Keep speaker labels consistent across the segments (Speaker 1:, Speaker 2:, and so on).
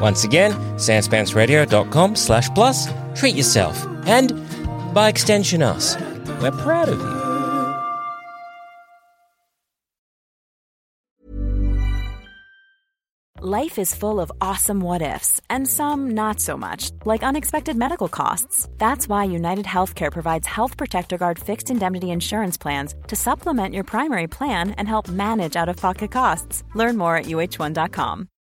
Speaker 1: Once again, sanspantsradio.com slash plus, treat yourself, and by extension us. We're proud of you.
Speaker 2: Life is full of awesome what ifs, and some not so much, like unexpected medical costs. That's why United Healthcare provides Health Protector Guard fixed indemnity insurance plans to supplement your primary plan and help manage out of pocket costs. Learn more at uh1.com.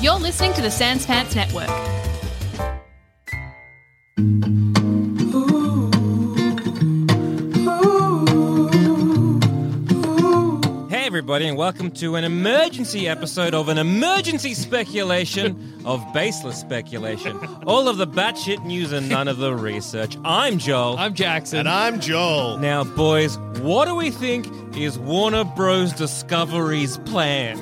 Speaker 3: You're listening to the Sans Pants Network.
Speaker 1: Hey, everybody, and welcome to an emergency episode of an emergency speculation of baseless speculation. All of the batshit news and none of the research. I'm Joel.
Speaker 4: I'm Jackson.
Speaker 5: And I'm Joel.
Speaker 1: now, boys, what do we think is Warner Bros. Discovery's plan?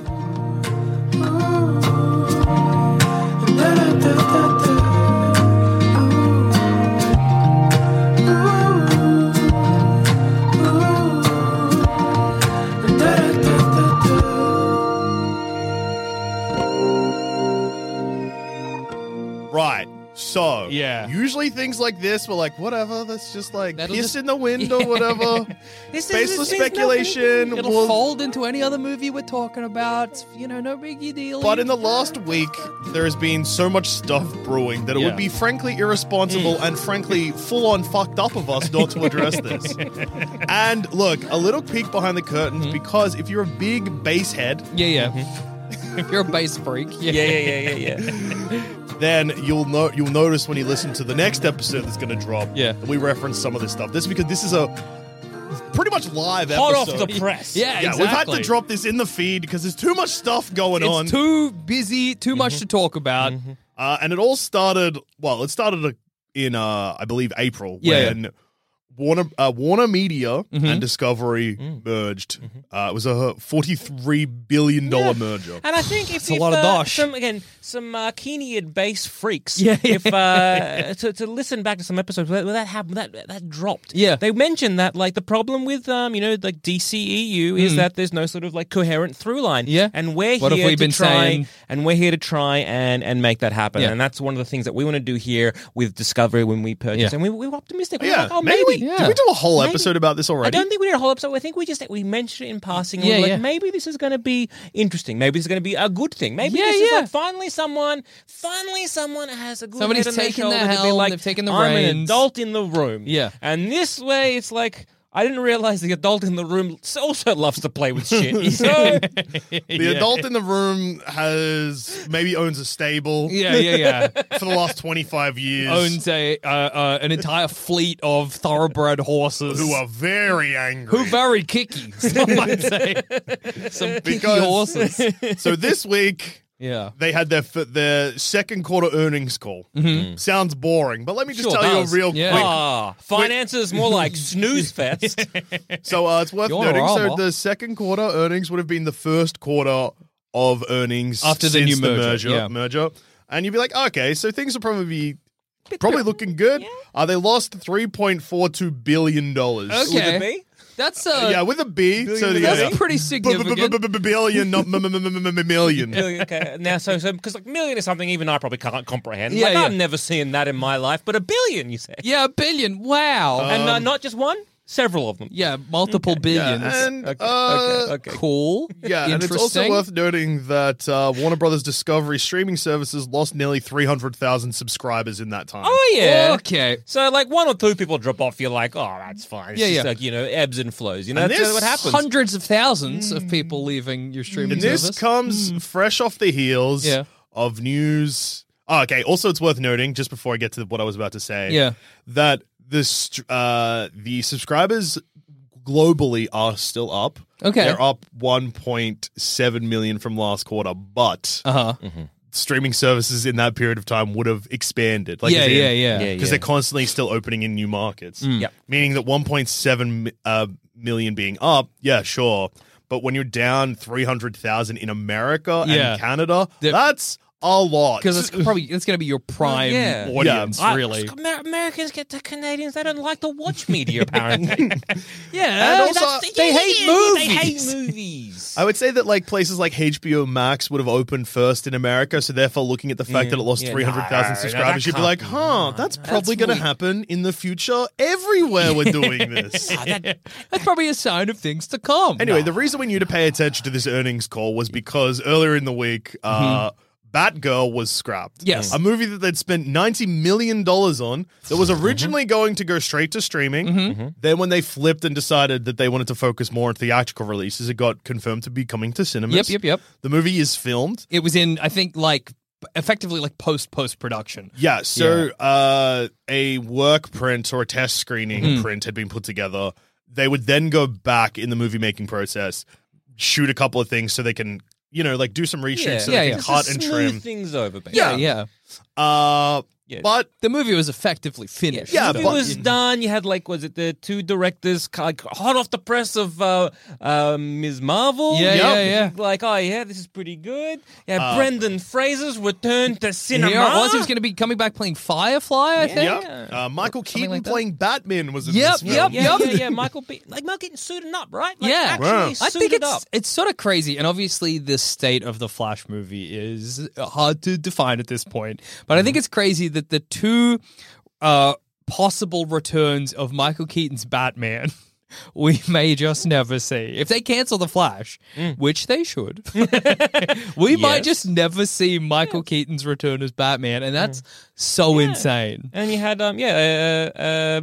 Speaker 5: Right. So,
Speaker 4: Yeah.
Speaker 5: Usually things like this were like, whatever, that's just like
Speaker 4: That'll
Speaker 5: kiss
Speaker 4: just-
Speaker 5: in the wind or whatever.
Speaker 1: This is-
Speaker 5: Baseless
Speaker 1: this is nothing.
Speaker 5: speculation.
Speaker 4: It'll
Speaker 5: We'll-
Speaker 4: fold into any other movie we're talking about. It's, you know, no biggie deal.
Speaker 5: But in the last week, there has been so much stuff brewing that it
Speaker 4: Yeah.
Speaker 5: would be frankly irresponsible and frankly full on fucked up of us not to address this. and look, a little peek behind the curtains
Speaker 4: Mm-hmm.
Speaker 5: because if you're a big basehead,
Speaker 4: yeah, yeah.
Speaker 5: Mm-hmm.
Speaker 4: if you're a bass freak, yeah.
Speaker 1: Yeah, yeah, yeah, yeah, yeah.
Speaker 5: then you'll know you'll notice when you listen to the next episode that's going to drop.
Speaker 4: Yeah.
Speaker 5: that we reference some of this stuff. This is because this is a pretty much live
Speaker 1: Hot off
Speaker 5: episode.
Speaker 1: the press.
Speaker 4: Yeah,
Speaker 5: yeah,
Speaker 4: exactly.
Speaker 5: we've had to drop this in the feed because there's too much stuff going
Speaker 4: It's
Speaker 5: on.
Speaker 4: too busy, too much to talk about.
Speaker 5: uh, and it all started, well, it started uh, in, uh, I believe, April
Speaker 4: Yeah. Mm-hmm.
Speaker 5: when Warner, uh, Warner Media and Discovery
Speaker 4: Mm.
Speaker 5: merged. Uh, it was a $43 billion merger.
Speaker 1: And I think if,
Speaker 4: a
Speaker 1: if,
Speaker 4: lot of
Speaker 1: uh,
Speaker 4: dosh.
Speaker 1: some again some uh, Keynesian base freaks,
Speaker 4: Yeah, yeah.
Speaker 1: if uh, to, to listen back to some episodes where, where that happened, that that dropped.
Speaker 4: Yeah.
Speaker 1: they mentioned that like the problem with um you know like DCEU is that there's no sort of like coherent through line.
Speaker 4: Hmm. Yeah.
Speaker 1: and we're
Speaker 4: What have
Speaker 1: here
Speaker 4: we
Speaker 1: to
Speaker 4: been
Speaker 1: try
Speaker 4: saying?
Speaker 1: and we're here to try and and make that happen.
Speaker 4: Yeah.
Speaker 1: And that's one of the things that we want to do here with Discovery when we purchase.
Speaker 4: Yeah.
Speaker 1: And we, we were optimistic. We were
Speaker 5: Yeah,
Speaker 1: like, oh
Speaker 5: maybe.
Speaker 1: maybe.
Speaker 4: Yeah.
Speaker 5: Did we do a whole
Speaker 1: Maybe.
Speaker 5: episode about this already?
Speaker 1: I don't think we did a whole episode. I think we just we mentioned it in passing. And
Speaker 4: Yeah,
Speaker 1: we were
Speaker 4: yeah.
Speaker 1: like, maybe this is going to be interesting. Maybe this is going to be a good thing. Maybe
Speaker 4: Yeah,
Speaker 1: this is
Speaker 4: yeah.
Speaker 1: like finally someone, finally someone has a good.
Speaker 4: Somebody's
Speaker 1: head on their
Speaker 4: taken the
Speaker 1: shoulder to be
Speaker 4: helm,
Speaker 1: like,
Speaker 4: they've taken the
Speaker 1: I'm an
Speaker 4: reins."
Speaker 1: adult in the room.
Speaker 4: Yeah.
Speaker 1: and this way, it's like. I didn't realize the adult in the room also loves to play with shit. So
Speaker 5: the adult in the room has maybe owns a stable
Speaker 4: Yeah, yeah, yeah.
Speaker 5: for the last 25 years.
Speaker 4: Owns a uh, uh, an entire fleet of thoroughbred horses
Speaker 5: who are very angry.
Speaker 4: who very kicky. Some might say some kicky
Speaker 5: Because-
Speaker 4: horses.
Speaker 5: so this week
Speaker 4: Yeah,
Speaker 5: they had their f- their second quarter earnings call. Sounds boring, but let me just
Speaker 1: Sure
Speaker 5: tell you a
Speaker 1: does.
Speaker 5: real
Speaker 4: Mm-hmm. Yeah. Oh,
Speaker 5: quick.
Speaker 1: ah, finances more like snooze fest.
Speaker 5: So uh, it's worth
Speaker 4: You're
Speaker 5: noting. So
Speaker 4: wrong.
Speaker 5: the second quarter earnings would have been the first quarter of earnings
Speaker 4: After the
Speaker 5: since
Speaker 4: new merger,
Speaker 5: merger,
Speaker 4: yeah.
Speaker 5: merger. and you'd be like, okay, so things will probably be. Probably looking good. Uh, they lost three point four two billion dollars.
Speaker 4: Okay.
Speaker 1: Would it be?
Speaker 4: that's uh,
Speaker 5: yeah, with a B. So uh,
Speaker 1: with a
Speaker 5: yeah,
Speaker 4: that's
Speaker 5: yeah.
Speaker 4: pretty
Speaker 5: B- b- b-
Speaker 4: significant.
Speaker 5: b- b- billion, not m- m- m- m- m- million.
Speaker 1: Million, okay. Now, so so because like million is something even I probably can't comprehend.
Speaker 4: Yeah,
Speaker 1: like
Speaker 4: yeah.
Speaker 1: I've never seen that in my life, but a billion, you say?
Speaker 4: yeah, a billion. Wow.
Speaker 1: and uh, not just one.
Speaker 4: Several of them.
Speaker 6: Yeah, multiple billions.
Speaker 5: And
Speaker 4: Okay,
Speaker 5: uh,
Speaker 4: okay, okay.
Speaker 6: Cool.
Speaker 5: yeah, and it's also
Speaker 6: Interesting.
Speaker 5: worth noting that uh, Warner Brothers Discovery streaming services lost nearly three hundred thousand subscribers in that time.
Speaker 4: Oh yeah.
Speaker 6: Okay.
Speaker 4: So like one or two people drop off, you're like, oh, that's fine. It's
Speaker 6: Yeah,
Speaker 4: just
Speaker 6: yeah.
Speaker 4: Like you know, ebbs and flows. You know,
Speaker 5: And
Speaker 4: that's
Speaker 5: this
Speaker 4: what happens.
Speaker 6: Hundreds of thousands of people leaving your streaming
Speaker 5: Hmm. And this
Speaker 6: service. Hmm.
Speaker 5: comes fresh off the heels
Speaker 6: Yeah.
Speaker 5: of news. Oh, okay. Also, it's worth noting just before I get to what I was about to say.
Speaker 6: Yeah.
Speaker 5: that the st- uh, the subscribers globally are still up.
Speaker 6: Okay.
Speaker 5: they're up 1.7 million from last quarter, but
Speaker 6: uh huh.
Speaker 5: streaming services in that period of time would have expanded. Like,
Speaker 6: yeah,
Speaker 5: as in-
Speaker 6: yeah, yeah,
Speaker 4: Yeah, Mm.
Speaker 5: because they're constantly still opening in new markets.
Speaker 4: Yep.
Speaker 5: Meaning that 1.7 mi- uh, million being up, yeah, sure. But when you're down 300,000 in America
Speaker 6: Yeah.
Speaker 5: and Canada,
Speaker 6: They're-
Speaker 5: that's a lot.
Speaker 6: Because it's probably it's going to be your prime
Speaker 4: yeah.
Speaker 6: audience,
Speaker 5: Yeah.
Speaker 6: really.
Speaker 4: Amer- Americans get to Canadians. They don't like to watch media, apparently.
Speaker 6: Yeah.
Speaker 5: And also-
Speaker 4: that's-
Speaker 6: They hate
Speaker 4: They
Speaker 6: movies.
Speaker 4: hate movies.
Speaker 5: I would say that like places like HBO Max would have opened first in America, so therefore looking at the fact that it lost
Speaker 4: Mm. Yeah.
Speaker 5: 300,000
Speaker 4: No, no,
Speaker 5: subscribers,
Speaker 4: that
Speaker 5: you'd be
Speaker 4: can't
Speaker 5: like,
Speaker 4: be
Speaker 5: "Huh, that's probably going to happen in the future everywhere we're doing this."
Speaker 6: That's probably a sign of things to come.
Speaker 5: Anyway, the reason we knew to pay attention to this earnings call was because earlier in the week, uh, Batgirl was scrapped.
Speaker 6: Mm-hmm. Yes.
Speaker 5: A movie that they'd spent $90 million on that was
Speaker 6: Mm-hmm.
Speaker 5: originally going to go straight to streaming. Then, when they flipped and decided that they wanted to focus more on theatrical releases, it got confirmed to be coming to cinemas.
Speaker 6: Yep, yep, yep.
Speaker 5: The movie is filmed.
Speaker 6: It was in, I think, like effectively like post post production.
Speaker 5: Yeah, so Uh, a work print or a test screening
Speaker 6: Hmm.
Speaker 5: print had been put together. They would then go back in the movie making process, shoot a couple of things so they can, you know, like do some reshoots so
Speaker 6: Yeah,
Speaker 5: they can
Speaker 6: yeah. Just
Speaker 5: cut
Speaker 4: Just
Speaker 5: and
Speaker 4: smooth
Speaker 5: trim.
Speaker 4: things over. Basically.
Speaker 6: Yeah, yeah.
Speaker 5: Uh,
Speaker 4: Yeah.
Speaker 5: But
Speaker 6: The movie was effectively finished.
Speaker 5: Yeah,
Speaker 4: If it
Speaker 5: but-
Speaker 4: was done. You had like, was it the two directors like hot off the press of uh, uh, Ms. Marvel?
Speaker 6: Yeah, yeah, yeah.
Speaker 4: Like, oh yeah, this is pretty good. Yeah, Brendan Fraser's return to
Speaker 6: And
Speaker 4: cinema.
Speaker 6: here it was. He was going to be coming back playing Firefly, I think.
Speaker 5: yeah, uh, Michael Keaton
Speaker 6: like that.
Speaker 5: playing Batman was in
Speaker 6: Yep,
Speaker 5: this film.
Speaker 6: yep,
Speaker 4: yeah,
Speaker 6: yep.
Speaker 4: yeah, yeah. Michael, B- like Michael getting suited up, right? Like,
Speaker 6: Yeah.
Speaker 4: actually
Speaker 5: Wow.
Speaker 6: I think
Speaker 4: suited
Speaker 6: it's
Speaker 4: up.
Speaker 6: it's sort of crazy, and obviously the state of the Flash movie is hard to define at this point. But I think it's crazy that the two uh, possible returns of Michael Keaton's Batman we may just never see. If they cancel the Flash, which they should, we might
Speaker 4: Yes.
Speaker 6: just never see Michael Keaton's return as Batman, and that's so insane.
Speaker 4: and you had um yeah uh, uh,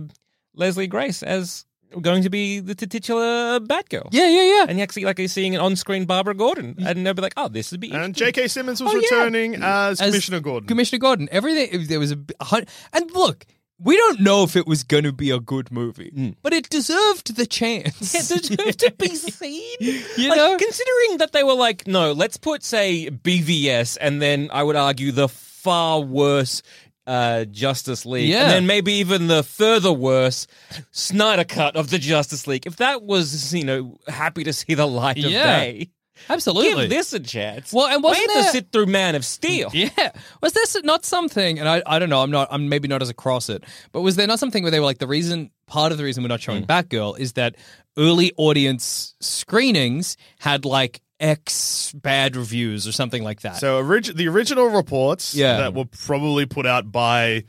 Speaker 4: Leslie Grace as going to be the t- titular Batgirl.
Speaker 6: Yeah, yeah, yeah.
Speaker 4: and you actually like you're seeing an on-screen Barbara Gordon, and they'll be like, oh, this would be
Speaker 5: And
Speaker 4: interesting.
Speaker 5: J.K. Simmons was
Speaker 4: Oh, yeah.
Speaker 5: returning as,
Speaker 6: Mm. as
Speaker 5: Commissioner Gordon.
Speaker 6: Commissioner Gordon. Everything there was a, b- a hun- and look, we don't know if it was going to be a good movie, but it deserved the chance.
Speaker 4: Yeah, deserve Mm. to be seen.
Speaker 6: You
Speaker 4: like,
Speaker 6: know?
Speaker 4: considering that they were like, no, let's put say BVS, and then I would argue the far worse uh, Justice League,
Speaker 6: Yeah.
Speaker 4: and then maybe even the further worse Snyder cut of the Justice League. If that was, you know, happy to see the light of
Speaker 6: Yeah.
Speaker 4: day.
Speaker 6: Absolutely.
Speaker 4: Give this a chance.
Speaker 6: Well, and wasn't
Speaker 4: we had
Speaker 6: there-
Speaker 4: to sit through Man of Steel?
Speaker 6: yeah, was this not something? And I, I don't know. I'm not. I'm maybe not as across it. But was there not something where they were like the reason? Part of the reason we're not
Speaker 4: Mm.
Speaker 6: showing Batgirl is that early audience screenings had like X bad reviews or something like that.
Speaker 5: so orig- the original reports
Speaker 6: Yeah.
Speaker 5: that were probably put out by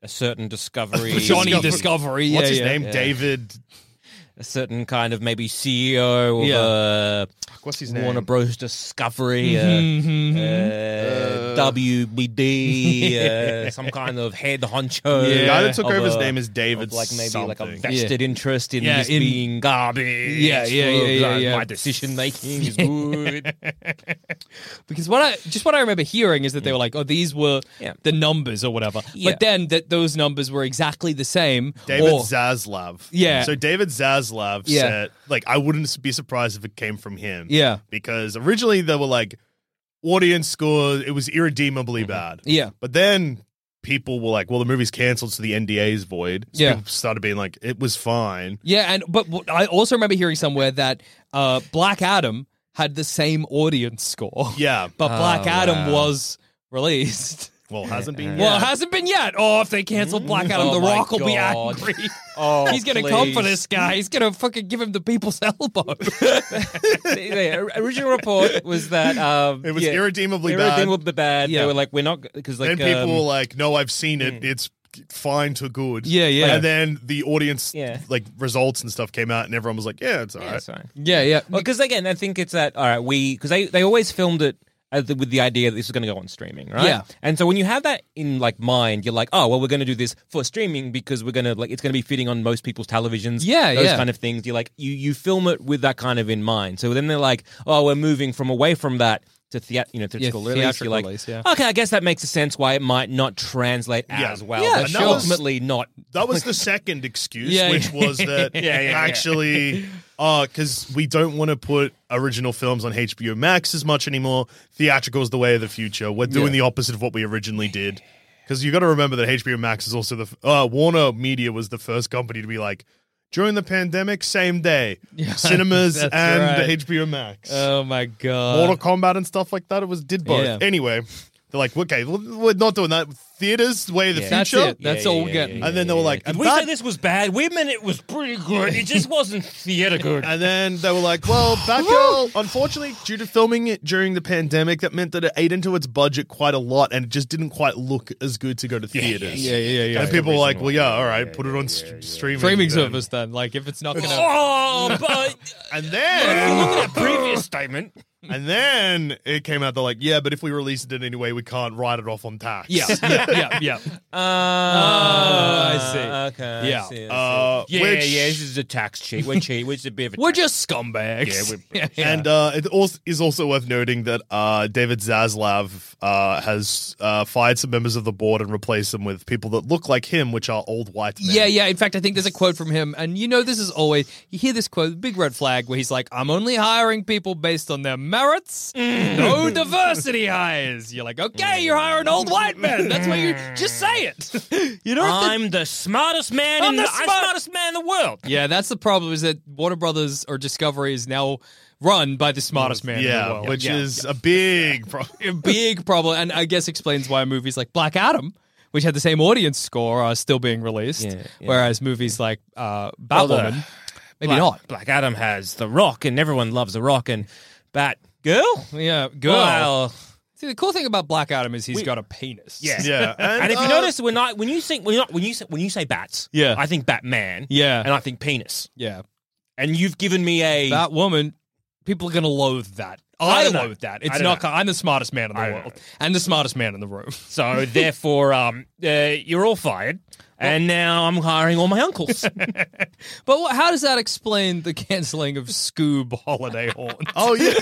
Speaker 4: A certain discovery,
Speaker 6: Johnny
Speaker 5: Discovery-
Speaker 6: Discovery.
Speaker 5: what's
Speaker 6: yeah,
Speaker 5: his
Speaker 6: yeah.
Speaker 5: name, David.
Speaker 4: a certain kind of maybe E CEO of
Speaker 6: Yeah.
Speaker 4: uh,
Speaker 5: What's his name?
Speaker 4: Warner Bros. Discovery, uh,
Speaker 6: Mhm,
Speaker 4: uh, WBD, uh, some kind of head honcho.
Speaker 5: The guy that took
Speaker 4: of
Speaker 5: over's
Speaker 4: a-
Speaker 5: name is David.
Speaker 4: of like maybe like a
Speaker 5: something.
Speaker 4: vested interest in
Speaker 6: Yeah,
Speaker 4: this
Speaker 6: in-
Speaker 4: being garbage.
Speaker 6: Yeah, yeah, yeah,
Speaker 4: Look,
Speaker 6: yeah,
Speaker 4: uh,
Speaker 6: yeah.
Speaker 4: My decision making is good.
Speaker 6: Because what I just what I remember hearing is that they were like, "Oh, these were
Speaker 4: Yeah.
Speaker 6: the numbers or whatever,"
Speaker 4: Yeah.
Speaker 6: but then that those numbers were exactly the same.
Speaker 5: David
Speaker 6: or-
Speaker 5: Zaslav.
Speaker 6: Yeah.
Speaker 5: So David Zaslav
Speaker 6: Yeah.
Speaker 5: said, like, I wouldn't be surprised if it came from him.
Speaker 6: yeah,
Speaker 5: Because originally they were like, audience score, it was irredeemably
Speaker 6: Mm-hmm.
Speaker 5: bad.
Speaker 6: yeah,
Speaker 5: But then people were like, well, the movie's canceled, so the NDA's void. So
Speaker 6: Yeah.
Speaker 5: People started being like, it was fine.
Speaker 6: yeah. And but what- I also remember hearing somewhere that uh, Black Adam had the same audience score,
Speaker 5: Yeah.
Speaker 6: but Black Adam
Speaker 4: Oh, wow.
Speaker 6: was released.
Speaker 5: Well, hasn't been
Speaker 6: Well, it
Speaker 5: yet.
Speaker 6: hasn't been yet. Oh, if they cancel Black Adam,
Speaker 4: Oh
Speaker 6: The
Speaker 4: my
Speaker 6: Rock will be
Speaker 4: God.
Speaker 6: angry.
Speaker 4: Oh,
Speaker 6: He's gonna come for
Speaker 4: please.
Speaker 6: this guy. He's gonna fucking give him the people's elbow.
Speaker 4: The- the original report was that um,
Speaker 5: It was
Speaker 4: yeah,
Speaker 5: irredeemably bad.
Speaker 4: irredeemably bad.
Speaker 6: Yeah.
Speaker 4: They were like, we're not because like
Speaker 5: then people
Speaker 4: um,
Speaker 5: were like, no, I've seen it. It's fine to good.
Speaker 6: hmm. Yeah, yeah.
Speaker 5: And then the audience
Speaker 4: Yeah.
Speaker 5: like results and stuff came out, and everyone was like, "Yeah, it's all right."
Speaker 4: Yeah, sorry.
Speaker 6: Yeah, yeah.
Speaker 4: Well, because again, I think it's that. All right, we because they they always filmed it as the, with the idea that this is going to go on streaming, right?
Speaker 6: Yeah.
Speaker 4: And so when you have that in like mind, you're like, oh, well, we're going to do this for streaming because we're going to like it's going to be fitting on most people's televisions.
Speaker 6: Yeah,
Speaker 4: those
Speaker 6: yeah.
Speaker 4: kind of things. You're like you you film it with that kind of in mind. So then they're like, oh, we're moving from away from that. To thea- you know, theatrical release,
Speaker 6: theatrical
Speaker 4: you're like,
Speaker 6: release, yeah.
Speaker 4: okay, I guess that makes a sense why it might not translate
Speaker 5: Yeah.
Speaker 4: as well.
Speaker 6: Yeah,
Speaker 4: but
Speaker 6: sure.
Speaker 4: ultimately not.
Speaker 5: That was the second excuse,
Speaker 6: Yeah,
Speaker 5: which was that actually, because we don't want to put original films on HBO Max as much anymore. Theatrical is the way of the future. We're doing the opposite of what we originally did. Because you got to remember that HBO Max is also the f- uh, Warner Media was the first company to be like during the pandemic, same day, cinemas
Speaker 6: that's
Speaker 5: and
Speaker 6: right.
Speaker 5: HBO Max.
Speaker 6: Oh my god.
Speaker 5: Mortal Kombat and stuff like that. It was did both.
Speaker 6: Yeah.
Speaker 5: Anyway, they're like, okay, we're we're not doing that. Theaters, the way of the
Speaker 6: That's
Speaker 5: future.
Speaker 6: it. That's
Speaker 4: Yeah,
Speaker 6: all
Speaker 4: yeah,
Speaker 6: we're
Speaker 4: yeah,
Speaker 6: getting.
Speaker 4: yeah,
Speaker 5: And then they were like,
Speaker 4: Did
Speaker 5: and
Speaker 4: we
Speaker 5: that-
Speaker 4: say this was bad? We meant it was pretty good. It just wasn't theater good.
Speaker 5: And then they were like, well, Batgirl, unfortunately, due to filming it during the pandemic, that meant that it ate into its budget quite a lot and it just didn't quite look as good to go to theaters.
Speaker 6: yeah, yeah, yeah.
Speaker 5: And people were like, well, yeah, all right, put it on s- streaming. then.
Speaker 6: streaming service then. Like if it's not gonna
Speaker 4: oh, but
Speaker 5: And then,
Speaker 4: previous statement.
Speaker 5: and then it came out, they're like, yeah, but if we release it in any way, we can't write it off on tax.
Speaker 6: Yeah, yeah, yeah, yeah.
Speaker 4: Uh,
Speaker 6: Ah, I see.
Speaker 4: Okay.
Speaker 6: Yeah.
Speaker 4: I see, I see.
Speaker 5: Uh,
Speaker 4: yeah,
Speaker 5: which-
Speaker 4: yeah. This is a tax cheat. We're cheat. We're just a bit of a.
Speaker 6: We're
Speaker 4: tax-
Speaker 6: just scumbags.
Speaker 4: Yeah, we're-
Speaker 5: And uh, it also is also worth noting that uh, David Zaslav uh, has uh, fired some members of the board and replaced them with people that look like him, which are old white men.
Speaker 6: Yeah, yeah. In fact, I think there's a quote from him, and you know, this is always you hear this quote, big red flag, where he's like, "I'm only hiring people based on their merits, no diversity hires." You're like, "Okay, you're hiring old white men. That's why you just say it." you know, if the-
Speaker 4: I'm the smartest man
Speaker 6: I'm
Speaker 4: in
Speaker 6: the
Speaker 4: the,
Speaker 6: smart-
Speaker 4: I'm smartest man in the world.
Speaker 6: yeah, that's the problem is that Warner Brothers or Discovery is now run by the smartest man. in the
Speaker 5: Yeah,
Speaker 6: world.
Speaker 5: which
Speaker 6: Yeah.
Speaker 5: is a big problem.
Speaker 6: big problem, and I guess explains why movies like Black Adam, which had the same audience score, are still being released,
Speaker 4: Yeah, yeah.
Speaker 6: whereas movies like uh,
Speaker 4: Well, the-
Speaker 6: Batwoman, maybe
Speaker 4: Black,
Speaker 6: not.
Speaker 4: Black Adam has the Rock, and everyone loves the Rock and Bat Girl.
Speaker 6: Yeah, girl.
Speaker 4: Well,
Speaker 6: See, the cool thing about Black Adam is he's got a penis.
Speaker 4: Yeah.
Speaker 5: Yeah,
Speaker 4: And, if you
Speaker 5: uh,
Speaker 4: notice, when I when you think when, you when you say, when you say bats,
Speaker 6: Yeah.
Speaker 4: I think Batman,
Speaker 6: Yeah.
Speaker 4: and I think penis,
Speaker 6: yeah.
Speaker 4: and you've given me a
Speaker 6: That woman, people are gonna loathe that. I,
Speaker 4: I don't know.
Speaker 6: loathe that.
Speaker 4: I
Speaker 6: It's
Speaker 4: don't
Speaker 6: not.
Speaker 4: know.
Speaker 6: I'm the smartest man in the
Speaker 4: I don't
Speaker 6: world, and the smartest man in the room.
Speaker 4: so therefore um uh, you're all fired, and now I'm hiring all my uncles.
Speaker 6: But what, how does that explain the canceling of Scoob Holiday Horn?
Speaker 5: Oh yeah,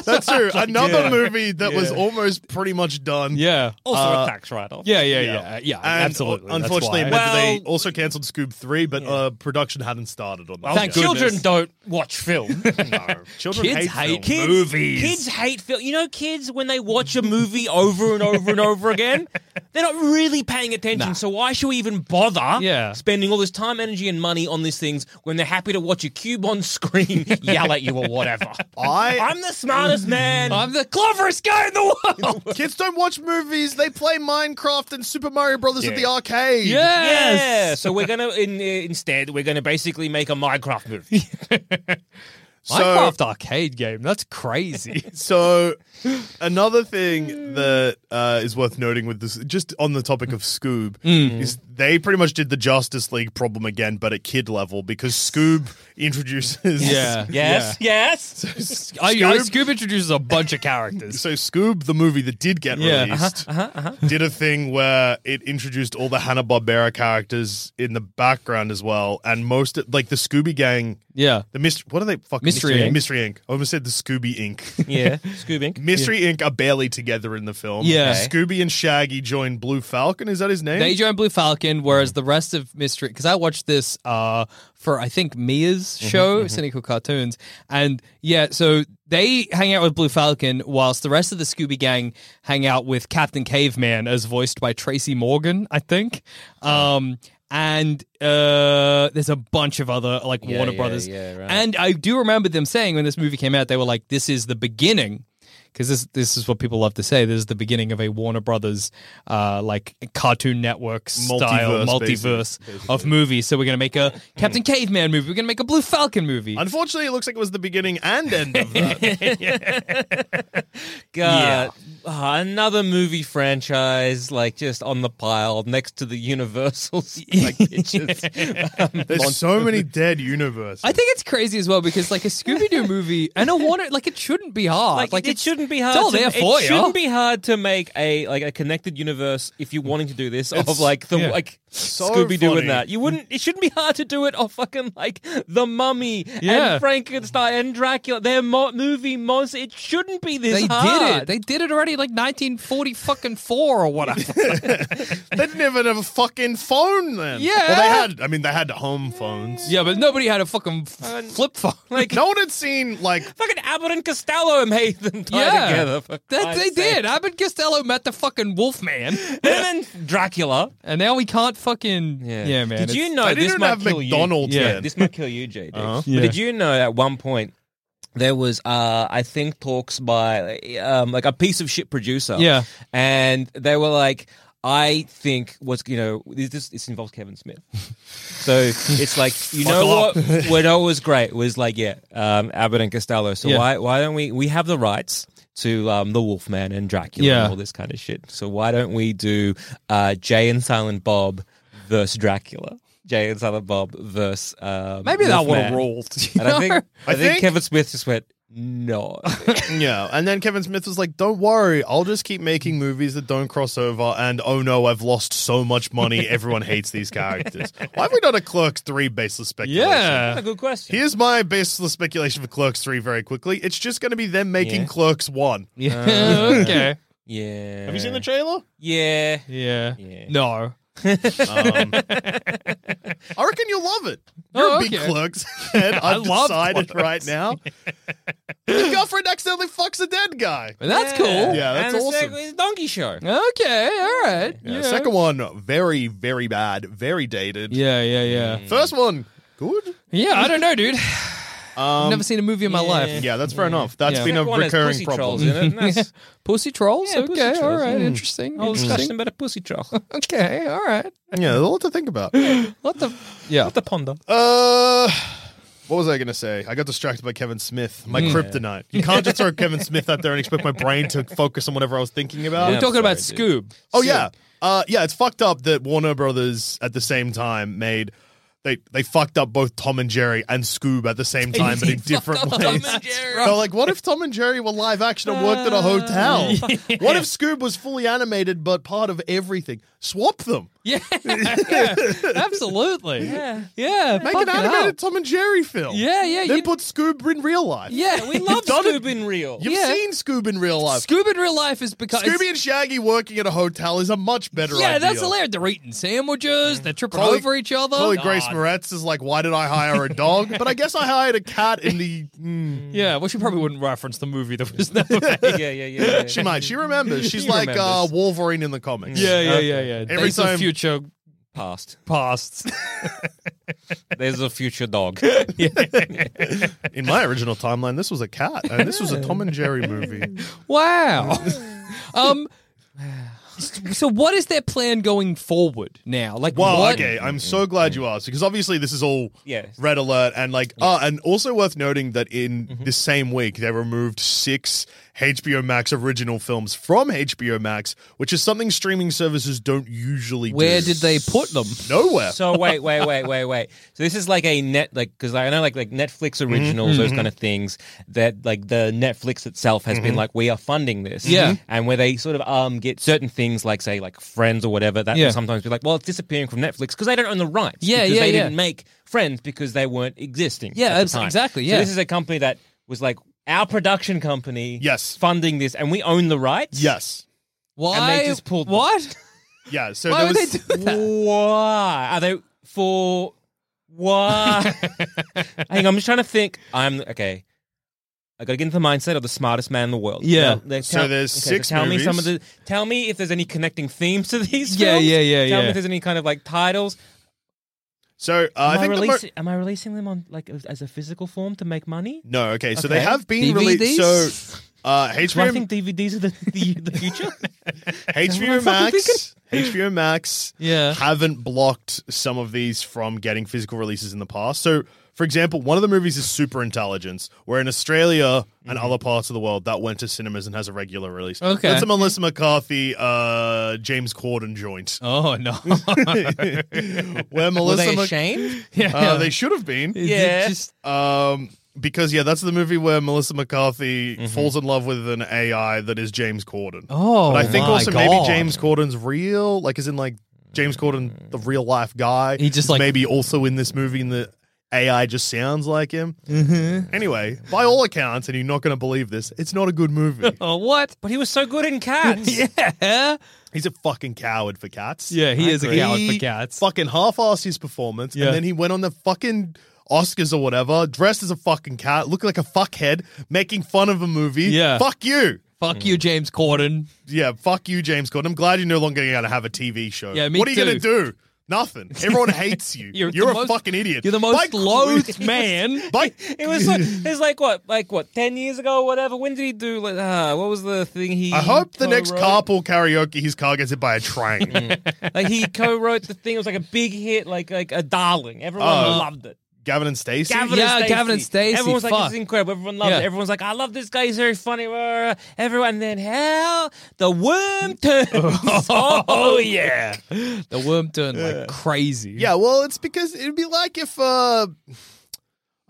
Speaker 5: that's true. Another movie that was almost pretty much done.
Speaker 6: yeah.
Speaker 4: also a tax write-off.
Speaker 6: Oh, Uh, Yeah, yeah, yeah, yeah,
Speaker 5: And
Speaker 6: absolutely. That's
Speaker 5: Unfortunately,
Speaker 6: why.
Speaker 5: remember they
Speaker 4: Well-
Speaker 5: also cancelled Scoob Three, but uh, production hadn't started on that.
Speaker 6: Thank
Speaker 5: yet.
Speaker 4: Children
Speaker 6: goodness.
Speaker 4: don't watch film.
Speaker 5: No. Children
Speaker 6: Kids
Speaker 5: hate,
Speaker 6: hate-
Speaker 5: film.
Speaker 4: kids, Kids hate film. You know, kids when they watch a movie over and over and over again, they're not really paying attention. So why should we even bother
Speaker 6: Yeah.
Speaker 4: spending all this time, energy, and money on these things when they're happy to watch a cube on screen yell at you or whatever?
Speaker 5: I-
Speaker 4: I'm the smartest man.
Speaker 6: I'm the cleverest guy in the world.
Speaker 5: Kids don't watch movies. They play Minecraft and Super Mario Brothers at the arcade.
Speaker 4: yeah.
Speaker 6: yes.
Speaker 4: So we're gonna in, instead we're gonna basically make a Minecraft movie.
Speaker 6: Minecraft arcade game. That's crazy.
Speaker 5: So, another thing that uh, is worth noting with this, just on the topic of Scoob,
Speaker 6: Mm.
Speaker 5: is they pretty much did the Justice League problem again, but at kid level because Scoob introduces.
Speaker 6: yeah.
Speaker 4: Yes. Yes.
Speaker 6: I,
Speaker 5: Scoob-
Speaker 6: I, Scoob introduces a bunch of characters.
Speaker 5: So Scoob, the movie that did get
Speaker 6: Yeah. Uh-huh,
Speaker 5: released, did a thing where it introduced all the Hanna Barbera characters in the background as well, and most like the Scooby Gang,
Speaker 6: yeah.
Speaker 5: the mystery. What are they? Fuck,
Speaker 6: Mystery Inc.
Speaker 5: Mystery Inc. I almost said the Scooby Inc.
Speaker 4: yeah. Scoob Inc.
Speaker 5: Mystery Inc. are barely together in the film.
Speaker 6: Yeah.
Speaker 5: Scooby and Shaggy join Blue Falcon. Is that his name?
Speaker 6: They joined Blue Falcon, whereas the rest of Mystery, because I watched this uh, for I think Mia's
Speaker 4: Mm-hmm,
Speaker 6: show, Cynical Cartoons, and yeah, so they hang out with Blue Falcon, whilst the rest of the Scooby Gang hang out with Captain Caveman, as voiced by Tracy Morgan, I think. Um, and uh, there's a bunch of other like Warner
Speaker 4: yeah,
Speaker 6: Brothers,
Speaker 4: yeah, right.
Speaker 6: and I do remember them saying when this movie came out, they were like, "This is the beginning." because this this is what people love to say. This is the beginning of a Warner Brothers, uh, like Cartoon Network style
Speaker 5: Multiverse,
Speaker 6: multiverse of movies. So we're gonna make a Captain Caveman movie. We're gonna make a Blue Falcon movie.
Speaker 5: Unfortunately, it looks like it was the beginning and end of that.
Speaker 4: God. ah, another movie franchise like just on the pile next to the Universal's like pictures. Um,
Speaker 5: There's so many dead universes.
Speaker 6: I think it's crazy as well because like a Scooby Doo movie and a Warner like it shouldn't be hard.
Speaker 4: like, it
Speaker 6: it's-
Speaker 4: shouldn't be hard.
Speaker 6: It's all
Speaker 4: to,
Speaker 6: there for
Speaker 4: it
Speaker 6: you.
Speaker 4: shouldn't be hard to make a like a connected universe if you're wanting to do this of like the
Speaker 6: yeah.
Speaker 4: like
Speaker 5: So
Speaker 4: Scooby Doo
Speaker 5: funny.
Speaker 4: and that. You wouldn't. It shouldn't be hard to do it of fucking like the Mummy
Speaker 6: Yeah.
Speaker 4: and Frankenstein and Dracula. They're mo- movie monster. It shouldn't be this
Speaker 6: they did
Speaker 4: hard.
Speaker 6: it. They did it already, like nineteen forty fucking four or whatever.
Speaker 5: they didn't even have a fucking phone then.
Speaker 6: Yeah.
Speaker 5: Well, they had. I mean, they had home phones.
Speaker 6: yeah, but nobody had a fucking f-
Speaker 4: Uh,
Speaker 6: flip phone.
Speaker 5: Like no one had seen like
Speaker 4: Fucking Abbott and Costello made them tie
Speaker 6: yeah,
Speaker 4: together. for
Speaker 6: that
Speaker 4: Christ's
Speaker 6: they
Speaker 4: sake.
Speaker 6: did. Abbott Costello met the fucking Wolfman,
Speaker 4: And then Dracula.
Speaker 6: and now we can't fucking yeah, man.
Speaker 4: Did you
Speaker 6: it's-
Speaker 4: know
Speaker 5: they
Speaker 4: this
Speaker 5: didn't
Speaker 4: might
Speaker 5: have
Speaker 4: kill
Speaker 5: McDonald's
Speaker 4: you? Yeah,
Speaker 5: then.
Speaker 4: this might kill you, JD.
Speaker 5: Uh-huh.
Speaker 6: Yeah.
Speaker 4: But did you know at one point there was, uh, I think, talks by um, like a piece of shit producer.
Speaker 6: Yeah.
Speaker 4: and they were like. I think what's you know this this, this involves Kevin Smith, so it's like you know
Speaker 6: Buckle
Speaker 4: what
Speaker 6: up.
Speaker 4: what I was great was like yeah um, Abbott and Costello. So
Speaker 6: Yeah.
Speaker 4: why why don't we we have the rights to um, the Wolfman and Dracula
Speaker 6: Yeah.
Speaker 4: and all this kind of shit. So why don't we do uh, Jay and Silent Bob versus Dracula? Jay and Silent Bob versus um,
Speaker 6: Maybe that would have
Speaker 4: Wolfman.
Speaker 6: rolled.
Speaker 4: And I think, I
Speaker 5: I
Speaker 4: think
Speaker 5: think-
Speaker 4: Kevin Smith just went no.
Speaker 5: Yeah, and then Kevin Smith was like, "Don't worry, I'll just keep making movies that don't cross over." And oh no, I've lost so much money. Everyone hates these characters. Why have we done a Clerks Three baseless speculation?
Speaker 6: yeah,
Speaker 4: good question.
Speaker 5: Here's my baseless speculation for Clerks Three. Very quickly, it's just going to be them making
Speaker 4: Yeah.
Speaker 5: Clerks One.
Speaker 6: yeah, okay,
Speaker 4: Yeah.
Speaker 5: Have you seen the trailer?
Speaker 4: Yeah.
Speaker 6: yeah.
Speaker 4: Yeah.
Speaker 6: No,
Speaker 5: Um, I reckon you'll love it. You're
Speaker 6: Oh,
Speaker 5: a big
Speaker 6: okay.
Speaker 5: Clerks head.
Speaker 6: I
Speaker 5: I've
Speaker 6: love
Speaker 5: decided
Speaker 6: Clerks.
Speaker 5: right now. His girlfriend accidentally fucks a dead guy.
Speaker 6: but that's cool.
Speaker 5: Yeah, that's
Speaker 4: and the
Speaker 5: awesome.
Speaker 4: second is Donkey Show.
Speaker 6: Okay, all right.
Speaker 5: Yeah, Second one, very, very bad, very dated.
Speaker 6: Yeah, yeah, yeah.
Speaker 5: First one, good.
Speaker 6: Yeah, I don't know, dude.
Speaker 5: Um,
Speaker 6: Never seen a movie in my life.
Speaker 5: yeah, that's fair enough. That's
Speaker 6: Yeah.
Speaker 5: been a
Speaker 4: Second one has
Speaker 5: recurring
Speaker 4: pussy trolls
Speaker 5: problem.
Speaker 4: in it. and that's-
Speaker 6: Pussy Trolls?
Speaker 4: Yeah,
Speaker 6: okay,
Speaker 4: Pussy
Speaker 6: all
Speaker 4: Trolls.
Speaker 6: right.
Speaker 4: Mm.
Speaker 6: Interesting.
Speaker 4: Whole discussion
Speaker 6: interesting.
Speaker 4: about a pussy troll.
Speaker 6: Okay, all right.
Speaker 5: Yeah, there's a lot to think about.
Speaker 6: What the? Yeah.
Speaker 4: the ponder.
Speaker 5: Uh, what was I going to say? I got distracted by Kevin Smith, my
Speaker 6: Mm.
Speaker 5: kryptonite. You can't just throw Kevin Smith out there and expect my brain to focus on whatever I was thinking about.
Speaker 6: We're talking about
Speaker 4: sorry,
Speaker 6: Scoob.
Speaker 5: Oh yeah, uh, yeah. It's fucked up that Warner Brothers at the same time made they they fucked up both Tom and Jerry and Scoob at the same time, but in different ways. They're like, what if Tom and Jerry were live action and worked at a hotel?
Speaker 6: Uh,
Speaker 5: What if Scoob was fully animated but part of everything? Swap them.
Speaker 6: Yeah. yeah. Absolutely. Yeah. Yeah.
Speaker 5: Make an
Speaker 6: fucking
Speaker 5: animated
Speaker 6: hell.
Speaker 5: Tom and Jerry film.
Speaker 6: Yeah, yeah,
Speaker 5: Then
Speaker 6: you-
Speaker 5: put Scoob in real life.
Speaker 6: Yeah.
Speaker 4: We love Scoob in real.
Speaker 5: You've
Speaker 6: yeah.
Speaker 5: seen Scoob in real life.
Speaker 6: Scoob in real life is because.
Speaker 5: Scooby and Shaggy working at a hotel is a much better
Speaker 6: yeah,
Speaker 5: idea.
Speaker 6: that's hilarious. They're eating
Speaker 4: Mm.
Speaker 6: sandwiches. They're tripping
Speaker 5: Chloe-
Speaker 6: over each other.
Speaker 5: Chloe Grace
Speaker 6: God.
Speaker 5: Moretz is like, why did I hire a dog? but I guess I hired a cat in the. Mm.
Speaker 6: Yeah, well, she probably wouldn't reference the movie that was never made.
Speaker 4: yeah, yeah, yeah. yeah.
Speaker 5: She might. She remembers. She's
Speaker 6: She
Speaker 5: like Uh,
Speaker 6: remembers.
Speaker 5: Wolverine in the comics.
Speaker 6: Yeah, yeah, yeah, yeah.
Speaker 5: Every
Speaker 6: Days of
Speaker 5: time-
Speaker 6: future
Speaker 4: Past.
Speaker 6: past.
Speaker 4: There's a future dog.
Speaker 5: In my original timeline, this was a cat, and this was a Tom and Jerry movie.
Speaker 6: Wow. um. So, what is their plan going forward now? Like,
Speaker 5: Well,
Speaker 6: what?
Speaker 5: okay, I'm so glad you asked because obviously this is all
Speaker 4: Yes.
Speaker 5: red alert and like uh and also worth noting that in
Speaker 6: Mm-hmm.
Speaker 5: the same week they removed 6 HBO Max original films from HBO Max, which is something streaming services don't usually
Speaker 6: Where
Speaker 5: do.
Speaker 6: did they put them?
Speaker 5: Nowhere.
Speaker 4: So wait, wait, wait, wait, wait. So this is like a net, like because I know like like Netflix
Speaker 6: Mm-hmm.
Speaker 4: originals, those kind of things. That like the Netflix itself has been like, we are funding this,
Speaker 6: Mm-hmm.
Speaker 4: Mm-hmm.
Speaker 6: Yeah. Mhm.
Speaker 4: and where they sort of um get certain things like say like Friends or whatever that
Speaker 6: Yeah.
Speaker 4: will sometimes be like, well, it's disappearing from Netflix because they don't own the rights.
Speaker 6: Yeah,
Speaker 4: because
Speaker 6: yeah,
Speaker 4: they
Speaker 6: yeah.
Speaker 4: didn't make Friends because they weren't existing.
Speaker 6: Yeah,
Speaker 4: at the
Speaker 6: that's-
Speaker 4: time.
Speaker 6: exactly,
Speaker 4: So
Speaker 6: yeah.
Speaker 4: this is a company that was like our production company,
Speaker 5: Yes.
Speaker 4: funding this, and we own the rights.
Speaker 5: yes.
Speaker 6: Why?
Speaker 4: they just pulled them.
Speaker 6: what?
Speaker 5: Yeah, so
Speaker 6: Why
Speaker 5: there
Speaker 6: would
Speaker 5: was
Speaker 6: they do that?
Speaker 4: Why are they for? Why? Hang on, I'm just trying to think. I'm okay. I got to get into the mindset of the smartest man in the world.
Speaker 6: Yeah.
Speaker 4: Now, they
Speaker 5: So there's six
Speaker 4: tell
Speaker 5: movies.
Speaker 4: me some of the. Tell me if there's any connecting themes to these.
Speaker 6: Yeah,
Speaker 4: films.
Speaker 6: yeah, yeah,
Speaker 4: Tell
Speaker 6: yeah.
Speaker 4: me if there's any kind of like titles.
Speaker 5: So uh,
Speaker 4: Am
Speaker 5: I
Speaker 4: I,
Speaker 5: think the mo-
Speaker 4: releasing, am I releasing them on like as- as a physical form to make money?
Speaker 5: No, okay. So they
Speaker 4: Okay.
Speaker 5: have been released
Speaker 6: DVDs?
Speaker 5: so uh HBO
Speaker 4: Do I think DVDs are the the, the future?
Speaker 5: HBO
Speaker 4: That's what I'm fucking
Speaker 5: Max, HBO Max,
Speaker 6: Yeah.
Speaker 5: haven't blocked some of these from getting physical releases in the past. So, For example, one of the movies is Super Intelligence, where in Australia and
Speaker 4: Mm-hmm.
Speaker 5: other parts of the world that went to cinemas and has a regular release.
Speaker 6: Okay.
Speaker 5: That's a Melissa McCarthy, uh, James Corden joint.
Speaker 6: Oh no!
Speaker 5: Where
Speaker 4: Were
Speaker 5: Melissa
Speaker 4: they
Speaker 5: Mc-
Speaker 4: ashamed?
Speaker 6: yeah,
Speaker 5: Uh, they should have been.
Speaker 6: Is it
Speaker 4: Yeah.
Speaker 6: just-
Speaker 5: Um, because yeah, that's the movie where Melissa McCarthy falls in love with an AI that is James Corden.
Speaker 6: Mm-hmm. oh,
Speaker 5: but I think
Speaker 6: my
Speaker 5: also
Speaker 6: God.
Speaker 5: maybe James Corden's real, like, is in like James Corden, the real life guy.
Speaker 6: He just, like-
Speaker 5: maybe also in this movie, and the AI just sounds like him. Anyway, by all accounts, and you're not going to believe this, it's not a good movie.
Speaker 6: Oh, what?
Speaker 4: But he was so good in cats.
Speaker 6: Yeah,
Speaker 5: He's a fucking coward for cats.
Speaker 6: yeah. He is a coward for
Speaker 5: He
Speaker 6: cats.
Speaker 5: Fucking half-assed his performance,
Speaker 6: Yeah.
Speaker 5: and then he went on the fucking Oscars or whatever, dressed as a fucking cat, looking like a fuckhead, making fun of a movie.
Speaker 6: Yeah.
Speaker 5: fuck you.
Speaker 6: Fuck you, James Corden.
Speaker 5: Yeah, fuck you, James Corden. I'm glad you're no longer going to have a TV show.
Speaker 6: Yeah, me
Speaker 5: what are you
Speaker 6: too.
Speaker 5: going to do? Nothing. Everyone hates you.
Speaker 6: You're
Speaker 5: you're
Speaker 6: the
Speaker 5: a
Speaker 6: most-
Speaker 5: fucking idiot.
Speaker 6: You're the most
Speaker 5: By-
Speaker 6: loathed man.
Speaker 5: by-
Speaker 4: It was like it was like what like what ten years ago or whatever. When did he do like uh, what was the thing he?
Speaker 5: I hope the next
Speaker 4: co-wrote?
Speaker 5: carpool karaoke, his car gets hit by a train.
Speaker 4: like he co-wrote the thing. It was like a big hit, like like a darling. Everyone
Speaker 6: Uh,
Speaker 5: Oh.
Speaker 4: loved it.
Speaker 5: Gavin and Stacey.
Speaker 4: Gavin
Speaker 6: Yeah,
Speaker 4: and Stacey.
Speaker 6: Gavin and Stacey,
Speaker 4: Everyone was like,
Speaker 6: fuck.
Speaker 4: "This is incredible." Everyone loved
Speaker 6: Yeah.
Speaker 4: it. Everyone's like, "I love this guy. He's very funny." Uh, Everyone. And then hell, the worm turns. oh yeah.
Speaker 6: The worm turned like crazy.
Speaker 5: Yeah, well, it's because it'd be like if uh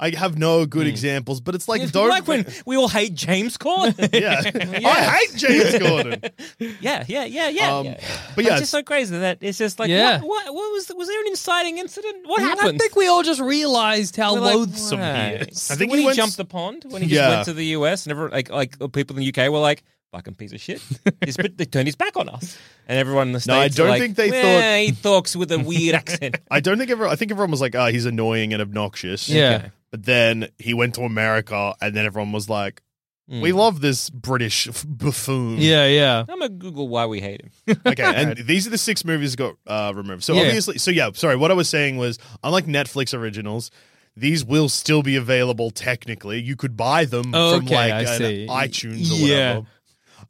Speaker 5: I have no good examples, but it's like
Speaker 4: Hmm. It's
Speaker 5: don't
Speaker 4: like when we all hate James Corden.
Speaker 5: yeah. I hate James Gordon.
Speaker 4: yeah, yeah, yeah, yeah.
Speaker 5: Um,
Speaker 4: yeah.
Speaker 5: but yeah,
Speaker 4: it's just so crazy that it's just like,
Speaker 6: Yeah.
Speaker 4: what, what, what was? Was there an inciting incident? What
Speaker 6: And I
Speaker 4: happened?
Speaker 6: think we all just realized how
Speaker 4: We're like,
Speaker 6: loathsome
Speaker 4: "Right."
Speaker 6: he is.
Speaker 5: I think
Speaker 4: when
Speaker 5: he
Speaker 4: he,
Speaker 5: went-
Speaker 4: jumped the pond, when he just
Speaker 5: Yeah.
Speaker 4: went to the US, and everyone, like, like people in the UK were like, fucking piece of shit. He's put, they turned his back on us. And everyone in the States
Speaker 5: No, I
Speaker 4: were
Speaker 5: don't
Speaker 4: like,
Speaker 5: think they
Speaker 4: "Well,
Speaker 5: thought-
Speaker 4: he talks with a weird accent.
Speaker 5: I don't think everyone I think everyone was like, oh, he's annoying and obnoxious.
Speaker 6: Yeah.
Speaker 5: But then he went to America and then everyone was like,
Speaker 4: Hmm.
Speaker 5: We love this British f- buffoon.
Speaker 6: Yeah, yeah.
Speaker 4: I'm going to Google why we hate him.
Speaker 5: Okay. And these are the six movies that got uh, removed. So
Speaker 6: Yeah.
Speaker 5: obviously, so yeah, sorry. What I was saying was, unlike Netflix originals, these will still be available technically. You could buy them
Speaker 6: Oh,
Speaker 5: from
Speaker 6: okay,
Speaker 5: like
Speaker 6: I
Speaker 5: an
Speaker 6: see.
Speaker 5: iTunes or
Speaker 6: Yeah.
Speaker 5: whatever.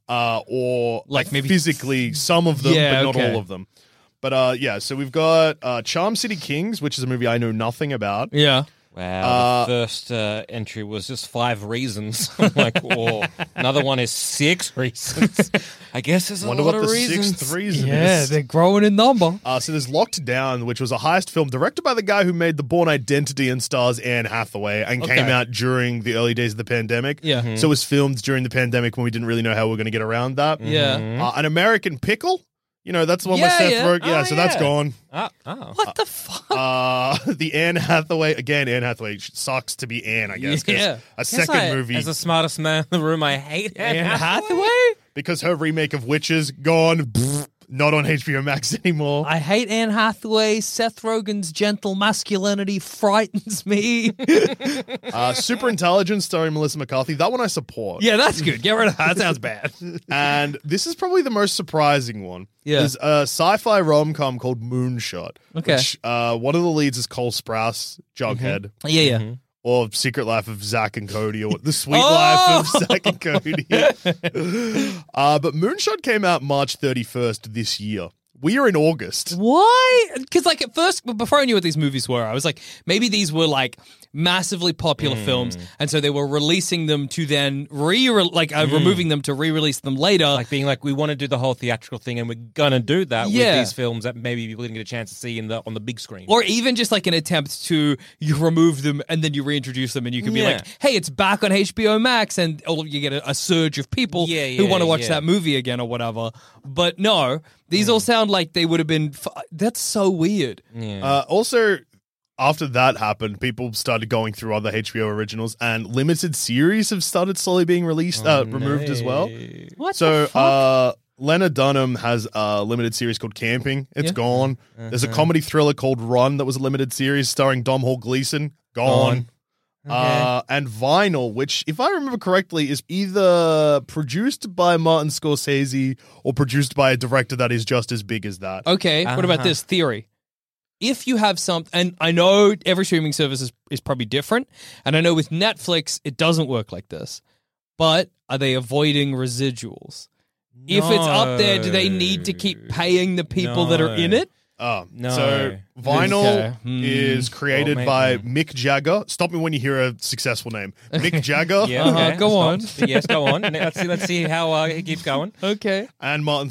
Speaker 5: Uh, or
Speaker 6: Like
Speaker 5: like,
Speaker 6: maybe-
Speaker 5: maybe physically some of them,
Speaker 6: Yeah,
Speaker 5: but not
Speaker 6: okay.
Speaker 5: all of them. But uh, yeah, so we've got uh, Charm City Kings, which is a movie I know nothing about.
Speaker 6: Yeah.
Speaker 5: Uh,
Speaker 4: Wow. the first uh, entry was just five reasons. I'm like, oh, another one is six reasons. I guess there's a
Speaker 5: Wonder
Speaker 4: lot
Speaker 5: what the
Speaker 4: of reasons.
Speaker 5: sixth reason
Speaker 6: Yeah,
Speaker 5: is.
Speaker 6: they're growing in number.
Speaker 5: Uh, so there's Locked Down, which was a heist film directed by the guy who made The Born Identity and stars Anne Hathaway and
Speaker 6: Okay.
Speaker 5: came out during the early days of the pandemic.
Speaker 6: Yeah. Mhm.
Speaker 5: So it was filmed during the pandemic when we didn't really know how we were going to get around that.
Speaker 6: Yeah.
Speaker 5: Uh, An American Pickle. You know, that's the one
Speaker 6: Yeah,
Speaker 5: with Seth
Speaker 6: yeah.
Speaker 5: Rogen. Yeah,
Speaker 4: Oh,
Speaker 5: so that's
Speaker 4: yeah.
Speaker 5: gone.
Speaker 4: Oh, oh.
Speaker 6: What the fuck?
Speaker 5: Uh, the Anne Hathaway, again, Anne Hathaway sh- sucks to be Anne, I guess. 'cause
Speaker 6: Yeah.
Speaker 5: A
Speaker 4: Guess
Speaker 5: second
Speaker 4: I-
Speaker 5: movie.
Speaker 4: As the smartest man in the room, I hate
Speaker 6: Anne
Speaker 4: Anne
Speaker 6: Hathaway?
Speaker 5: because her remake of Witches, gone. Pfft, Not on HBO Max anymore.
Speaker 6: I hate Anne Hathaway. Seth Rogen's gentle masculinity frightens me.
Speaker 5: Uh, Super Intelligence starring Melissa McCarthy. That one I support.
Speaker 6: yeah, that's good. Get rid of that. Sounds bad.
Speaker 5: and this is probably the most surprising one.
Speaker 6: Yeah.
Speaker 5: There's a sci-fi rom-com called Moonshot.
Speaker 6: Okay. Mm-hmm.
Speaker 5: Which, uh, one of the leads is Cole Sprouse, Jughead,
Speaker 6: Yeah, yeah.
Speaker 5: or Secret Life of Zack and Cody, or The Sweet
Speaker 6: Oh!
Speaker 5: Life of Zack and Cody. uh, but Moonshot came out March 31st this year. We are in August.
Speaker 6: Why? Because like at first, b- before I knew what these movies were, I was like, maybe these were like massively popular films, and so they were releasing them to then re like uh, removing them to re-release them later.
Speaker 4: like being like we want to do the whole theatrical thing and we're gonna do that
Speaker 6: Yeah.
Speaker 4: with these films that maybe people didn't get a chance to see in the on the big screen
Speaker 6: or even just like an attempt to you remove them and then you reintroduce them and you can be
Speaker 4: Yeah.
Speaker 6: like hey it's back on hbo max and all- you get a, a surge of people
Speaker 4: Yeah,
Speaker 6: who
Speaker 4: yeah,
Speaker 6: want to watch
Speaker 4: yeah. Hmm.
Speaker 6: that movie again or whatever but no these all sound like they would have been f- that's so weird
Speaker 5: Uh, also, after that happened, people started going through other HBO originals, and limited series have started slowly being released, uh, removed as well.
Speaker 6: what
Speaker 5: so
Speaker 6: the fuck?
Speaker 5: uh Lena Dunham has a limited series called Camping. It's
Speaker 6: Yeah.
Speaker 5: gone. There's a comedy thriller called Run that was a limited series starring Dom Hall Gleason. Gone. Uh, and Vinyl, which, if I remember correctly, is either produced by Martin Scorsese or produced by a director that is just as big as that.
Speaker 6: Okay, what about
Speaker 4: Uh-huh.
Speaker 6: this theory? If you have some, and I know every streaming service is, is probably different, and I know with Netflix it doesn't work like this, but are they avoiding residuals? If it's up there, do they need to keep paying the people that are in
Speaker 4: No.
Speaker 6: it?
Speaker 5: Oh,
Speaker 4: No.
Speaker 5: So Vinyl
Speaker 6: Okay. Hmm.
Speaker 5: is created
Speaker 1: Well,
Speaker 5: by
Speaker 1: maybe.
Speaker 5: Mick Jagger. Stop me when you hear a successful name. Mick Jagger
Speaker 1: Yeah,
Speaker 6: Uh-huh,
Speaker 1: okay,
Speaker 6: go
Speaker 1: I
Speaker 6: on.
Speaker 1: stopped. yes, go on. Let's see. Let's see how uh, he keeps going.
Speaker 6: Okay.
Speaker 5: and Martin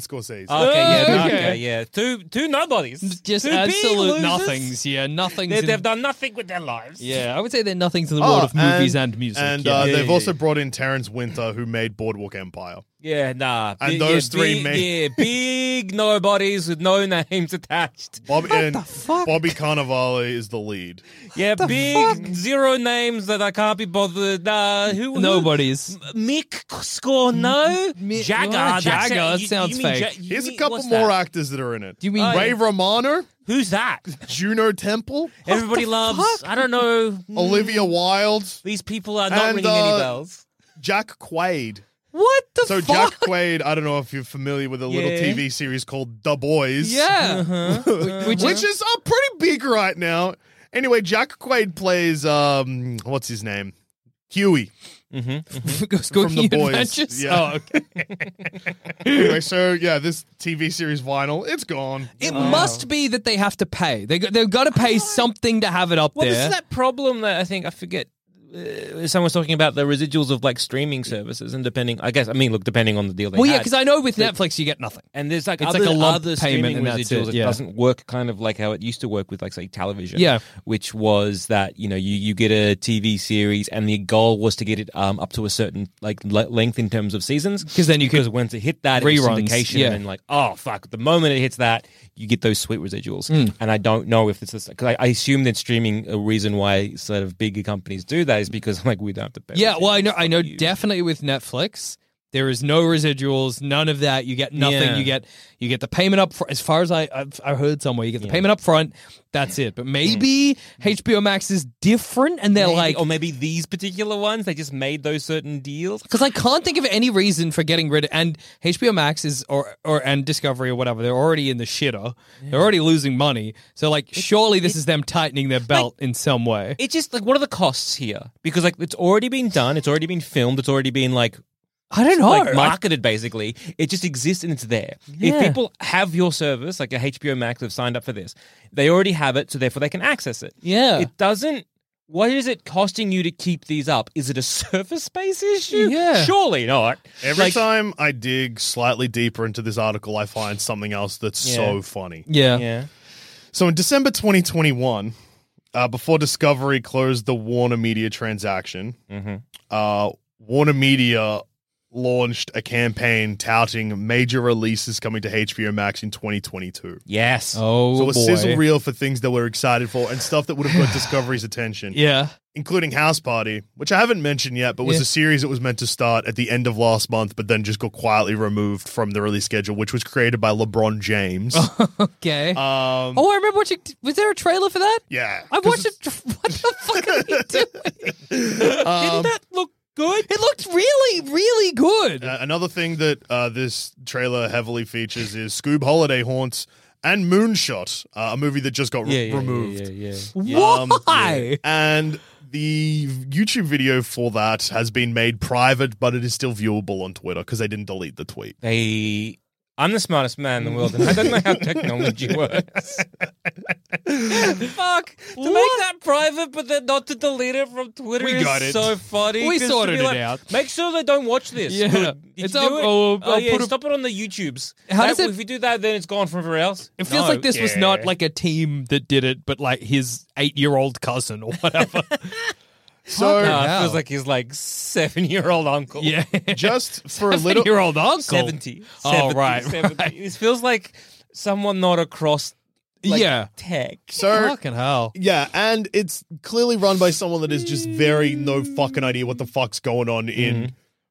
Speaker 1: Okay,
Speaker 5: Scorsese.
Speaker 1: yeah, no,
Speaker 6: Okay.
Speaker 1: Uh, okay. yeah. Two, two nobodies.
Speaker 6: Just
Speaker 1: two big
Speaker 6: absolute
Speaker 1: losers.
Speaker 6: nothings. Yeah, nothings.
Speaker 1: They,
Speaker 6: in-
Speaker 1: they've done nothing with their lives.
Speaker 6: yeah, I would say they're nothings in the
Speaker 5: Oh,
Speaker 6: world of movies and, music.
Speaker 5: And
Speaker 6: yeah.
Speaker 5: uh,
Speaker 6: Yeah,
Speaker 5: they've
Speaker 6: yeah,
Speaker 5: also brought in Terrence Winter, who made Boardwalk Empire.
Speaker 1: yeah, nah.
Speaker 5: And
Speaker 1: Bi-
Speaker 5: those
Speaker 1: yeah,
Speaker 5: three
Speaker 1: big,
Speaker 5: made-
Speaker 1: yeah, big nobodies with no names attached.
Speaker 5: Bob and Bobby Cannavale is the lead.
Speaker 1: Yeah, big zero names that I can't be bothered. Nah, who? who-
Speaker 6: Nobody's.
Speaker 1: Mick score no.
Speaker 6: Mi-
Speaker 1: Jagger.
Speaker 6: no,
Speaker 1: that's
Speaker 6: Jagger,
Speaker 1: it.
Speaker 6: that
Speaker 1: You- you
Speaker 6: sounds
Speaker 1: mean
Speaker 6: fake.
Speaker 1: Ja- you
Speaker 5: Here's a
Speaker 1: mean-
Speaker 5: couple
Speaker 1: what's
Speaker 5: more
Speaker 1: that?
Speaker 5: actors that are in it.
Speaker 6: Do you mean- Oh,
Speaker 5: Ray
Speaker 6: yeah.
Speaker 5: Romano,
Speaker 1: Who's that?
Speaker 5: Juno Temple,
Speaker 1: Everybody loves. I don't know.
Speaker 5: Olivia Wilde,
Speaker 1: These people are not
Speaker 5: And,
Speaker 1: ringing any
Speaker 5: uh,
Speaker 1: bells.
Speaker 5: Jack Quaid.
Speaker 6: What the
Speaker 5: So
Speaker 6: fuck?
Speaker 5: Jack Quaid, I don't know if you're familiar with a little
Speaker 1: Yeah.
Speaker 5: TV series called The Boys.
Speaker 6: yeah. Which,
Speaker 5: Which is uh, pretty big right now. Anyway, Jack Quaid plays um what's his name? Huey.
Speaker 6: from
Speaker 5: The Boys, yeah.
Speaker 6: Oh, okay.
Speaker 5: Anyway, so yeah, this TV series vinyl, it's gone.
Speaker 6: It must be that they have to pay. They, go- they've got to pay something to have it up
Speaker 1: Well,
Speaker 6: there.
Speaker 1: this is that problem that I think I forget. Uh, someone was talking about the residuals of like streaming services, and depending, I guess, I mean, look, depending on the deal. They
Speaker 6: well, yeah,
Speaker 1: had.
Speaker 6: because I know with Netflix you get nothing.
Speaker 1: and there's like
Speaker 6: It's
Speaker 1: other,
Speaker 6: like a lump
Speaker 1: other
Speaker 6: payment
Speaker 1: streaming
Speaker 6: and that's
Speaker 1: residuals.
Speaker 6: it,
Speaker 1: It,
Speaker 6: yeah.
Speaker 1: doesn't work kind of like how it used to work with like say television.
Speaker 6: Yeah.
Speaker 1: which was that you know you you get a TV series, and the goal was to get it um up to a certain like le- length in terms of seasons,
Speaker 6: 'Cause then you could
Speaker 1: because once it hit that it was
Speaker 6: reruns,
Speaker 1: syndication,
Speaker 6: yeah.
Speaker 1: and then like oh fuck, the moment it hits that you get those sweet residuals,
Speaker 6: Hmm.
Speaker 1: and I don't know if this is because I, I assume that streaming a reason why sort of bigger companies do that is because like we don't have to pay.
Speaker 6: Yeah, well, I know.
Speaker 1: residuals,
Speaker 6: I know
Speaker 1: fuck you.
Speaker 6: definitely with Netflix, there is no residuals, none of that. You get nothing.
Speaker 1: Yeah.
Speaker 6: You get you get the payment up. Front. As far as I I've, I heard somewhere, you get the payment up front. That's it. But maybe HBO Max is different, and they're
Speaker 1: Hmm. Maybe-
Speaker 6: like.
Speaker 1: or maybe these particular ones they just made those certain deals.
Speaker 6: because I can't think of any reason for getting rid of and HBO Max is or or and Discovery or whatever they're already in the shitter they're already losing money so like surely this is them tightening their belt in some way
Speaker 1: It's just like what are the costs here? Because like it's already been done, it's already been filmed, it's already been like
Speaker 6: I don't know
Speaker 1: like
Speaker 6: I-
Speaker 1: marketed basically. It just exists and it's there.
Speaker 6: Yeah.
Speaker 1: If people have your service, like a HBO Max have signed up for this, they already have it, so therefore they can access it.
Speaker 6: Yeah.
Speaker 1: It doesn't what is it costing you to keep these up? Is it a surface space issue?
Speaker 6: Yeah.
Speaker 1: Surely not.
Speaker 5: Every
Speaker 1: Like-
Speaker 5: time I dig slightly deeper into this article, I find something else that's
Speaker 1: Yeah.
Speaker 5: so funny.
Speaker 6: yeah.
Speaker 1: Yeah.
Speaker 5: So in December 2021, uh, before Discovery closed the Warner Media transaction,
Speaker 6: Mm-hmm.
Speaker 5: uh, Warner Media launched a campaign touting major releases coming to HBO Max in 2022.
Speaker 1: Yes.
Speaker 6: oh
Speaker 5: so a
Speaker 6: boy
Speaker 5: sizzle reel for things that we're excited for and stuff that would have got Discovery's attention,
Speaker 6: yeah
Speaker 5: including House Party, which I haven't mentioned yet, but was
Speaker 6: Yeah.
Speaker 5: a series that was meant to start at the end of last month, but then just got quietly removed from the release schedule, which was created by LeBron James.
Speaker 6: okay
Speaker 5: um,
Speaker 6: Oh, I remember watching. Was there a trailer for that?
Speaker 5: yeah,
Speaker 6: I
Speaker 5: 'cause
Speaker 6: watched it. What the fuck are they doing?
Speaker 1: Um,
Speaker 6: Didn't that look good? It looked really, really good.
Speaker 5: Uh, another thing that uh, this trailer heavily features is Scoob Holiday Haunts and Moonshot, uh, a movie that just got re- removed.
Speaker 1: Yeah, yeah,
Speaker 6: Why?
Speaker 5: And the YouTube video for that has been made private, but it is still viewable on Twitter because they didn't delete the tweet.
Speaker 1: They I'm the smartest man in the world and I don't know how technology works.
Speaker 6: Fuck.
Speaker 1: To make that private, but then not to delete it from Twitter
Speaker 5: We
Speaker 1: is
Speaker 5: got it.
Speaker 1: so funny.
Speaker 6: We
Speaker 1: 'cause to
Speaker 6: sorted
Speaker 1: be
Speaker 6: it
Speaker 1: like,
Speaker 6: out.
Speaker 1: Make sure they don't watch this.
Speaker 6: Yeah.
Speaker 1: Good. Did
Speaker 6: It's
Speaker 1: you
Speaker 6: up-
Speaker 1: do it?
Speaker 6: oh, I'll
Speaker 1: Oh, yeah,
Speaker 6: put a-
Speaker 1: stop it on the YouTubes.
Speaker 6: How
Speaker 1: That-
Speaker 6: does it-
Speaker 1: If we do that, then it's gone for everywhere else.
Speaker 6: It feels
Speaker 1: No.
Speaker 6: like this was
Speaker 1: Yeah.
Speaker 6: not like a team that did it, but like his eight-year-old cousin or whatever.
Speaker 5: So
Speaker 1: No, Oh, it
Speaker 6: hell.
Speaker 1: feels like his like seven-year-old uncle.
Speaker 6: yeah,
Speaker 5: just for a little.
Speaker 6: year-old uncle.
Speaker 1: 70.
Speaker 6: Oh,
Speaker 1: 70,
Speaker 6: right,
Speaker 1: 70.
Speaker 6: right.
Speaker 1: This feels like someone not across like,
Speaker 6: yeah.
Speaker 1: tech.
Speaker 5: So
Speaker 6: Fucking hell.
Speaker 5: yeah, and it's clearly run by someone that is just very no fucking idea what the fuck's going on in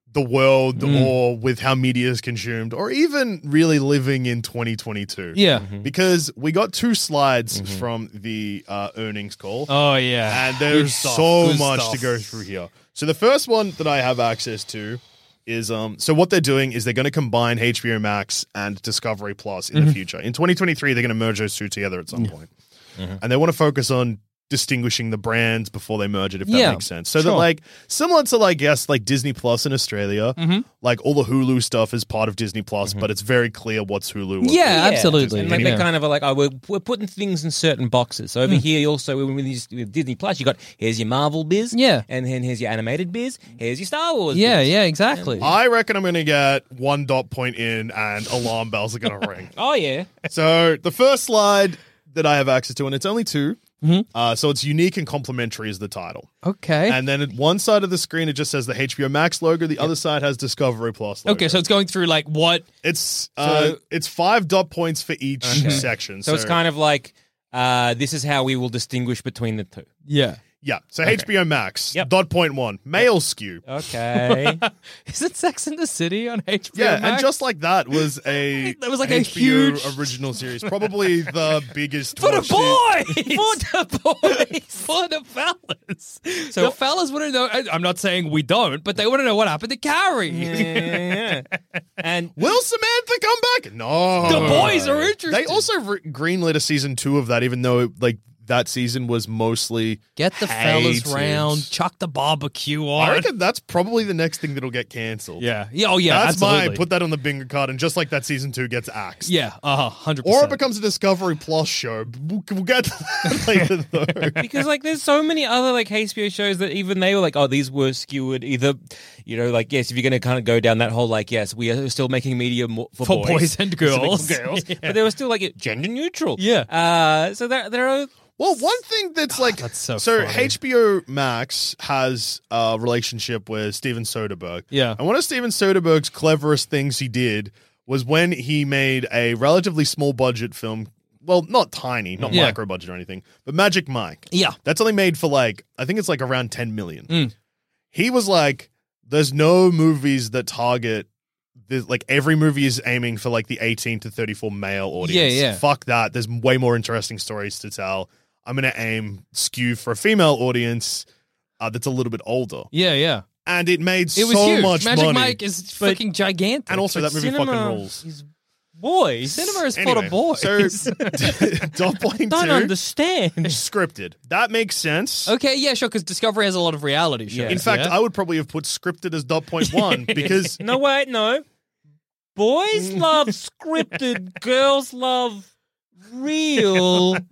Speaker 1: Mm-hmm.
Speaker 5: the world
Speaker 1: Mm.
Speaker 5: or with how media is consumed or even really living in 2022.
Speaker 6: Yeah.
Speaker 5: Because we got two slides from the uh, earnings call,
Speaker 6: Mm-hmm. Oh yeah.
Speaker 5: and there's
Speaker 6: stuff,
Speaker 5: so
Speaker 6: good
Speaker 5: much
Speaker 6: stuff.
Speaker 5: to go through here. So the first one that I have access to is um. So what they're doing is they're going to combine HBO Max and Discovery
Speaker 6: Mm-hmm. Mm-hmm.
Speaker 5: Plus in the future. In 2023, they're going to merge those two together at some point, and they want to focus on distinguishing the brands before they merge it, if
Speaker 6: Yeah,
Speaker 5: that makes sense. So that
Speaker 6: sure.
Speaker 5: like similar to like yes, like Disney Plus in Australia,
Speaker 6: Mm-hmm.
Speaker 5: like all the Hulu stuff is part of Disney Plus, but it's very clear what's Hulu. what's
Speaker 6: Yeah,
Speaker 5: Disney.
Speaker 6: absolutely.
Speaker 4: And like
Speaker 6: Yeah. Hmm.
Speaker 4: they kind of are like, oh, we're, we're putting things in certain boxes. So over here, you also when we- with Disney Plus, you got here's your Marvel biz,
Speaker 6: Yeah.
Speaker 4: and then here's your animated biz, here's your Star Wars.
Speaker 6: Yeah,
Speaker 4: biz.
Speaker 6: yeah, exactly.
Speaker 5: I reckon I'm going to get one dot point in and alarm bells are going to ring.
Speaker 4: Oh yeah,
Speaker 5: So the first slide that I have access to, and it's only 2 uh, so it's unique and complimentary is the title.
Speaker 6: Mm-hmm. Okay.
Speaker 5: And then at one side of the screen, it just says the HBO Max logo. The other side has Discovery Plus logo.
Speaker 6: okay, so it's going through like what
Speaker 5: it's uh,
Speaker 4: So-
Speaker 5: it's five dot points for each section.
Speaker 4: so, it's kind of like uh, this is how we will distinguish between the two.
Speaker 6: Yeah.
Speaker 5: yeah. So HBO Max
Speaker 4: Yep.
Speaker 5: dot point one male skew.
Speaker 4: Okay,
Speaker 6: Is it Sex in the City on HBO?
Speaker 5: Yeah, and
Speaker 6: Max?
Speaker 5: just like that was a
Speaker 6: That was like a
Speaker 5: HBO
Speaker 6: huge-
Speaker 5: original series, probably the biggest
Speaker 6: For the
Speaker 5: watched se-
Speaker 6: boys! For the boys! For the fellas! So the fellas want to know. I- I'm not saying we don't, but they want to know what happened to Carrie.
Speaker 4: and
Speaker 5: Will Samantha come back? No.
Speaker 6: The boys are interested.
Speaker 5: They also re- greenlit a season two of that, even though like that season was mostly
Speaker 6: Get the fellas
Speaker 5: hated.
Speaker 6: round, chuck the barbecue
Speaker 5: I
Speaker 6: on.
Speaker 5: reckon that's probably the next thing that'll get cancelled.
Speaker 6: Yeah. yeah. Oh, yeah.
Speaker 5: that's
Speaker 6: absolutely.
Speaker 5: my put that on the bingo card, and just like that, season two gets axed.
Speaker 6: Yeah. Uh, 100%.
Speaker 5: Or it becomes a Discovery Plus show. We'll we'll get to that later, though.
Speaker 4: because like there's so many other like HBO shows that even they were like, oh, these were skewered either, you know, like yes, if you're gonna kind of go down that whole like, yes, we are still making media more for,
Speaker 6: For boys and girls.
Speaker 4: girls, but they were still like gender neutral.
Speaker 6: Yeah.
Speaker 4: uh, so there there are
Speaker 5: Well, one thing that's like
Speaker 6: that's so funny.
Speaker 5: HBO Max has a relationship with Steven Soderbergh.
Speaker 6: Yeah.
Speaker 5: and one of Steven Soderbergh's cleverest things he did was when he made a relatively small budget film. Well, not tiny, not
Speaker 6: Yeah.
Speaker 5: micro budget or anything, but Magic Mike.
Speaker 6: Yeah.
Speaker 5: That's only made for like I think it's like around 10 million. He was like there's no movies that target this like every movie is aiming for like the 18 to 34 male audience.
Speaker 6: Yeah, yeah.
Speaker 5: Fuck that. There's way more interesting stories to tell. I'm going to aim skew for a female audience uh, that's a little bit older.
Speaker 6: Yeah, yeah.
Speaker 5: And it made
Speaker 6: It was
Speaker 5: so
Speaker 6: huge.
Speaker 5: much
Speaker 6: Magic
Speaker 5: money.
Speaker 6: Mike is
Speaker 5: But-
Speaker 6: freaking gigantic.
Speaker 5: and also that movie
Speaker 4: cinema
Speaker 5: fucking rules.
Speaker 4: is boys.
Speaker 6: Cinema is for
Speaker 5: Anyway,
Speaker 6: the boys.
Speaker 5: So, dot point
Speaker 4: don't
Speaker 5: two,
Speaker 4: understand.
Speaker 5: scripted. That makes sense.
Speaker 6: okay, yeah, sure, because Discovery has a lot of reality shows.
Speaker 4: Yeah.
Speaker 5: In fact,
Speaker 6: yeah?
Speaker 5: I would probably have put scripted as dot point one because
Speaker 4: No, wait, no. Boys
Speaker 5: Mm.
Speaker 4: love scripted, girls love real.
Speaker 5: And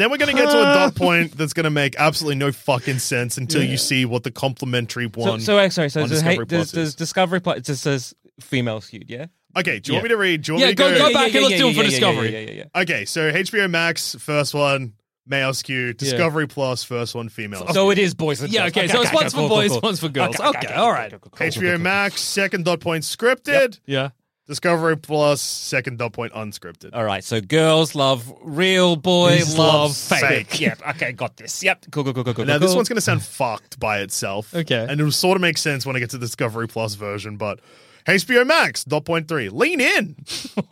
Speaker 5: then we're going to get to a dot point that's going to make absolutely no fucking sense until you see what the complementary
Speaker 4: so,
Speaker 5: one.
Speaker 4: so, uh, sorry, so
Speaker 5: on
Speaker 4: does, hey,
Speaker 5: Discovery
Speaker 4: does,
Speaker 5: Plus
Speaker 4: does
Speaker 5: is.
Speaker 4: Discovery Plus, it just says female skewed, yeah?
Speaker 5: okay, do you want
Speaker 6: Yeah.
Speaker 5: me to read? Do you want
Speaker 6: Yeah,
Speaker 5: me to
Speaker 6: go-
Speaker 5: go?
Speaker 6: go back and let's do it for
Speaker 4: yeah,
Speaker 6: Discovery.
Speaker 4: Yeah, yeah, yeah.
Speaker 5: Okay, so HBO Max, first one, male skew. Discovery Plus, first one, female.
Speaker 4: yeah. So it is boys and
Speaker 6: Yeah,
Speaker 4: girls.
Speaker 6: okay, so it's one's for
Speaker 4: cool, cool,
Speaker 6: boys,
Speaker 4: cool.
Speaker 6: one's for girls. Okay, all right.
Speaker 4: cool, cool,
Speaker 5: skew.
Speaker 4: cool, cool,
Speaker 5: HBO
Speaker 4: cool,
Speaker 5: Max, second dot point scripted.
Speaker 6: Yeah.
Speaker 5: Discovery Plus, second dot point unscripted.
Speaker 4: cool. All right, so girls love real, boys
Speaker 6: These
Speaker 4: love
Speaker 6: love
Speaker 4: fake.
Speaker 5: fake.
Speaker 4: Yep, okay, got this. Yep, cool, cool, cool, cool, cool.
Speaker 5: Now
Speaker 4: cool.
Speaker 5: this one's going to sound fucked by itself.
Speaker 6: Okay.
Speaker 5: and it'll sort of make sense when I get to the Discovery Plus version, but. HBO Max, dot point three, lean in.
Speaker 4: To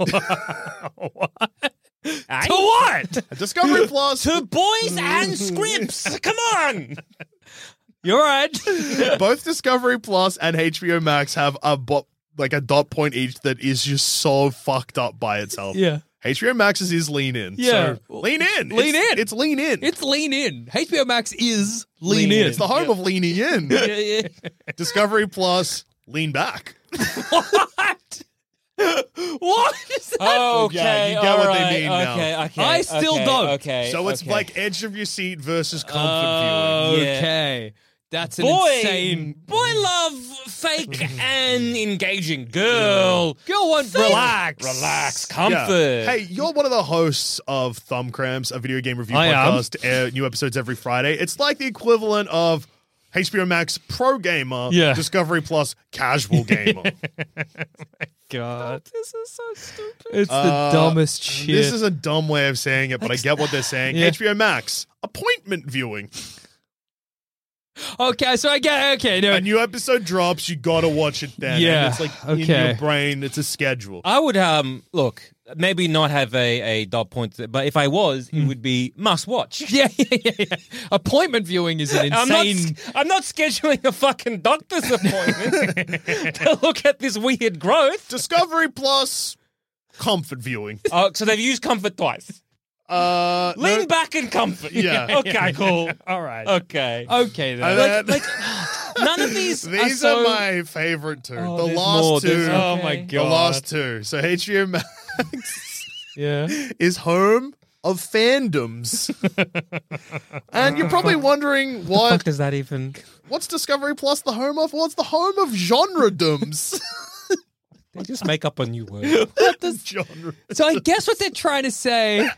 Speaker 4: what?
Speaker 5: Discovery Plus,
Speaker 4: to boys and scripts. Come on.
Speaker 6: You're right.
Speaker 5: both Discovery Plus and HBO Max have a bo- like a dot point each that is just so fucked up by itself.
Speaker 6: Yeah.
Speaker 5: HBO Max's is lean in.
Speaker 6: Yeah.
Speaker 5: So lean in.
Speaker 6: Lean
Speaker 5: It's-
Speaker 6: in.
Speaker 5: It's lean in.
Speaker 6: It's Lean In. HBO Max is Lean, In.
Speaker 5: It's the home of leaning in. Discovery Plus, lean back.
Speaker 6: what? what is that?
Speaker 4: Okay,
Speaker 5: Yeah, you get
Speaker 4: all
Speaker 5: what they
Speaker 4: right,
Speaker 5: mean now.
Speaker 4: okay, okay.
Speaker 6: I still
Speaker 4: okay,
Speaker 6: don't.
Speaker 4: Okay.
Speaker 5: So it's
Speaker 4: okay.
Speaker 5: like edge of your seat versus comfort
Speaker 6: Oh,
Speaker 5: viewing.
Speaker 6: okay. That's an
Speaker 4: boy,
Speaker 6: insane.
Speaker 4: boy love fake and engaging girl.
Speaker 6: Go on, relax.
Speaker 4: Relax,
Speaker 5: Yeah.
Speaker 4: comfort.
Speaker 5: Hey, you're one of the hosts of Thumb Cramps, a video game review
Speaker 6: I am.
Speaker 5: podcast. Air new episodes every Friday. It's like the equivalent of HBO Max Pro Gamer,
Speaker 6: Yeah.
Speaker 5: Discovery Plus Casual Gamer.
Speaker 6: God.
Speaker 4: Oh,
Speaker 6: This is so stupid. It's the
Speaker 5: Uh,
Speaker 6: dumbest shit.
Speaker 5: This is a dumb way of saying it, but I get what they're saying.
Speaker 6: Yeah.
Speaker 5: HBO Max appointment viewing.
Speaker 6: okay, so I get okay, no.
Speaker 5: A new episode drops, you gotta watch it then.
Speaker 6: Yeah,
Speaker 5: and it's like in
Speaker 6: okay.
Speaker 5: your brain, it's a schedule.
Speaker 4: I would um look, maybe not have a, a dot point, but if I was, it would be must watch.
Speaker 6: Hmm. yeah, yeah, yeah, yeah. Appointment viewing is an
Speaker 4: I'm not,
Speaker 6: insane.
Speaker 4: I'm not scheduling a fucking doctor's appointment to look at this weird growth.
Speaker 5: Discovery Plus comfort viewing.
Speaker 4: Oh, so they've used comfort twice.
Speaker 5: Uh, no-
Speaker 4: Lean back in comfort.
Speaker 5: Yeah.
Speaker 4: okay. Cool.
Speaker 6: All right.
Speaker 4: Okay.
Speaker 6: Okay, then.
Speaker 5: And
Speaker 4: Like,
Speaker 5: then-
Speaker 4: like, none of these. are
Speaker 5: these
Speaker 4: so-
Speaker 5: are my favorite two.
Speaker 4: Oh,
Speaker 5: the
Speaker 4: there's
Speaker 5: last
Speaker 4: more.
Speaker 5: two.
Speaker 4: There's- Oh my
Speaker 6: Okay.
Speaker 4: god.
Speaker 5: The last two. So HBO Max
Speaker 6: yeah.
Speaker 5: is home of fandoms. and you're probably wondering
Speaker 4: Fuck
Speaker 5: what
Speaker 4: does that even?
Speaker 5: what's Discovery Plus the home of? Well, it's the home of genredoms.
Speaker 4: They just make up a new word.
Speaker 5: Genre.
Speaker 6: So I guess what they're trying to say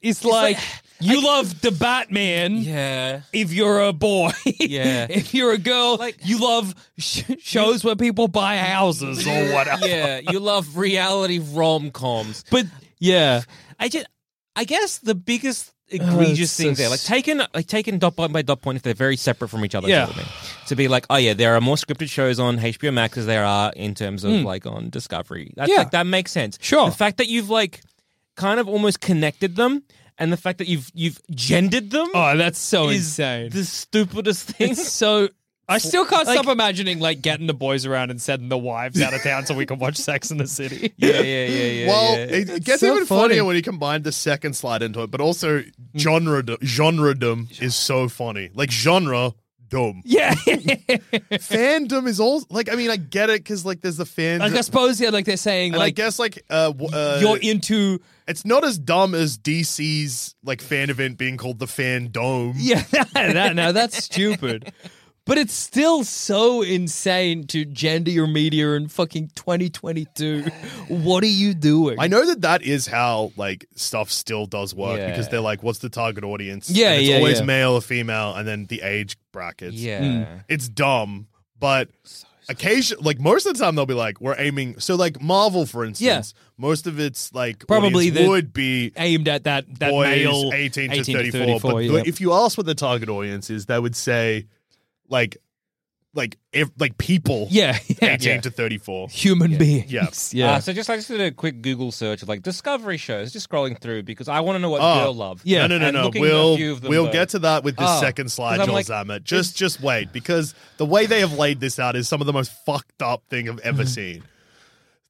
Speaker 6: is like, you love the Batman
Speaker 4: yeah.
Speaker 6: if you're a boy.
Speaker 4: Yeah.
Speaker 6: if you're a girl, you love sh- shows where people buy houses or whatever.
Speaker 4: Yeah. You love reality rom coms.
Speaker 6: But yeah,
Speaker 4: I just, I guess the biggest
Speaker 6: Oh,
Speaker 4: egregious
Speaker 6: so
Speaker 4: thing there, like
Speaker 6: s-
Speaker 4: taken, like taken dot point by dot point, if they're very separate from each other,
Speaker 6: Yeah.
Speaker 4: sort of thing. to be like, oh yeah, there are more scripted shows on HBO Max as there are in terms of like on Discovery. That's,
Speaker 6: Hmm. Yeah.
Speaker 4: like, that makes sense.
Speaker 6: Sure.
Speaker 4: the fact that you've like kind of almost connected them, and the fact that you've you've gendered them
Speaker 6: oh, that's so
Speaker 4: is
Speaker 6: insane.
Speaker 4: the stupidest thing.
Speaker 6: It's so. I still can't stop imagining like getting the boys around and sending the wives out of town so we can watch Sex in the City.
Speaker 4: yeah, yeah, yeah, yeah.
Speaker 5: well,
Speaker 4: yeah.
Speaker 5: it, it gets
Speaker 6: so
Speaker 5: even
Speaker 6: funny.
Speaker 5: funnier when you combine the second slide into it, but also
Speaker 4: Mm.
Speaker 5: genre genredom is so funny. Like genre dumb.
Speaker 6: Yeah,
Speaker 5: fandom is all like I mean I get it cuz like there's the fandom.
Speaker 6: like I suppose yeah, like they're saying
Speaker 5: and I
Speaker 6: like
Speaker 5: guess like uh, w- uh
Speaker 6: you're into
Speaker 5: It's not as dumb as DC's like fan event being called the Fan Dome.
Speaker 6: yeah. That, now that's stupid, but it's still so insane to gender your media in fucking 2022. What are you doing?
Speaker 5: I know that that is how like stuff still does work
Speaker 4: Yeah.
Speaker 5: because they're like, what's the target audience?
Speaker 6: Yeah,
Speaker 5: and it's
Speaker 6: yeah,
Speaker 5: always
Speaker 6: yeah.
Speaker 5: male or female, and then the age brackets.
Speaker 4: yeah.
Speaker 5: it's dumb, but occasion like most of the time they'll be like, we're aiming. So like Marvel, for instance, most of its like
Speaker 6: Probably
Speaker 5: audience
Speaker 6: the-
Speaker 5: would be
Speaker 6: aimed at that that
Speaker 5: boys
Speaker 6: male
Speaker 5: 18 to 34, but
Speaker 6: yeah.
Speaker 5: if you ask what the target audience is they would say like like if, like people
Speaker 6: yeah, yeah.
Speaker 5: 18 to 34
Speaker 6: human beings.
Speaker 5: Yeah.
Speaker 6: Yeah.
Speaker 4: Uh, so just I just did a quick Google search of like Discovery shows, just scrolling through because I want to know what
Speaker 5: Oh,
Speaker 4: girl love.
Speaker 6: yeah.
Speaker 5: no no
Speaker 4: And
Speaker 5: no
Speaker 4: looking
Speaker 5: no
Speaker 4: at a
Speaker 5: we'll
Speaker 4: few of them,
Speaker 5: we'll
Speaker 4: though.
Speaker 5: get to that with the
Speaker 4: Oh,
Speaker 5: second slide
Speaker 4: 'cause I'm
Speaker 5: Joel
Speaker 4: like,
Speaker 5: Zammert. just just wait because the way they have laid this out is some of the most fucked up thing I've
Speaker 4: Mm-hmm.
Speaker 5: ever seen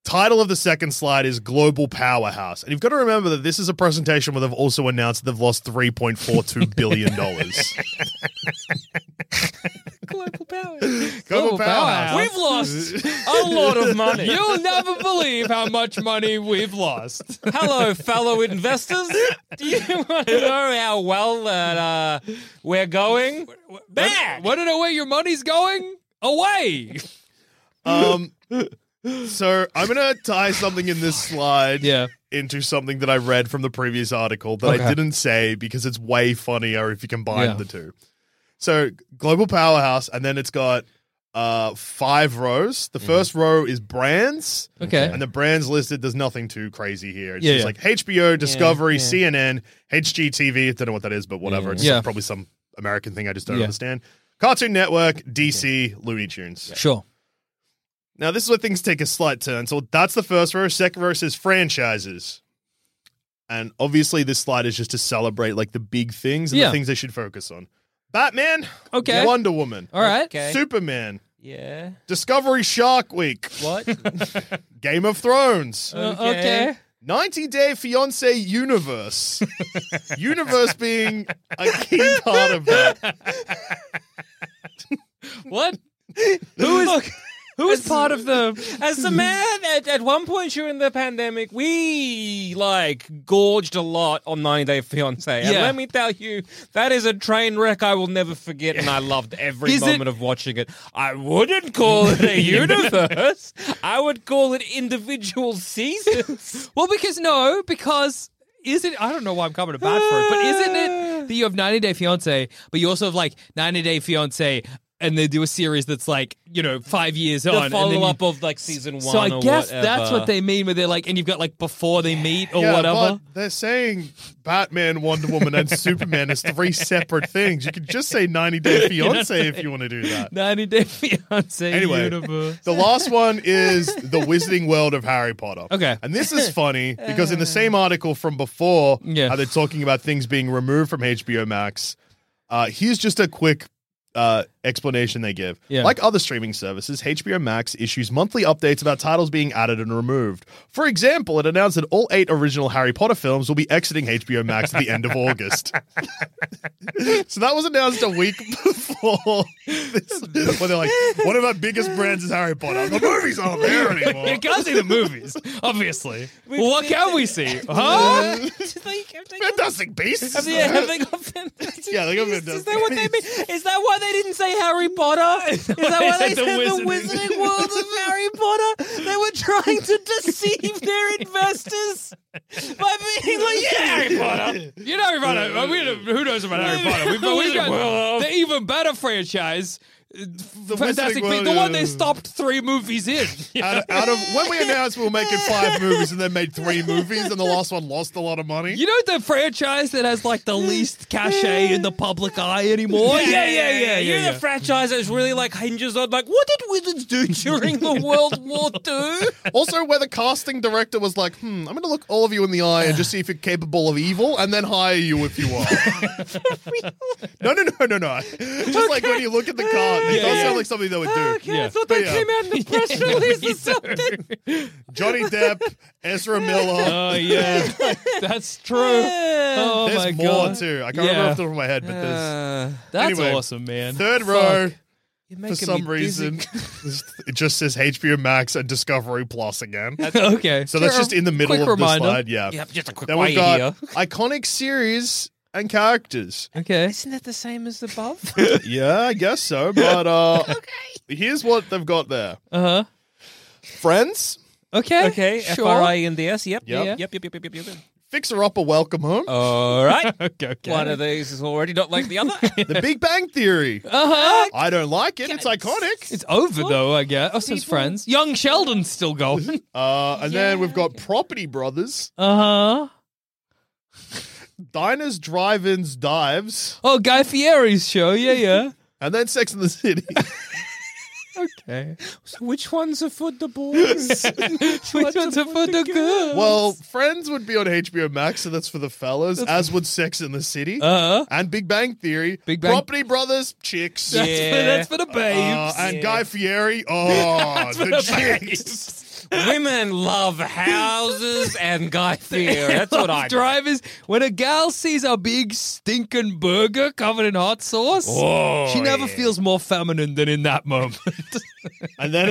Speaker 5: title of the second slide is global powerhouse and you've got to remember that this is a presentation where they've also announced they've lost 3.42 billion dollars
Speaker 4: global power.
Speaker 5: global,
Speaker 6: Global powerhouse.
Speaker 5: powerhouse
Speaker 4: We've lost a lot of money.
Speaker 6: You'll never believe how much money we've lost.
Speaker 4: Hello, fellow investors. Do you want to know how well that uh, we're going? Back.
Speaker 6: Want to know where your money's going? Away.
Speaker 5: Um, so I'm gonna tie something in this slide,
Speaker 6: Yeah.
Speaker 5: into something that I read from the previous article that I didn't say because it's way funnier if you combine
Speaker 6: Yeah.
Speaker 5: the two. So global powerhouse, and then it's got uh five rows. The first row is brands,
Speaker 6: Mm-hmm. Okay.
Speaker 5: and the brands listed. There's nothing too crazy here. It's
Speaker 6: Yeah,
Speaker 5: just
Speaker 6: yeah.
Speaker 5: like HBO, Discovery, CNN, HGTV. Don't know what that is, but whatever. It's
Speaker 6: Yeah.
Speaker 5: probably some American thing I just don't
Speaker 6: Yeah.
Speaker 5: understand. Cartoon Network, DC, Looney Tunes.
Speaker 6: Sure.
Speaker 5: Now, this is where things take a slight turn. So that's the first row. Second row says franchises. And obviously, this slide is just to celebrate like the big things and
Speaker 6: Yeah.
Speaker 5: the things they should focus on. Batman.
Speaker 6: Okay.
Speaker 5: Wonder Woman.
Speaker 6: All right.
Speaker 4: Okay.
Speaker 5: Superman.
Speaker 4: Yeah.
Speaker 5: Discovery Shark Week.
Speaker 4: What?
Speaker 5: Game of Thrones.
Speaker 6: Uh,
Speaker 4: Okay.
Speaker 6: okay.
Speaker 5: 90 Day Fiance Universe. universe being a key part of that.
Speaker 6: What? Who is who is part of the?
Speaker 4: As a man, at, at one point during the pandemic, we like gorged a lot on 90 Day Fiance. And
Speaker 6: Yeah.
Speaker 4: let me tell you, that is a train wreck I will never forget, and I loved every
Speaker 6: Is it-
Speaker 4: moment of watching it. I wouldn't call it a universe, I would call it individual seasons.
Speaker 6: Well, because no, because isn't I don't know why I'm coming to bat for it, but isn't it that you have 90 Day Fiance, but you also have like 90 Day Fiance, and they do a series that's like you know five years on,
Speaker 4: the
Speaker 6: and then you-
Speaker 4: follow up of like season one.
Speaker 6: So I
Speaker 4: or
Speaker 6: guess that's
Speaker 4: whatever.
Speaker 6: what they mean where they're like, and you've got like before they meet or
Speaker 5: Yeah,
Speaker 6: whatever.
Speaker 5: but they're saying Batman, Wonder Woman, and Superman is three separate things. You could just say 90 Day Fiance if you want to do that.
Speaker 6: 90 Day Fiance
Speaker 5: Anyway.
Speaker 6: universe.
Speaker 5: The last one is The Wizarding World of Harry Potter.
Speaker 6: Okay.
Speaker 5: And this is funny because in the same article from before,
Speaker 6: Yeah.
Speaker 5: how they're talking about things being removed from HBO Max, uh, here's just a quick uh, explanation they give.
Speaker 6: Yeah.
Speaker 5: Like other streaming services, HBO Max issues monthly updates about titles being added and removed. For example, it announced that all eight original Harry Potter films will be exiting HBO Max at the end of August. so that was announced a week before this, where they're like, one of our biggest brands is Harry Potter. The movies aren't there anymore.
Speaker 6: You can't see the movies, obviously. well, what can we see? Huh?
Speaker 5: Fantastic Beasts.
Speaker 4: Have they, have they got Fantastic
Speaker 5: Yeah, they got
Speaker 4: Beasts? Is
Speaker 5: Fantastic
Speaker 4: that what they mean? Is that why they didn't say Harry Potter? Is that why they
Speaker 6: They
Speaker 4: said the
Speaker 6: said the
Speaker 4: Wizarding,
Speaker 6: Wizarding
Speaker 4: World of Harry Potter? They were trying to deceive their investors by being like, yeah, Harry Potter.
Speaker 6: You know about it. well, we don't- who knows about Harry Potter? We've,
Speaker 4: The
Speaker 6: we've
Speaker 4: Wizarding
Speaker 6: got
Speaker 4: World.
Speaker 6: the even better franchise, the Fantastic
Speaker 5: Wizarding
Speaker 6: Beasts,
Speaker 5: World,
Speaker 6: the one
Speaker 5: yeah.
Speaker 6: they stopped three movies in.
Speaker 5: out, out of when we announced we were making five movies and then made three movies and the last one lost a lot of money.
Speaker 6: You know the franchise that has like the least cachet in the public eye anymore?
Speaker 4: You're the franchise that's really like hinges on like, what did wizards do during the World War II?
Speaker 5: Also, where the casting director was like, "Hmm, I'm going to look all of you in the eye and just see if you're capable of evil, and then hire you if you are." no, no, no, no, no. Just like when you look at the card, it
Speaker 6: Yeah,
Speaker 5: does
Speaker 6: yeah.
Speaker 5: sound like something they would do.
Speaker 4: Okay,
Speaker 6: Yeah.
Speaker 4: I thought
Speaker 5: But
Speaker 4: that
Speaker 5: yeah.
Speaker 4: came out in the press release or something.
Speaker 5: Johnny Depp, Ezra Miller.
Speaker 6: Oh yeah, that's true. Oh
Speaker 5: there's
Speaker 6: my
Speaker 5: more
Speaker 6: god,
Speaker 5: too. I can't remember
Speaker 6: Yeah. Uh,
Speaker 5: off the top of my head, but there's
Speaker 6: that's
Speaker 5: Anyway,
Speaker 6: awesome, man.
Speaker 5: third
Speaker 6: Fuck.
Speaker 5: row.
Speaker 4: You're
Speaker 5: For
Speaker 4: making
Speaker 5: some
Speaker 4: me dizzy.
Speaker 5: reason, it just says HBO Max and Discovery Plus again.
Speaker 6: okay,
Speaker 5: So that's
Speaker 6: Sure.
Speaker 5: just in the middle
Speaker 6: Quick
Speaker 5: of the
Speaker 6: reminder.
Speaker 5: slide. Yeah.
Speaker 4: Yep, just a quick
Speaker 5: Then we've
Speaker 4: way
Speaker 5: got
Speaker 4: here.
Speaker 5: iconic series and characters.
Speaker 6: Okay,
Speaker 4: Isn't that the same as above?
Speaker 5: yeah, I guess so. But uh, here's what they've got there
Speaker 6: uh huh.
Speaker 5: Friends,
Speaker 6: Okay,
Speaker 4: Okay,
Speaker 6: sure.
Speaker 4: FRI and the S. Yep.
Speaker 5: Yep.
Speaker 4: Yep. Yep. Yep. Yep. Yep. Yep. yep.
Speaker 5: Fixer Upper Welcome Home,
Speaker 4: All right.
Speaker 6: Oh, Okay, okay.
Speaker 4: One of these is already not like the other.
Speaker 5: The Big Bang Theory.
Speaker 6: Uh huh.
Speaker 5: I don't like it. It's iconic.
Speaker 6: It's over though, I guess. Oh, since Friends, Young Sheldon's still going.
Speaker 5: Uh, and then we've got Property Brothers,
Speaker 6: Uh huh.
Speaker 5: Diners, Drive Ins, Dives,
Speaker 6: Oh, Guy Fieri's show. Yeah, yeah.
Speaker 5: and then Sex in the City.
Speaker 6: Okay.
Speaker 4: Which ones are for the boys?
Speaker 6: Which one's a for the good?
Speaker 5: well, Friends would be on HBO Max, so that's for the fellas, as would Sex in the City.
Speaker 6: uh,
Speaker 5: and Big Bang Theory,
Speaker 6: Big Bang-
Speaker 5: Property Brothers, chicks.
Speaker 6: that's, for,
Speaker 4: Yeah.
Speaker 6: that's for the
Speaker 5: Uh,
Speaker 6: babes.
Speaker 5: and Guy Fieri. Oh, the chicks.
Speaker 4: Women love houses and Guy Fieri. That's what I.
Speaker 6: drivers. When a gal sees a big stinking burger covered in hot sauce,
Speaker 4: Oh,
Speaker 6: she never feels more feminine than in that moment.
Speaker 5: And then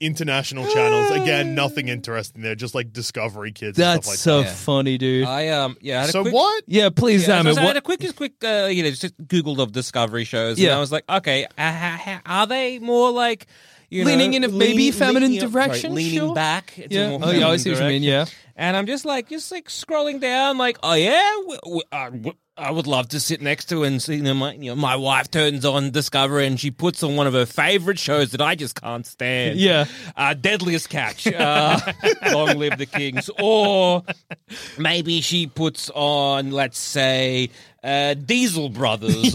Speaker 5: international channels. Again, nothing interesting there. Just like Discovery Kids. and
Speaker 6: that's
Speaker 5: stuff like
Speaker 6: so
Speaker 4: that.
Speaker 6: fundy, dude.
Speaker 4: I um yeah.
Speaker 5: That.
Speaker 4: I had a
Speaker 5: So
Speaker 4: quick-
Speaker 5: what?
Speaker 6: yeah, please,
Speaker 4: Yeah,
Speaker 6: Sam.
Speaker 4: so I
Speaker 6: um, it
Speaker 4: had
Speaker 6: wa-
Speaker 4: a quick, just quick, uh, you know, just googled of Discovery shows,
Speaker 6: Yeah.
Speaker 4: and I was like, okay, uh, ha- ha- are they more like you
Speaker 6: Leaning
Speaker 4: know,
Speaker 6: in a maybe feminine
Speaker 4: sorry,
Speaker 6: direction,
Speaker 4: leaning
Speaker 6: sure.
Speaker 4: back? It's a
Speaker 6: Yeah.
Speaker 4: more
Speaker 6: Oh, yeah, I
Speaker 4: feminine
Speaker 6: see what you mean,
Speaker 4: direction.
Speaker 6: yeah.
Speaker 4: and I'm just like, just like scrolling down, like, oh yeah, w- w- I w- I would love to sit next to and see. You know, my you know, my wife turns on Discovery and she puts on one of her favorite shows that I just can't stand.
Speaker 6: Yeah.
Speaker 4: uh, Deadliest Catch, uh, Long Live the Kings, or maybe she puts on, let's say, uh, Diesel Brothers,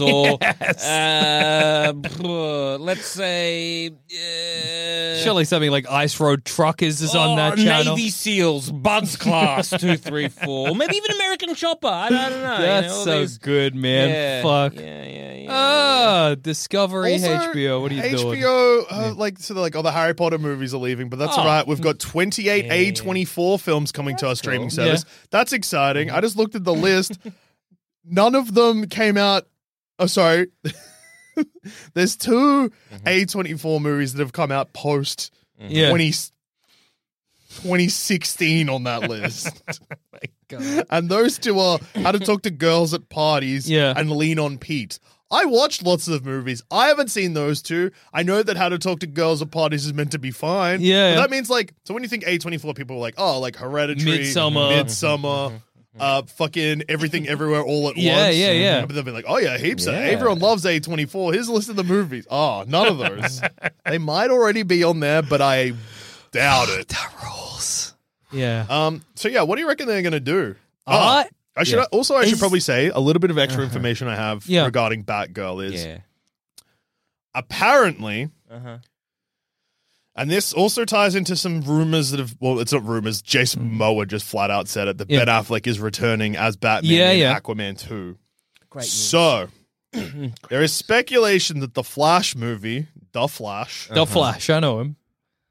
Speaker 4: or uh, bruh, let's say, uh,
Speaker 6: Surely something like Ice Road Truckers is on
Speaker 4: oh,
Speaker 6: that channel.
Speaker 4: Navy Seals, Buds Class two three four, maybe even American Chopper. I, I don't know. you
Speaker 6: That's
Speaker 4: know, all
Speaker 6: so
Speaker 4: these-
Speaker 6: good, man.
Speaker 4: Yeah,
Speaker 6: Fuck.
Speaker 4: Yeah, yeah, yeah.
Speaker 6: Ah, Discovery
Speaker 5: Also,
Speaker 6: HBO. What are you doing? Oh,
Speaker 5: HBO, uh, like, so they're like, oh, the Harry Potter movies are leaving, but that's all right. We've
Speaker 6: mm.
Speaker 5: got 28 A24 films coming to our streaming service. That's exciting.
Speaker 6: Mm-hmm.
Speaker 5: I just looked at the list. None of them came out. Oh, sorry. There's 2
Speaker 6: Mm-hmm.
Speaker 5: A24 movies that have come out post
Speaker 6: Yeah.
Speaker 5: 20, 2016 on that list. and those two are how to talk to girls at parties
Speaker 6: Yeah.
Speaker 5: and lean on Pete. I watched lots of movies. I haven't seen those two. I know that how to talk to girls at parties is meant to be fine.
Speaker 6: Yeah.
Speaker 5: But that means like so when you think A twenty four people are like, oh, like hereditary
Speaker 6: Midsommar. Mm-hmm.
Speaker 5: Midsummer. Uh, fucking everything, everywhere, all at
Speaker 6: Yeah,
Speaker 5: once.
Speaker 6: yeah, yeah.
Speaker 5: But they'll be like, "Oh yeah, heaps of
Speaker 1: Yeah.
Speaker 5: everyone loves A24." Here's a list of the movies. Oh, none of those. they might already be on there, but I doubt it.
Speaker 6: Yeah.
Speaker 5: Um. So yeah, what do you reckon they're gonna do? Ah,
Speaker 6: Uh,
Speaker 5: I should also I should
Speaker 6: is- Uh-huh.
Speaker 5: probably say a little bit of extra information I have
Speaker 6: Yeah.
Speaker 5: regarding Batgirl is
Speaker 4: Yeah.
Speaker 5: apparently,
Speaker 4: Uh-huh.
Speaker 5: and this also ties into some rumors that have well, it's not rumors. Jason Momoa just flat out said it that
Speaker 6: Mm. Yeah.
Speaker 5: Ben Affleck is returning as Batman
Speaker 6: Yeah,
Speaker 5: in
Speaker 6: yeah.
Speaker 5: Aquaman two. Great. So there is speculation that the Flash movie, The Flash,
Speaker 6: The Flash, I know him.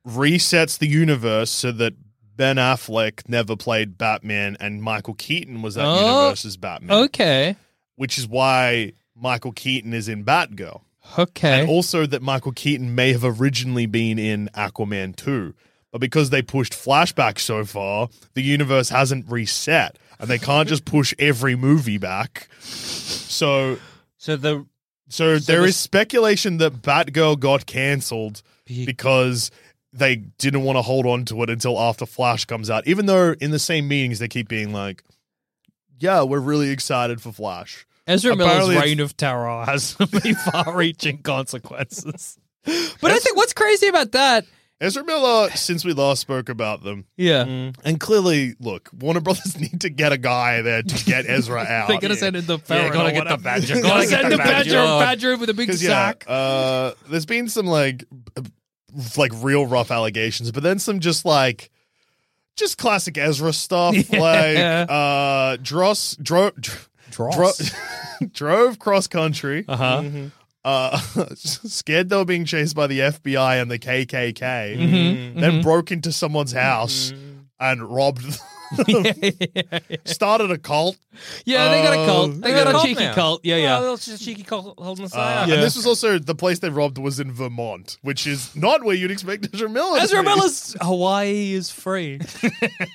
Speaker 5: resets the universe so that Ben Affleck never played Batman and Michael Keaton was that
Speaker 6: Oh.
Speaker 5: universe's Batman.
Speaker 6: Okay.
Speaker 5: Which is why Michael Keaton is in Batgirl. And
Speaker 6: Okay.
Speaker 5: also that Michael Keaton may have originally been in Aquaman 2. But because they pushed flashback so far, the universe hasn't reset. And they can't just push every movie back. So
Speaker 4: So the
Speaker 5: so, there
Speaker 4: the-
Speaker 5: is speculation that Batgirl got cancelled because they didn't want to hold on to it until after Flash comes out. Even though in the same meetings they keep being like, "Yeah, we're really excited for Flash."
Speaker 6: Ezra
Speaker 5: apparently
Speaker 6: Miller's
Speaker 5: it's-
Speaker 6: reign of terror has so many far-reaching consequences. But I think what's crazy about that,
Speaker 5: Ezra Miller, since we last spoke about them,
Speaker 6: yeah,
Speaker 5: and clearly, look, Warner Brothers need to get a guy there to get Ezra out.
Speaker 6: they're gonna send in the Pharaoh.
Speaker 4: gotta
Speaker 6: or
Speaker 4: get the
Speaker 6: whatever.
Speaker 4: badger,
Speaker 6: Gotta,
Speaker 4: gotta get
Speaker 6: send
Speaker 4: the
Speaker 6: the badger,
Speaker 4: badger.
Speaker 6: badger him with a big
Speaker 5: Because yeah,
Speaker 6: sack.
Speaker 5: uh, there's been some like b- b- like real rough allegations, but then some just like just classic Ezra stuff, like uh, Dross dro- dr-
Speaker 6: Dross?
Speaker 5: dro- drove cross country.
Speaker 6: Uh huh.
Speaker 5: Uh, scared they were being chased by the FBI and the KKK. Then broke into someone's house and robbed. Them. Started a cult.
Speaker 6: Yeah, they got a cult. They got a
Speaker 4: cult
Speaker 6: cheeky
Speaker 4: now.
Speaker 6: cult. Yeah, yeah.
Speaker 4: Oh, little ch- cheeky cult holding the
Speaker 5: Uh,
Speaker 4: side.
Speaker 5: And this was also the place they robbed was in Vermont, whiwhich is not where you'd expect Ezra Miller. to
Speaker 6: Ezra
Speaker 5: be.
Speaker 6: Miller's Hawaii is free.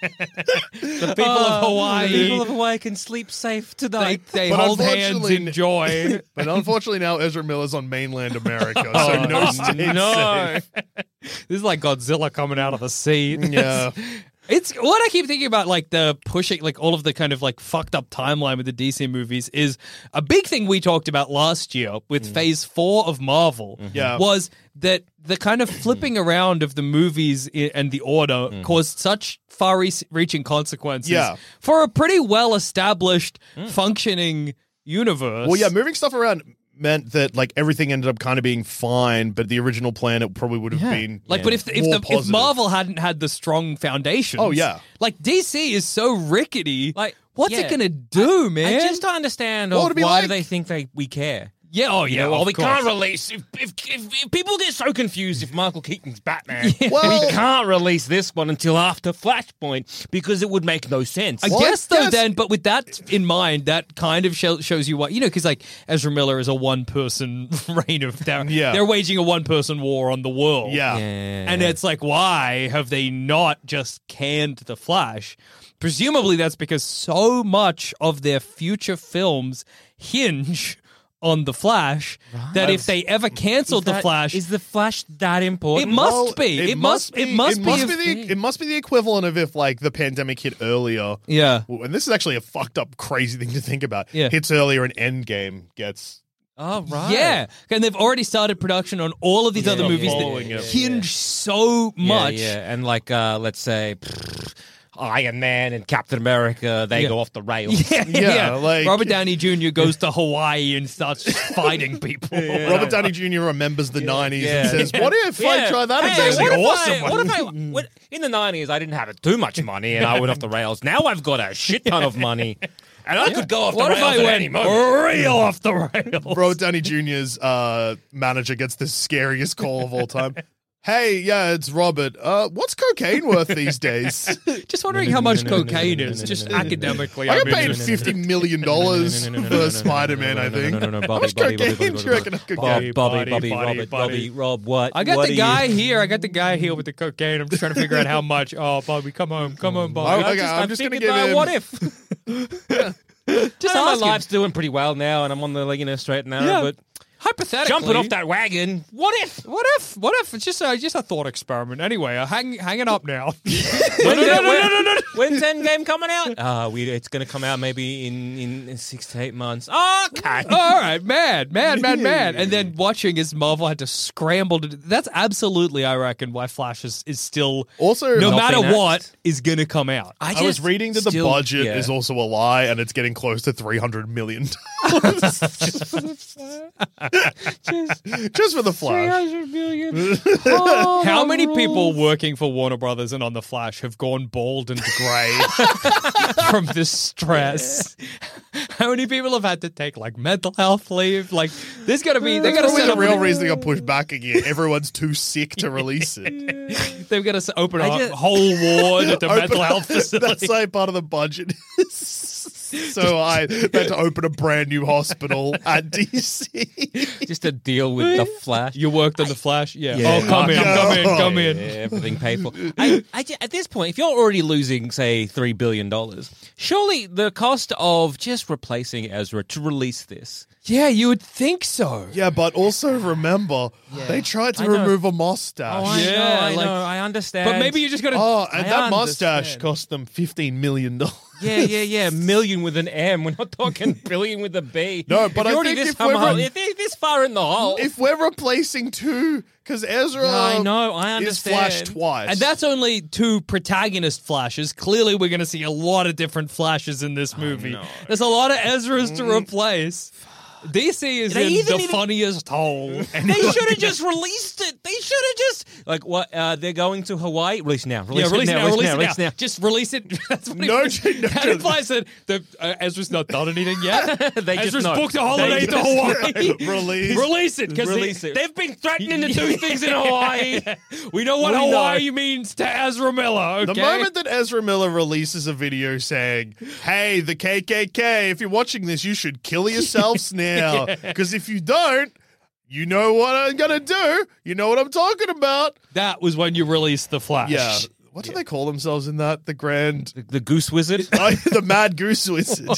Speaker 4: the people
Speaker 6: of Hawaii.
Speaker 4: Oh, The people of Hawaii can sleep safe
Speaker 6: They,
Speaker 4: tonight.
Speaker 6: they
Speaker 5: But
Speaker 6: hold hands
Speaker 5: unfortunately-
Speaker 6: in joy.
Speaker 5: But unfortunately, now Ezra Miller's on mainland America, so no state
Speaker 6: Oh, no.
Speaker 5: safe.
Speaker 6: This is like Godzilla coming out of the sea.
Speaker 5: Yeah,
Speaker 6: It's what I keep thinking about, like the pushing, like all of the kind of like fucked up timeline with the DC movies is a big thing we talked about last year with
Speaker 5: Mm.
Speaker 6: phase four of Marvel
Speaker 5: Yeah.
Speaker 6: was that the kind of flipping
Speaker 5: Mm.
Speaker 6: around of the movies i- and the order caused such far re- reaching consequences
Speaker 5: Yeah. Mm.
Speaker 6: for a pretty well established functioning universe.
Speaker 5: well, yeah, moving stuff around meant that like everything ended up kind of being fine, but the original plan it probably would have been
Speaker 6: Like, but if if,
Speaker 5: more
Speaker 6: the, if
Speaker 5: positive.
Speaker 6: Marvel hadn't had the strong foundation,
Speaker 5: Oh, yeah.
Speaker 6: like DC is so rickety.
Speaker 4: Like,
Speaker 6: what's
Speaker 4: yeah.
Speaker 6: it gonna do,
Speaker 4: I
Speaker 6: man?
Speaker 4: just don't understand
Speaker 5: What
Speaker 4: of
Speaker 5: would it be
Speaker 4: why
Speaker 5: like?
Speaker 4: do they think they we care.
Speaker 6: yeah, oh yeah.
Speaker 4: well,
Speaker 6: of
Speaker 4: we
Speaker 6: course.
Speaker 4: can't release if, if, if, if people get so confused if Michael Keaton's Batman.
Speaker 5: Well-
Speaker 4: we can't release this one until after Flashpoint because it would make no sense.
Speaker 6: I
Speaker 5: Well,
Speaker 6: guess
Speaker 5: I
Speaker 6: though,
Speaker 5: guess-
Speaker 6: then, but with that in mind, that kind of show, shows you what you know, because like Ezra Miller is a one-person reign of terror.
Speaker 5: Yeah.
Speaker 6: they're waging a one-person war on the world.
Speaker 5: yeah.
Speaker 6: and it's like, why have they not just canned the Flash? Presumably, that's because so much of their future films hinge on the Flash that if they ever canceled the
Speaker 4: That-
Speaker 6: Flash,
Speaker 4: Is the Flash that
Speaker 6: it
Speaker 4: important?
Speaker 6: must be. It, must. It must
Speaker 5: It
Speaker 6: be.
Speaker 5: must
Speaker 6: if-
Speaker 5: be the. It must be the equivalent of if like the pandemic hit earlier.
Speaker 6: yeah.
Speaker 5: Well, And this is actually a fucked up, crazy thing to think about.
Speaker 6: Yeah.
Speaker 5: Hits earlier and Endgame gets
Speaker 4: Oh right.
Speaker 6: Yeah, and they've already started production on all of these other
Speaker 4: yeah,
Speaker 6: movies that
Speaker 5: following it.
Speaker 6: hinge so much.
Speaker 4: Yeah, yeah. and like uh, let's say pfft, Iron Man and Captain America, they
Speaker 6: Yeah.
Speaker 4: go off the rails.
Speaker 6: Yeah,
Speaker 5: Yeah,
Speaker 6: yeah.
Speaker 5: like-
Speaker 6: Robert Downey Jr. goes to Hawaii and starts fighting people.
Speaker 5: Robert Downey Jr. remembers the 90s and
Speaker 4: Yeah.
Speaker 5: says, What if I try that?
Speaker 4: Hey,
Speaker 5: It's actually
Speaker 4: what if
Speaker 5: awesome.
Speaker 4: I- what if I, what, in the nineties I didn't have too much money and I went off the rails. Now I've got a shit ton of money, and I could go off
Speaker 6: What
Speaker 4: the
Speaker 6: if
Speaker 4: rails
Speaker 6: I
Speaker 4: at
Speaker 6: went
Speaker 4: any moment.
Speaker 6: real off the rails?
Speaker 5: Robert Downey Jr.'s uh, manager gets the scariest call of all time. Hey, yeah, it's Robert. Uh, what's cocaine worth these days?
Speaker 6: Just wondering how much cocaine is, just academically.
Speaker 5: I
Speaker 6: I
Speaker 5: got
Speaker 6: mean,
Speaker 5: paid fifty million dollars for Spider Man. I think.
Speaker 1: No, no, no,
Speaker 5: How
Speaker 1: Bobby,
Speaker 5: much
Speaker 1: Bobby,
Speaker 5: cocaine
Speaker 1: Bobby,
Speaker 5: do you reckon I
Speaker 1: Bobby,
Speaker 5: could
Speaker 1: Bobby,
Speaker 5: get?
Speaker 1: Bobby, Bobby, Robert, Bobby, Rob, what?
Speaker 6: I got
Speaker 1: what are
Speaker 6: the
Speaker 1: you-
Speaker 6: guy here. I got the guy here with the cocaine. I'm just trying to figure out how much. Oh, Bobby, come home, come home, Bobby.
Speaker 1: Oh,
Speaker 5: Okay, I'm just gonna
Speaker 1: thinking
Speaker 5: give
Speaker 1: about
Speaker 5: him-
Speaker 1: what if. Just
Speaker 6: ask
Speaker 1: my
Speaker 6: him.
Speaker 1: life's doing pretty well now, and I'm on the like, you know straight and narrow.
Speaker 6: Yeah.
Speaker 1: But
Speaker 6: Hypothetically,
Speaker 1: jumping off that wagon, what if?
Speaker 6: What if? What if? It's just a, just a thought experiment. Anyway, uh, hang hanging up now.
Speaker 1: no, no, no, no, no, no, no. When's Endgame coming out? Uh, we it's going to come out maybe in, in in six to eight months. Okay.
Speaker 6: All right, mad, mad, mad, mad. And then watching as Marvel had to scramble to. That's absolutely, I reckon, why Flash is, is still.
Speaker 5: Also,
Speaker 6: no
Speaker 1: Not
Speaker 6: matter
Speaker 1: being
Speaker 6: what,
Speaker 1: asked.
Speaker 6: is going to come out.
Speaker 5: I was reading that the
Speaker 1: still-
Speaker 5: budget
Speaker 1: yeah.
Speaker 5: is also a lie, and it's getting close to three hundred million dollars. just, just for the Flash. Oh,
Speaker 6: How many people working for Warner Brothers and on The Flash have gone bald and grey from the stress? How many people have had to take like mental health leave? Like, there's got to be they got to
Speaker 5: That's
Speaker 6: set
Speaker 5: the
Speaker 6: up.
Speaker 5: real reason they got pushed back again. Everyone's too sick to release it.
Speaker 6: They've got to open
Speaker 1: I
Speaker 6: a
Speaker 1: just-
Speaker 6: whole ward at the
Speaker 5: Open-
Speaker 6: mental health
Speaker 5: That's
Speaker 6: facility.
Speaker 5: like part of the budget. so I had to open a brand new hospital at DC.
Speaker 1: Just a deal with the Flash.
Speaker 6: You worked on the Flash, yeah.
Speaker 1: Yeah.
Speaker 6: Oh, come in, come in, come
Speaker 1: Yeah,
Speaker 6: in.
Speaker 1: everything paid for. I, I ju- at this point, if you're already losing, say, three billion dollars, surely the cost of just replacing Ezra to release this.
Speaker 6: Yeah, you would think so.
Speaker 5: Yeah, but also remember, they tried to
Speaker 1: I know.
Speaker 5: remove a mustache.
Speaker 6: I Yeah, know, I like- know,
Speaker 1: I understand.
Speaker 6: But maybe you just got to.
Speaker 5: Oh, and
Speaker 1: I
Speaker 5: that mustache
Speaker 1: understand.
Speaker 5: cost them fifteen million dollars.
Speaker 1: yeah, yeah, yeah, million with an M. We're not talking billion with a B.
Speaker 5: No,
Speaker 1: If you're
Speaker 5: but I
Speaker 1: already
Speaker 5: think
Speaker 1: this
Speaker 5: if we're-
Speaker 1: far- if you're this far in the hole.
Speaker 5: If we're replacing two, because Ezra,
Speaker 1: Yeah, I know, I
Speaker 5: is
Speaker 1: understand.
Speaker 5: Flash twice,
Speaker 6: and that's only two protagonist flashes. Clearly, we're going to see a lot of different flashes in this movie. There's a lot of Ezras to
Speaker 1: Mm.
Speaker 6: replace. DC is
Speaker 1: They
Speaker 6: in
Speaker 1: even
Speaker 6: the
Speaker 1: need to-
Speaker 6: funniest hole.
Speaker 1: They should have just released it. They should have just like what uh, they're going to Hawaii. Release now. Release,
Speaker 6: Yeah,
Speaker 1: it
Speaker 6: release it now, release it now,
Speaker 1: Release now.
Speaker 6: Just release it. That's what
Speaker 5: No,
Speaker 6: it,
Speaker 5: no,
Speaker 6: that
Speaker 5: no.
Speaker 6: implies that the, uh, Ezra's not done anything yet.
Speaker 1: They just
Speaker 6: Ezra's
Speaker 1: know.
Speaker 6: booked a
Speaker 1: They
Speaker 6: holiday to
Speaker 1: just-
Speaker 6: Hawaii.
Speaker 5: Release.
Speaker 6: release it. 'cause
Speaker 1: Release
Speaker 6: they-
Speaker 1: it. They've been threatening to do things in Hawaii.
Speaker 6: We know what
Speaker 1: We know.
Speaker 6: Hawaii means to Ezra Miller.
Speaker 5: The
Speaker 6: Okay?
Speaker 5: moment that Ezra Miller releases a video saying, "Hey, the KKK, if you're watching this, you should kill yourselves now, because if you don't, you know what I'm gonna do. You know what I'm talking about."
Speaker 6: that was when you released the
Speaker 1: Ah,
Speaker 6: Flash.
Speaker 5: Yeah. What do they call themselves in that? The Grand,
Speaker 1: The Goose Wizard,
Speaker 5: Oh, the Mad Goose Wizard.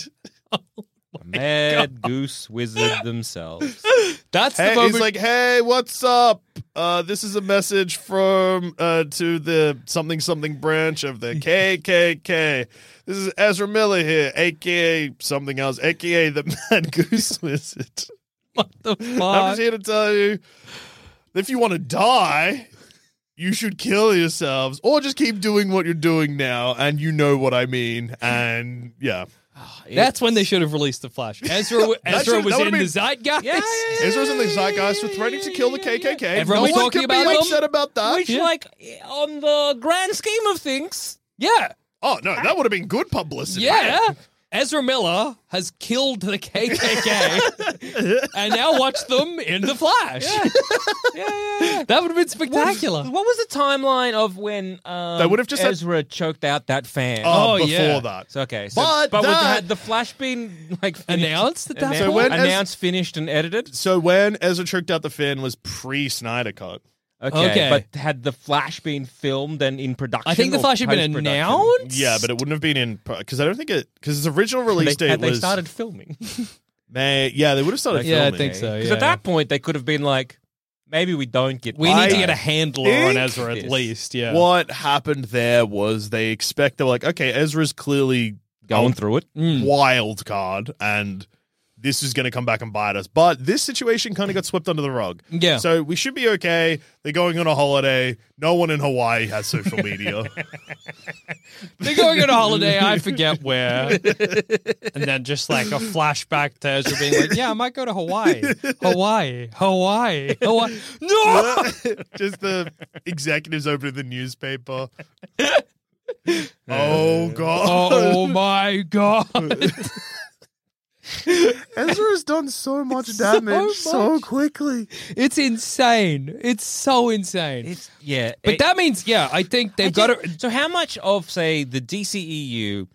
Speaker 1: Mad Goose Wizard themselves.
Speaker 6: That's
Speaker 5: Hey,
Speaker 6: the moment.
Speaker 5: he's like, "Hey, what's up? Uh, this is a message from uh, to the something something branch of the KKK. This is Ezra Miller here, aka something else, aka the Mad Goose Wizard.
Speaker 6: what the
Speaker 5: I'm
Speaker 6: fuck?
Speaker 5: just here to tell you, if you want to die." You should kill yourselves or just keep doing what you're doing now, and you know what I mean. And yeah.
Speaker 6: That's when they should have released the Flash. Ezra, Ezra
Speaker 5: should- that
Speaker 6: was in
Speaker 5: would've
Speaker 6: the
Speaker 5: been-
Speaker 6: zeitgeist.
Speaker 1: Yeah, yeah, yeah.
Speaker 5: Ezra's in the zeitgeist for threatening to kill the KKK.
Speaker 6: Everyone
Speaker 5: no
Speaker 6: was
Speaker 5: one
Speaker 6: talking
Speaker 5: can
Speaker 6: about
Speaker 5: be
Speaker 6: them.
Speaker 5: upset about that.
Speaker 1: Which, like, on the grand scheme of things,
Speaker 6: Yeah,
Speaker 5: Oh no, that would have been good publicity.
Speaker 6: yeah. Ezra Miller has killed the KKK, and now watch them in the Flash.
Speaker 1: yeah, yeah, yeah.
Speaker 6: That would have been spectacular.
Speaker 1: What was the timeline of when um,
Speaker 5: They would have just had-
Speaker 1: Ezra choked out that fan?
Speaker 5: Oh,
Speaker 6: Oh,
Speaker 5: before
Speaker 6: yeah.
Speaker 5: that.
Speaker 1: So, okay, so,
Speaker 5: But
Speaker 1: but with-
Speaker 5: that-
Speaker 1: had the Flash been like finished,
Speaker 6: Announced at that
Speaker 1: announced,
Speaker 6: point?
Speaker 5: So when Ez-
Speaker 1: announced, finished, and edited?
Speaker 5: So when Ezra tricked out the fan was pre Snyder cut.
Speaker 1: Okay,
Speaker 6: Okay.
Speaker 1: but had the Flash been filmed and in production?
Speaker 6: I think the
Speaker 1: or
Speaker 6: Flash had been
Speaker 1: post-production?
Speaker 6: announced.
Speaker 5: Yeah, but it wouldn't have been in because I don't think it because its original release
Speaker 1: They,
Speaker 5: date
Speaker 1: had they
Speaker 5: was
Speaker 1: started filming? Because
Speaker 5: May. Yeah, they would have started.
Speaker 6: yeah, I
Speaker 5: filming.
Speaker 6: think so. yeah.
Speaker 1: at that point, they could have been like, maybe we don't get.
Speaker 6: we
Speaker 1: this
Speaker 6: need to
Speaker 1: guy.
Speaker 6: get a handler on
Speaker 5: think
Speaker 6: Ezra at
Speaker 1: this-
Speaker 6: least. Yeah.
Speaker 5: What happened there was they expect they were like, okay, Ezra's clearly
Speaker 1: going through it.
Speaker 6: Mm.
Speaker 5: wild card and. This is going to come back and bite us, but this situation kind of got swept under the rug.
Speaker 6: Yeah.
Speaker 5: so we should be okay. They're going on a holiday. No one in Hawaii has social media.
Speaker 6: They're going on a holiday. I forget where. And then just like a flashback to Ezra being like, "Yeah, I might go to Hawaii, Hawaii, Hawaii, Hawaii." No,
Speaker 5: just the executives opening the newspaper. oh god!
Speaker 6: oh my god!
Speaker 5: Ezra has done so much damage so
Speaker 6: much.
Speaker 5: quickly.
Speaker 6: It's insane. It's so insane.
Speaker 1: It's yeah,
Speaker 6: but
Speaker 1: it-
Speaker 6: that means, yeah, I think they've
Speaker 1: I
Speaker 6: got
Speaker 1: just-
Speaker 6: to.
Speaker 1: So how much of say the DCEU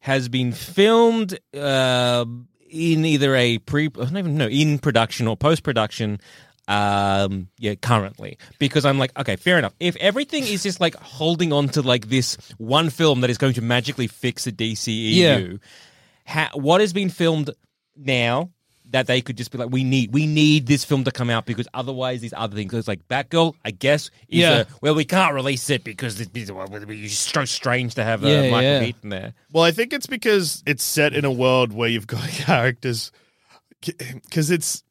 Speaker 1: has been filmed uh, in either a pre I don't even know in production or post production um yeah currently because i'm like okay fair enough if everything is just like holding on to like this one film that is going to magically fix the DCEU
Speaker 6: Yeah.
Speaker 1: ha- what has been filmed now that they could just be like, we need, we need this film to come out because otherwise these other things. It's like Batgirl, I guess. Is
Speaker 6: Yeah.
Speaker 1: A, well, we can't release it because it- it's well, it's so strange to have uh,
Speaker 6: Yeah,
Speaker 1: Michael
Speaker 6: yeah.
Speaker 1: Keaton there.
Speaker 5: Well, I think it's because it's set in a world where you've got characters. Because it's.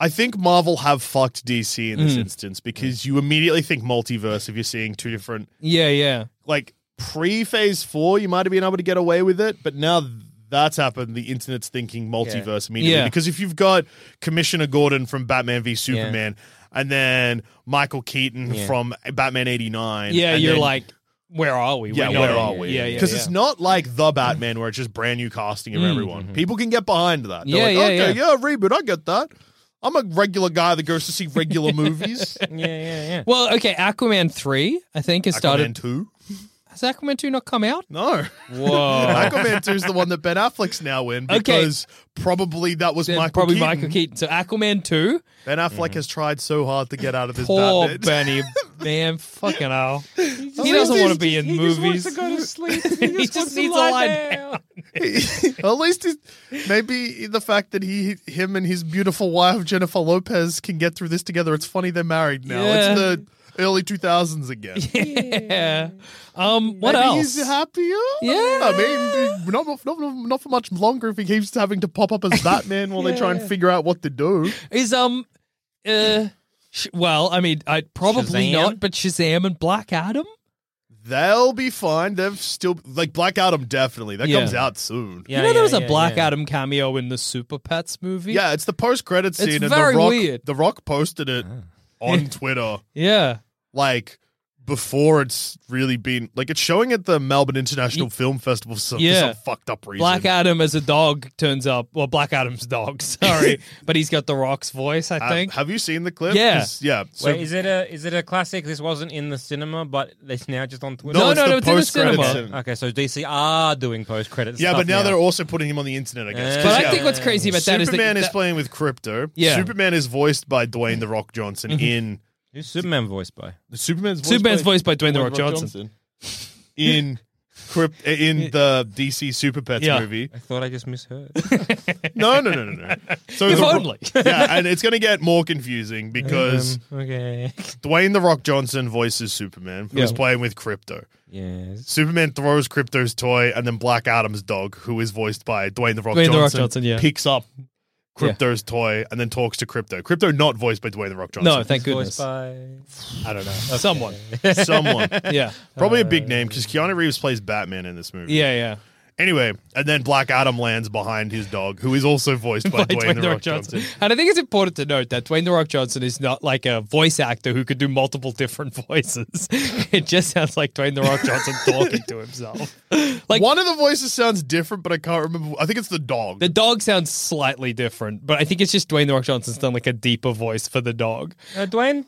Speaker 5: I think Marvel have fucked DC in this instance because you immediately think multiverse if you're seeing two different.
Speaker 6: Yeah, yeah.
Speaker 5: Like pre phase four, you might have been able to get away with it, but now that's happened. The internet's thinking multiverse immediately.
Speaker 6: Yeah.
Speaker 5: Because if you've got Commissioner Gordon from Batman v Superman and then Michael Keaton from Batman 89.
Speaker 6: Yeah,
Speaker 5: and
Speaker 6: you're
Speaker 5: then-
Speaker 6: like, where are we?
Speaker 5: yeah,
Speaker 6: We're not
Speaker 5: where
Speaker 6: in-
Speaker 5: are we?
Speaker 6: Yeah, yeah.
Speaker 5: Because
Speaker 6: yeah. Mm-hmm.
Speaker 5: it's not like the Batman where it's just brand new casting of everyone. People can get behind that. They're
Speaker 6: Yeah,
Speaker 5: like,
Speaker 6: yeah,
Speaker 5: okay, yeah. reboot. I get that. I'm a regular guy that goes to see regular movies.
Speaker 1: Yeah, yeah, yeah.
Speaker 6: Well, okay, Aquaman 3, I think, has
Speaker 5: Aquaman
Speaker 6: started.
Speaker 5: two?
Speaker 6: Has Aquaman 2 not come out?
Speaker 5: No,
Speaker 6: Whoa.
Speaker 5: Aquaman two is the one that Ben Affleck's now in
Speaker 6: Uh, Okay.
Speaker 5: because probably that was
Speaker 6: Then
Speaker 5: Michael
Speaker 6: probably
Speaker 5: Keaton.
Speaker 6: Michael Keaton. So Aquaman 2,
Speaker 5: Ben Affleck has tried so hard to get out of this
Speaker 6: poor
Speaker 5: Batman.
Speaker 6: Benny. Man, fucking hell. He doesn't want to be in movies.
Speaker 1: sleep.
Speaker 6: He just needs a line.
Speaker 5: At least he's, maybe the fact that he, him, and his beautiful wife Jennifer Lopez can get through this together. It's funny they're married now.
Speaker 6: Yeah.
Speaker 5: It's the early two thousands again.
Speaker 6: Yeah. Um, what
Speaker 5: Maybe
Speaker 6: else?
Speaker 5: He's happier.
Speaker 6: Yeah.
Speaker 5: I mean, not, not, not, not for much longer if he keeps having to pop up as Batman while they try and figure out what to do.
Speaker 6: Is um uh sh- well, I mean, I
Speaker 1: Shazam?
Speaker 6: probably not, but Shazam and Black Adam?
Speaker 5: They'll be fine. They've still like Black Adam definitely. That
Speaker 6: Yeah.
Speaker 5: comes out soon.
Speaker 1: Yeah,
Speaker 6: you know
Speaker 1: yeah,
Speaker 6: there was
Speaker 1: yeah,
Speaker 6: a Black
Speaker 1: yeah.
Speaker 6: Adam cameo in the Super Pets movie?
Speaker 5: Yeah, it's the post credit scene, and
Speaker 6: very
Speaker 5: the Rock,
Speaker 6: weird. Ah.
Speaker 5: the Rock posted it on Twitter
Speaker 6: Yeah.
Speaker 5: like before it's really been like it's showing at the Melbourne International Film Festival. So
Speaker 6: Yeah.
Speaker 5: for some fucked up reason.
Speaker 6: Black Adam as a dog turns up. Well, Black Adam's dog, sorry. but he's got the rock's voice, I
Speaker 5: Uh,
Speaker 6: think.
Speaker 5: have you seen the clip?
Speaker 6: Yeah.
Speaker 5: 'Cause- yeah. So
Speaker 1: Wait, is it a is it a classic? This wasn't in the cinema, but it's now just on Twitter.
Speaker 6: No,
Speaker 5: it's
Speaker 6: no,
Speaker 5: the
Speaker 6: no, it's in the
Speaker 5: post-credit
Speaker 6: cinema.
Speaker 5: scene.
Speaker 1: Okay, so DC are doing post credits.
Speaker 5: Yeah, but now, they're also putting him on the internet, I guess.
Speaker 1: Yeah.
Speaker 5: 'Cause,
Speaker 6: but I
Speaker 5: yeah,
Speaker 6: think what's crazy about that
Speaker 5: Superman
Speaker 6: is that
Speaker 5: is
Speaker 6: that-
Speaker 5: playing with crypto.
Speaker 6: Yeah. Mm-hmm.
Speaker 5: Superman is voiced by Dwayne the Rock Johnson in
Speaker 1: Who's Superman voiced by?
Speaker 5: Superman's voiced
Speaker 6: Superman's
Speaker 5: by,
Speaker 6: voiced by Dwayne the Rock Johnson.
Speaker 5: in crypt in the DC Super Pets
Speaker 6: Yeah.
Speaker 5: movie.
Speaker 1: I thought I just misheard.
Speaker 5: No, no, no, no, no. So
Speaker 6: If
Speaker 5: the-
Speaker 6: only. Um,
Speaker 5: yeah, and it's going to get more confusing because
Speaker 1: okay.
Speaker 5: Dwayne the Rock Johnson voices Superman, who's playing with crypto.
Speaker 1: Yes.
Speaker 5: Superman throws Crypto's toy, and then Black Adam's dog, who is voiced by Dwayne the Rock
Speaker 6: Dwayne The
Speaker 5: Johnson,
Speaker 6: Rock Johnson, yeah.
Speaker 5: picks up Crypto's toy and then talks to Crypto. Crypto not voiced by Dwayne the Rock Johnson.
Speaker 6: No, thank goodness.
Speaker 1: by.
Speaker 5: I don't know.
Speaker 6: Someone.
Speaker 5: Someone.
Speaker 6: Yeah.
Speaker 5: Probably a big name because Keanu Reeves plays Batman in this movie.
Speaker 6: Uh, Yeah, yeah.
Speaker 5: Anyway, and then Black Adam lands behind his dog, who is also voiced by,
Speaker 6: by
Speaker 5: Dwayne, the Rock Johnson.
Speaker 6: And I think it's important to note that Dwayne the Rock Johnson is not like a voice actor who could do multiple different voices. it just sounds like Dwayne the Rock Johnson talking to himself. Like
Speaker 5: One of the voices sounds different, but I can't remember. I think it's the dog.
Speaker 6: the dog sounds slightly different, but I think it's just Dwayne the Rock Johnson's done like a deeper voice for the dog.
Speaker 1: Uh, Dwayne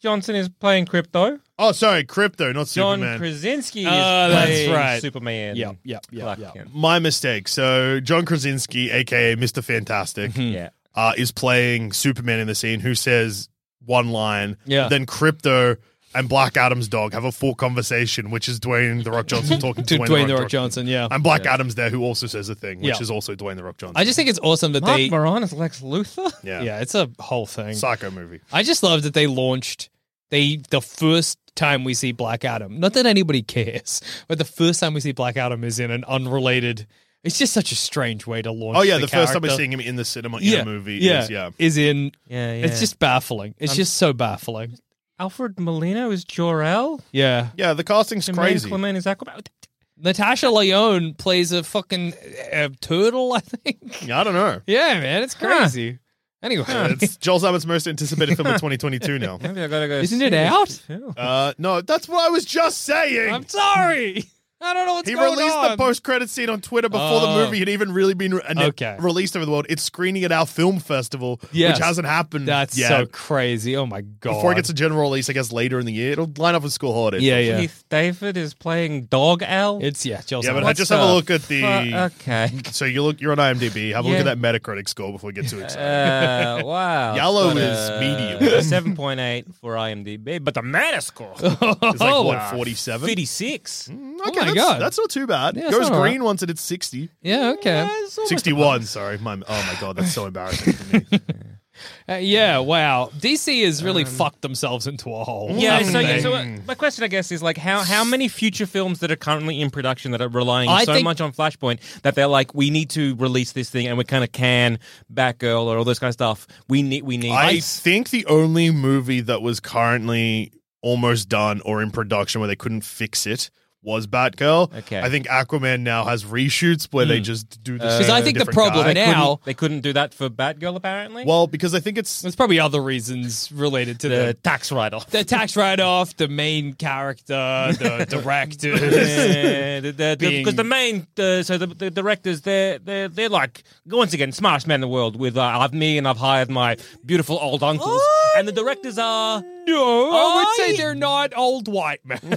Speaker 1: Johnson is playing Crypto.
Speaker 5: oh, sorry, Crypto, not
Speaker 1: John
Speaker 5: Superman.
Speaker 1: Krasinski is
Speaker 6: Oh, that's
Speaker 1: playing
Speaker 6: right.
Speaker 1: Superman.
Speaker 6: Yep, yep, yep,
Speaker 1: Clark
Speaker 6: yep.
Speaker 1: Kent.
Speaker 5: My mistake. So John Krasinski, aka Mister Fantastic,
Speaker 6: Mm-hmm.
Speaker 1: Yeah.
Speaker 5: uh, is playing Superman in the scene, who says one line.
Speaker 6: Yeah.
Speaker 5: Then Crypto and Black Adam's dog have a full conversation, which is Dwayne the Rock Johnson talking
Speaker 6: To
Speaker 5: to
Speaker 6: Dwayne, the Rock, Johnson, yeah.
Speaker 5: And Black Adam's there, who also says a thing, which
Speaker 6: Yeah.
Speaker 5: is also Dwayne the Rock Johnson.
Speaker 6: I just think it's awesome that
Speaker 1: Mark
Speaker 6: they
Speaker 1: Maron is Lex Luthor.
Speaker 5: yeah,
Speaker 6: Yeah, it's a whole thing.
Speaker 5: psycho movie.
Speaker 6: I just love that they launched they the first time we see Black Adam. Not that anybody cares, but the first time we see Black Adam is in an unrelated. It's just such a strange way to launch.
Speaker 5: Oh yeah, the, first time we're
Speaker 6: character.
Speaker 5: seeing him in the cinema in
Speaker 6: yeah,
Speaker 5: a movie
Speaker 6: yeah,
Speaker 5: is yeah.
Speaker 6: is in.
Speaker 1: Yeah,
Speaker 6: It's just baffling. It's just so baffling.
Speaker 1: Alfred Molina is Jor El.
Speaker 6: Yeah,
Speaker 5: Yeah, the casting's crazy.
Speaker 1: Clement is Aquaman.
Speaker 6: Natasha Lyonne plays a fucking uh, turtle. I think.
Speaker 5: Yeah, I don't know. Uh,
Speaker 6: Yeah, man, it's crazy. Anyway,
Speaker 5: It's Joel Simon's most anticipated film of 2022 now.
Speaker 1: Maybe I gotta go.
Speaker 6: Isn't
Speaker 1: see
Speaker 6: it
Speaker 1: this
Speaker 6: out?
Speaker 1: film.
Speaker 5: Uh, no, that's what I was just saying.
Speaker 6: I'm sorry. I don't know what's
Speaker 5: He
Speaker 6: going
Speaker 5: released
Speaker 6: on.
Speaker 5: the post-credit scene on Twitter before
Speaker 6: Oh.
Speaker 5: the movie had even really been re- and it
Speaker 6: Okay.
Speaker 5: released over the world. It's screening at our film festival,
Speaker 6: Yes.
Speaker 5: which hasn't happened
Speaker 6: That's
Speaker 5: yet.
Speaker 6: so crazy. Oh my god.
Speaker 5: Before it gets a general release, I guess later in the year, it'll line up with school holidays.
Speaker 6: yeah, yeah.
Speaker 1: Keith David is playing Dog Owl.
Speaker 6: It's yeah, Chelsea.
Speaker 5: Yeah, but I
Speaker 6: What's
Speaker 5: just have a
Speaker 6: the-
Speaker 5: look at the.
Speaker 1: okay.
Speaker 5: So you look, you're on IMDb. Have a look
Speaker 1: Yeah.
Speaker 5: at that Metacritic score before we get too excited.
Speaker 1: Uh, wow.
Speaker 5: Yellow
Speaker 1: It's got
Speaker 5: is
Speaker 1: a-
Speaker 5: medium.
Speaker 1: a 7.8 for IMDb, but the Metascore
Speaker 5: It's like
Speaker 6: oh,
Speaker 5: what, 47?
Speaker 1: 56.
Speaker 5: Okay,
Speaker 6: my
Speaker 5: that's,
Speaker 6: God.
Speaker 5: that's not too bad.
Speaker 6: Yeah, it's
Speaker 5: Goes
Speaker 6: not all
Speaker 5: green once and it's 60.
Speaker 6: Yeah, okay.
Speaker 1: That's almost-
Speaker 5: 61, sorry. My, oh my God, that's so embarrassing for me.
Speaker 6: Uh, yeah, wow. DC has really
Speaker 5: Um,
Speaker 6: fucked themselves into a hole.
Speaker 1: Yeah,
Speaker 6: haven't
Speaker 1: so,
Speaker 6: they?
Speaker 1: yeah, so uh,
Speaker 5: Mm.
Speaker 1: my question, I guess, is like how how many future films that are currently in production that are relying
Speaker 6: I
Speaker 1: so
Speaker 6: think-
Speaker 1: much on Flashpoint that they're like, we need to release this thing, and we kind of can Batgirl or all this kind of stuff. We need, we need.
Speaker 5: I think the only movie that was currently almost done or in production where they couldn't fix it was Batgirl.
Speaker 1: Okay.
Speaker 5: I think Aquaman now has reshoots where they just do this.
Speaker 6: Hmm. Uh, Because I think the problem
Speaker 1: they
Speaker 6: now-
Speaker 1: couldn't, they couldn't do that for Batgirl apparently.
Speaker 5: Well, because I think it's.
Speaker 6: There's probably other reasons related to
Speaker 1: the
Speaker 6: the
Speaker 1: tax write off.
Speaker 6: the tax write off, the main character, the directors. Being-
Speaker 1: because the main uh, so the, the directors they're, they're they're like once again smartest men in the world with uh, I've me and I've hired my beautiful old uncles and the directors are
Speaker 6: No, I would
Speaker 1: I-
Speaker 6: say they're not old white men.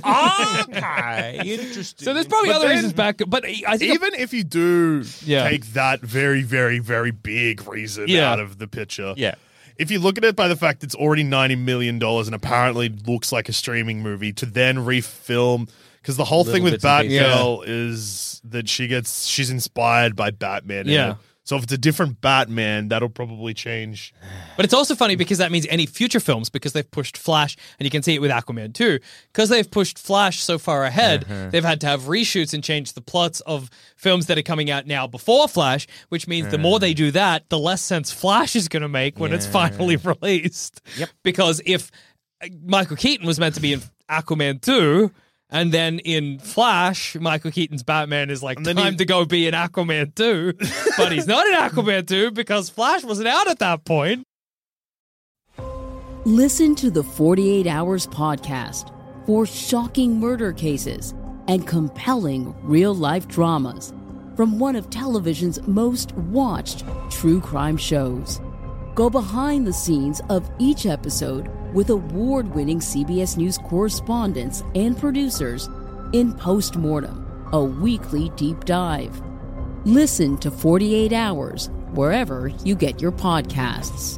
Speaker 1: okay interesting
Speaker 6: So there's probably other
Speaker 5: then-
Speaker 6: reasons back, but I I think
Speaker 5: Even if you do
Speaker 6: Yeah.
Speaker 5: take that very, very, very big reason
Speaker 6: Yeah.
Speaker 5: out of the picture,
Speaker 1: yeah
Speaker 5: if you look at it by the fact it's already ninety million dollars and apparently looks like a streaming movie, to then refilm because the whole thing with
Speaker 1: bits and pieces.
Speaker 5: Batgirl is that she gets she's inspired by Batman. in
Speaker 6: Yeah.
Speaker 5: it. So if it's a different Batman, that'll probably change.
Speaker 6: But it's also funny because that means any future films, because they've pushed Flash, and you can see it with Aquaman too, because they've pushed Flash so far ahead,
Speaker 5: Uh-huh.
Speaker 6: they've had to have reshoots and change the plots of films that are coming out now before Flash, which means the more
Speaker 5: Uh-huh.
Speaker 6: they do that, the less sense Flash is going to make when it's finally released. Yep. Because if uh, Michael Keaton was meant to be in Aquaman 2, and then in Flash, Michael Keaton's Batman is like,
Speaker 5: then
Speaker 6: time
Speaker 5: he-
Speaker 6: to go be in Aquaman 2. but he's not in Aquaman 2 because Flash wasn't out at that point.
Speaker 7: Listen to the 48 Hours podcast for shocking murder cases and compelling real life dramas from one of television's most watched true crime shows. Go behind the scenes of each episode with award winning CBS News correspondents and producers in Postmortem, a weekly deep dive. Listen to 48 Hours wherever you get your podcasts.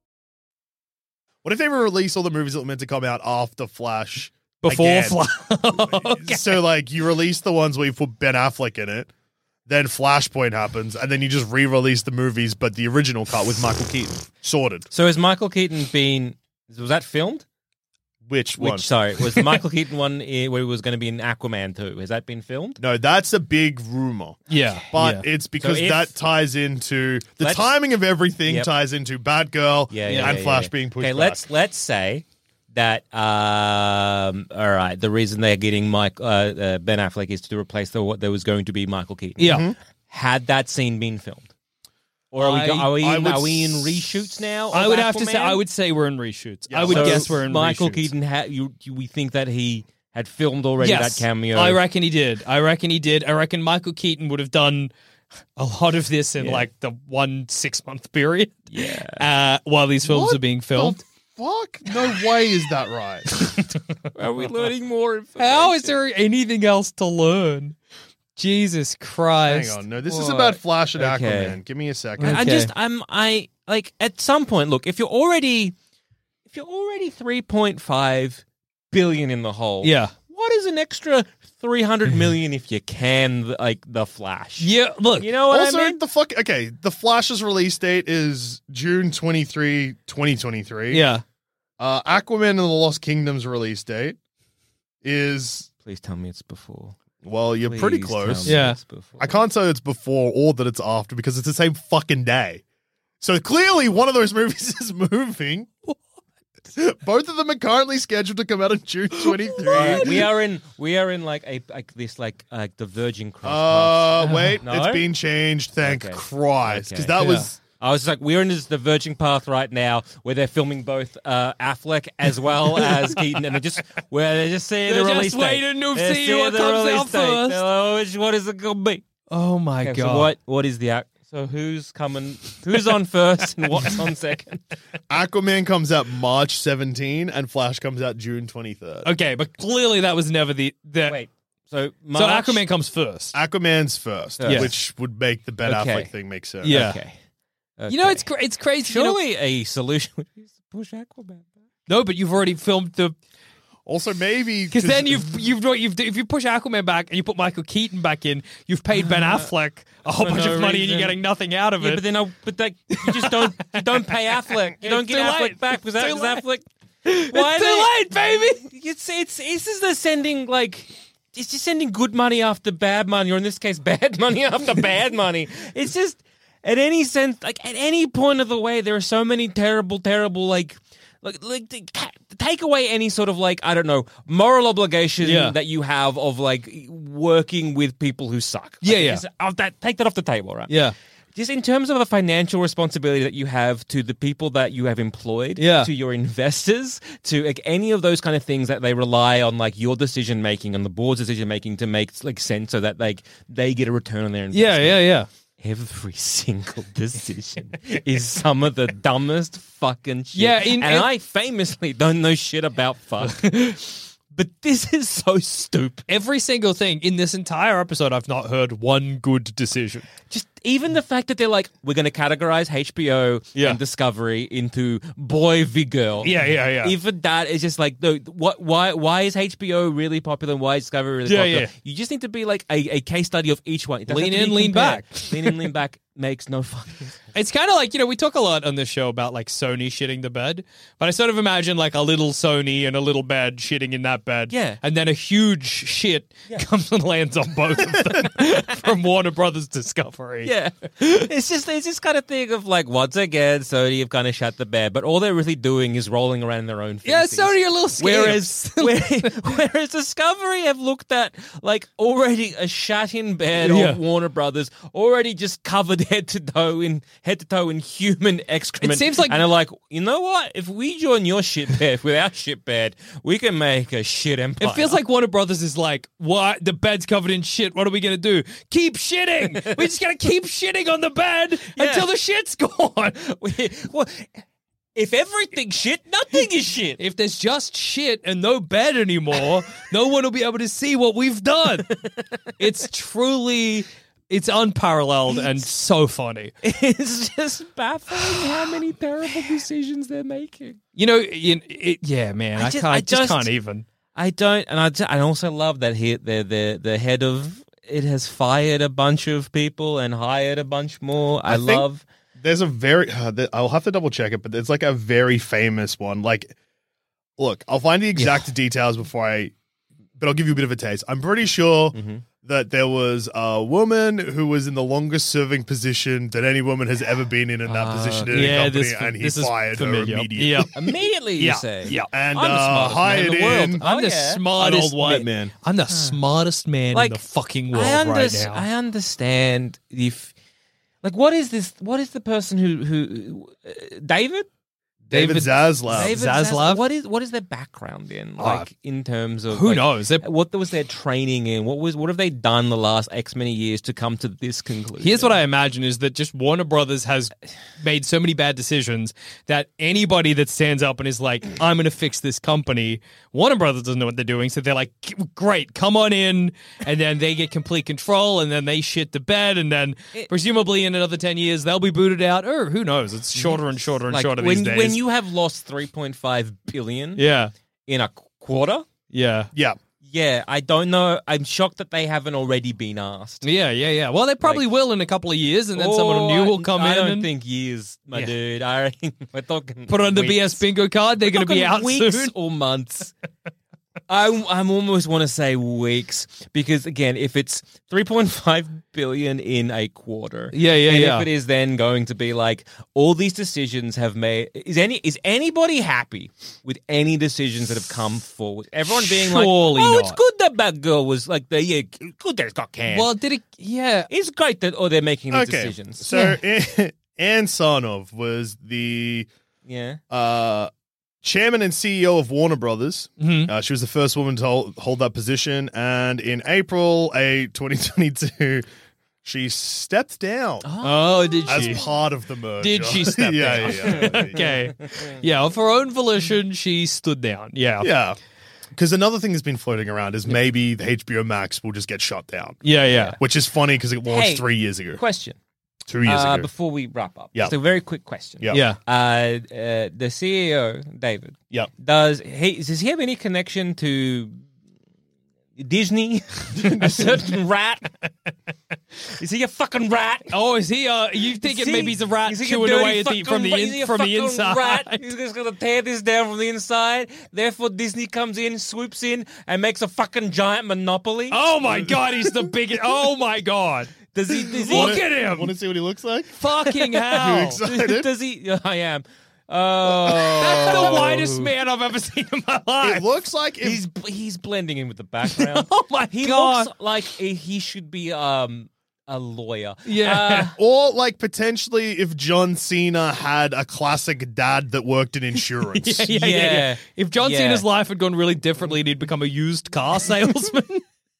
Speaker 5: What if they were release all the movies that were meant to come out after Flash?
Speaker 6: before
Speaker 5: again?
Speaker 6: Flash.
Speaker 5: So like you release the ones where you put Ben Affleck in it, then Flashpoint happens, and then you just re-release the movies, but the original cut with Michael Keaton. Sorted.
Speaker 1: so has Michael Keaton been was that filmed
Speaker 5: Which one?
Speaker 1: which sorry was the Michael Keaton one eh, where he was going to be in Aquaman 2 has that been filmed
Speaker 5: No, that's a big rumor.
Speaker 6: yeah,
Speaker 5: But it's because
Speaker 1: So if-
Speaker 5: that ties into the
Speaker 1: Let's-
Speaker 5: timing of everything
Speaker 1: Yep.
Speaker 5: ties into Batgirl
Speaker 1: yeah,
Speaker 5: and
Speaker 1: yeah, yeah,
Speaker 5: Flash
Speaker 1: yeah.
Speaker 5: being pushed.
Speaker 1: Okay,
Speaker 5: back.
Speaker 1: let's let's say that um all right, the reason they're getting Mike uh, uh, Ben Affleck is to replace the what there was going to be Michael Keaton.
Speaker 6: yeah.
Speaker 1: Had that scene been filmed? Or are we go-
Speaker 6: Mm-hmm. I-
Speaker 1: are we
Speaker 5: I
Speaker 1: in,
Speaker 5: would
Speaker 1: are we in
Speaker 5: s-
Speaker 1: reshoots now?
Speaker 6: I
Speaker 1: of
Speaker 6: would have to
Speaker 1: Aquaman?
Speaker 6: say I would say we're in reshoots.
Speaker 5: Yeah,
Speaker 6: I would
Speaker 5: so
Speaker 6: guess we're in
Speaker 1: Michael
Speaker 6: reshoots.
Speaker 1: Keaton had you, you we think that he had filmed already
Speaker 6: Yes,
Speaker 1: that cameo.
Speaker 6: I reckon he did. I reckon he did. I reckon Michael Keaton would have done a lot of this in like the one six month period. Yeah. Uh, while these films
Speaker 5: What
Speaker 6: are being filmed.
Speaker 5: The fuck? No way is that right.
Speaker 1: Are we learning more information?
Speaker 6: How is there anything else to learn? Jesus
Speaker 5: Hang
Speaker 6: Christ.
Speaker 5: on. No, this is about Flash and
Speaker 1: Okay.
Speaker 5: Aquaman. Give me a second.
Speaker 1: I
Speaker 6: Okay.
Speaker 1: just I'm I like at some point look if you're already if you're already 3.5 billion in the hole
Speaker 6: Yeah.
Speaker 1: what is an extra 300 million if you can like the flash
Speaker 6: Yeah, look.
Speaker 1: you know what
Speaker 5: also,
Speaker 1: I mean
Speaker 5: the fuck. Okay, the Flash's release date is June 23, 2023.
Speaker 6: Yeah.
Speaker 5: Uh, Aquaman and the Lost Kingdom's release date is
Speaker 1: Please tell me it's before.
Speaker 5: Well, you're pretty
Speaker 1: Please tell
Speaker 5: close.
Speaker 1: me
Speaker 6: Yeah.
Speaker 1: it's before.
Speaker 5: I can't say it's before or that it's after because it's the same fucking day. So clearly, one of those movies is moving. Both of them are currently scheduled to come out on June 23.
Speaker 1: Alright, we are in. We are in like a like this like like diverging cross.
Speaker 5: Uh,
Speaker 1: paths.
Speaker 5: wait,
Speaker 1: No?
Speaker 5: it's been changed. Thank
Speaker 1: Okay.
Speaker 5: Christ, because
Speaker 1: Okay.
Speaker 5: that
Speaker 6: Yeah.
Speaker 5: was
Speaker 1: I was like, we're in this diverging path right now where they're filming both uh, Affleck as well as Keaton, and they just where they're just seeing
Speaker 6: They're
Speaker 1: the
Speaker 6: just
Speaker 1: release date.
Speaker 6: waiting to see
Speaker 1: seeing
Speaker 6: what
Speaker 1: the
Speaker 6: comes
Speaker 1: release
Speaker 6: out
Speaker 1: date.
Speaker 6: first.
Speaker 1: They're like, "Oh, which- what is it gonna be?
Speaker 6: Oh my
Speaker 1: Okay,
Speaker 6: god!
Speaker 1: so what what is the act? So who's coming? Who's on first and what's on second?
Speaker 5: Aquaman comes out March 17 and Flash comes out June 23rd.
Speaker 6: Okay, but clearly that was never the. the
Speaker 1: Wait, so
Speaker 6: so
Speaker 1: March,
Speaker 6: Aquaman comes first.
Speaker 5: Aquaman's first,
Speaker 1: Yes.
Speaker 5: which would make the Ben
Speaker 1: Okay.
Speaker 5: Affleck thing make sense.
Speaker 6: Yeah.
Speaker 1: Okay.
Speaker 6: You know
Speaker 1: Okay.
Speaker 6: it's cra- it's crazy. you know-
Speaker 1: surely a solution would be to push Aquaman.
Speaker 6: no, but you've already filmed the
Speaker 5: Also, maybe
Speaker 6: because then you've you've what you've if you push Aquaman back and you put Michael Keaton back in, you've paid Ben Affleck a whole
Speaker 1: Uh-huh. for
Speaker 6: bunch
Speaker 1: no
Speaker 6: of money and
Speaker 1: reason.
Speaker 6: you're getting nothing out of
Speaker 1: Yeah,
Speaker 6: it.
Speaker 1: but then I, but like you just don't you don't pay Affleck. You don't
Speaker 6: It's
Speaker 1: get
Speaker 6: too
Speaker 1: Affleck
Speaker 6: late.
Speaker 1: back because
Speaker 6: It's too
Speaker 1: Affleck.
Speaker 6: it's too late, baby.
Speaker 1: It's it's this is the sending like. It's just sending good money after bad money, or in this case, bad money after bad money. It's just at any sense, like at any point of the way, there are so many terrible, terrible like, like, like t- ta- take away any sort of like I don't know moral obligation
Speaker 6: Yeah.
Speaker 1: that you have of like working with people who suck.
Speaker 6: Yeah,
Speaker 1: Like,
Speaker 6: yeah.
Speaker 1: just off that take that off the table, right?
Speaker 6: Yeah.
Speaker 1: just in terms of the financial responsibility that you have to the people that you have employed,
Speaker 6: Yeah.
Speaker 1: to your investors, to like any of those kind of things that they rely on, like your decision making and the board's decision making to make like sense, so that like they get a return on their
Speaker 6: Yeah,
Speaker 1: investment.
Speaker 6: yeah, yeah.
Speaker 1: Every single decision is some of the dumbest fucking shit.
Speaker 6: Yeah, in-
Speaker 1: and
Speaker 6: in-
Speaker 1: I famously don't know shit about fuck, but this is so stupid.
Speaker 6: Every single thing in this entire episode, I've not heard one good decision.
Speaker 1: just even the fact that they're like, we're going to categorize HBO
Speaker 6: Yeah.
Speaker 1: and Discovery into boy v girl.
Speaker 6: Yeah, yeah, yeah.
Speaker 1: Even that is just like, no, what? Why? Why is HBO really popular and why is Discovery really
Speaker 6: Yeah,
Speaker 1: popular?
Speaker 6: yeah.
Speaker 1: You just need to be like a, a case study of each one. It doesn't
Speaker 6: Lean
Speaker 1: have to be
Speaker 6: in, lean
Speaker 1: compared.
Speaker 6: back.
Speaker 1: lean in, lean back makes no fucking. sense.
Speaker 6: It's kind of like, you know, we talk a lot on this show about like Sony shitting the bed, but I sort of imagine like a little Sony and a little bed shitting in that bed.
Speaker 1: Yeah.
Speaker 6: And then a huge shit comes and lands on both of them from Warner Brothers Discovery.
Speaker 1: Yeah, it's just it's this kind of thing of like once again, Sony have kind of shut the bed, but all they're really doing is rolling around in their own.
Speaker 6: Yeah,
Speaker 1: feces.
Speaker 6: Sony are little scamps.
Speaker 1: Whereas, where- whereas Discovery have looked at like already a shut in bed
Speaker 6: Yeah.
Speaker 1: of Warner Brothers, already just covered head to toe in head to toe in human excrement.
Speaker 6: It seems like-
Speaker 1: and they're like, you know what? If we join your shit bed with our shit bed, we can make a shit empire.
Speaker 6: It feels like Warner Brothers is like, what? The bed's covered in shit. What are we going to do? Keep shitting. We're just going to keep shitting on the bed until the shit's gone.
Speaker 1: well, if everything's shit, nothing is shit.
Speaker 6: If there's just shit and no bed anymore, no one will be able to see what we've done. It's truly, it's unparalleled and so funny.
Speaker 1: It's just baffling how many terrible decisions they're making.
Speaker 6: You know, you- it, yeah, man, I,
Speaker 1: I just-
Speaker 6: can't,
Speaker 1: I
Speaker 6: just,
Speaker 1: just-
Speaker 6: can't even.
Speaker 1: I don't, and I, ju- I also love that he, the the the head of it has fired a bunch of people and hired a bunch more. I,
Speaker 5: I think-
Speaker 1: love.
Speaker 5: There's a very, uh, th- I'll have to double check it, but there's like a very famous one. Like, look, I'll find the exact details before I, but I'll give you a bit of a taste. I'm pretty sure
Speaker 1: Mm-hmm.
Speaker 5: that there was a woman who was in the longest serving position that any woman has ever been in in that position
Speaker 1: Uh,
Speaker 5: in
Speaker 6: yeah,
Speaker 5: a company,
Speaker 6: this-
Speaker 5: and he
Speaker 6: this is
Speaker 5: fired her
Speaker 6: familiar.
Speaker 5: immediately.
Speaker 6: Yeah.
Speaker 1: Immediately, you
Speaker 5: Yeah,
Speaker 1: say,
Speaker 5: yeah. And,
Speaker 1: I'm the
Speaker 5: uh,
Speaker 1: smartest man in
Speaker 5: hired
Speaker 1: the world.
Speaker 5: in-
Speaker 6: I'm
Speaker 1: Oh,
Speaker 6: the
Speaker 1: yeah.
Speaker 6: smartest
Speaker 5: old white
Speaker 6: ma-
Speaker 5: man.
Speaker 6: I'm the smartest man
Speaker 1: Like,
Speaker 6: in the fucking world
Speaker 1: I, under-
Speaker 6: right now.
Speaker 1: I understand if, like, what is this? What is the person who who uh, David?
Speaker 5: David,
Speaker 6: David-
Speaker 5: Zaslav.
Speaker 1: David
Speaker 6: Uh, Zaslav? Uh,
Speaker 1: What is what is their background in? Like in terms of
Speaker 6: Who
Speaker 1: like,
Speaker 6: knows? They're-
Speaker 1: What was their training in? What was what have they done the last X many years to come to this conclusion?
Speaker 6: Here's what I imagine is that just Warner Brothers has made so many bad decisions that anybody that stands up and is like, I'm going to fix this company, Warner Brothers doesn't know what they're doing. So they're like, great, come on in. And then they get complete control and then they shit the bed. And then presumably in another 10 years, they'll be booted out. Or who knows? It's shorter and shorter and
Speaker 1: Like,
Speaker 6: shorter
Speaker 1: when,
Speaker 6: these days.
Speaker 1: when you have lost 3.5 billion
Speaker 6: yeah.
Speaker 1: in a qu- quarter,
Speaker 6: Yeah.
Speaker 5: Yeah.
Speaker 1: yeah, I don't know. I'm shocked that they haven't already been asked.
Speaker 6: Yeah, yeah, yeah. Well, they probably will in a couple of years, and then
Speaker 1: Oh,
Speaker 6: someone new will
Speaker 1: I-
Speaker 6: come
Speaker 1: I
Speaker 6: in
Speaker 1: don't
Speaker 6: and
Speaker 1: think years, my
Speaker 6: Yeah.
Speaker 1: dude. I reckon we're talking
Speaker 6: put on the
Speaker 1: weeks.
Speaker 6: BS bingo card. They're going to be
Speaker 1: Talking
Speaker 6: out
Speaker 1: weeks
Speaker 6: soon.
Speaker 1: or months.
Speaker 4: I I'm almost want to say weeks because again, if it's 3.5 billion in a quarter,
Speaker 6: Yeah, yeah,
Speaker 4: and
Speaker 6: yeah.
Speaker 4: If it is then going to be like all these decisions have made, is any is anybody happy with any decisions that have come forward? Everyone being
Speaker 6: Surely
Speaker 4: like, oh,
Speaker 6: not.
Speaker 4: it's good that that girl was like the yeah, good that it got canned.
Speaker 6: Well, did it? Yeah.
Speaker 4: it's great that oh they're making these
Speaker 5: okay.
Speaker 4: decisions.
Speaker 5: So Ansonov was the
Speaker 4: yeah,
Speaker 5: uh, chairman and CEO of Warner Brothers.
Speaker 6: Mhm.
Speaker 5: Uh, she was the first woman to hold, hold that position, and in April a 2022, she stepped down
Speaker 6: Oh, did
Speaker 5: as
Speaker 6: she?
Speaker 5: part of the merger.
Speaker 6: Did she step
Speaker 5: yeah,
Speaker 6: down?
Speaker 5: Yeah, yeah, yeah.
Speaker 6: okay. Yeah, of her own volition, she stood down. Yeah.
Speaker 5: Yeah. Because another thing that's been floating around is maybe the HBO Max will just get shut down,
Speaker 6: Yeah, yeah.
Speaker 5: which is funny because it launched
Speaker 4: Hey,
Speaker 5: three years ago,
Speaker 4: question.
Speaker 5: two years
Speaker 4: uh,
Speaker 5: ago.
Speaker 4: Before we wrap up,
Speaker 5: Yeah.
Speaker 4: just a very quick question.
Speaker 5: Yeah.
Speaker 6: Yeah.
Speaker 4: Uh, uh, the
Speaker 1: E
Speaker 4: CEO David.
Speaker 5: yeah,
Speaker 4: Does he does he have any connection to Disney? a certain rat? Is he a fucking rat?
Speaker 6: Oh, is he? Uh, you
Speaker 4: Is
Speaker 6: thinking
Speaker 4: he-
Speaker 6: maybe he's a rat
Speaker 4: is he a
Speaker 6: chewing
Speaker 4: dirty
Speaker 6: away at the, from
Speaker 4: fucking
Speaker 6: the
Speaker 4: rat? Is he
Speaker 6: in,
Speaker 4: a
Speaker 6: from the
Speaker 4: fucking
Speaker 6: inside?
Speaker 4: Rat? He's just gonna tear this down from the inside. Therefore, Disney comes in, swoops in, and makes a fucking giant monopoly.
Speaker 6: Oh my god, he's the biggest! Oh my god,
Speaker 4: Does he? Does he
Speaker 6: look at him!
Speaker 5: Want to see what he looks like?
Speaker 6: Fucking hell!
Speaker 5: You excited?
Speaker 4: does he? I am. Oh,
Speaker 6: That's the whitest man I've ever seen in my
Speaker 5: It
Speaker 6: life.
Speaker 5: looks like if-
Speaker 4: he's he's blending in with the background.
Speaker 6: Oh my
Speaker 4: he
Speaker 6: god!
Speaker 4: looks like a, he should be um a lawyer.
Speaker 6: Yeah.
Speaker 5: Or like potentially if John Cena had a classic dad that worked in insurance.
Speaker 6: yeah, yeah, yeah,
Speaker 4: Yeah.
Speaker 6: yeah. If John
Speaker 4: Yeah.
Speaker 6: Cena's life had gone really differently, and he'd become a used car salesman.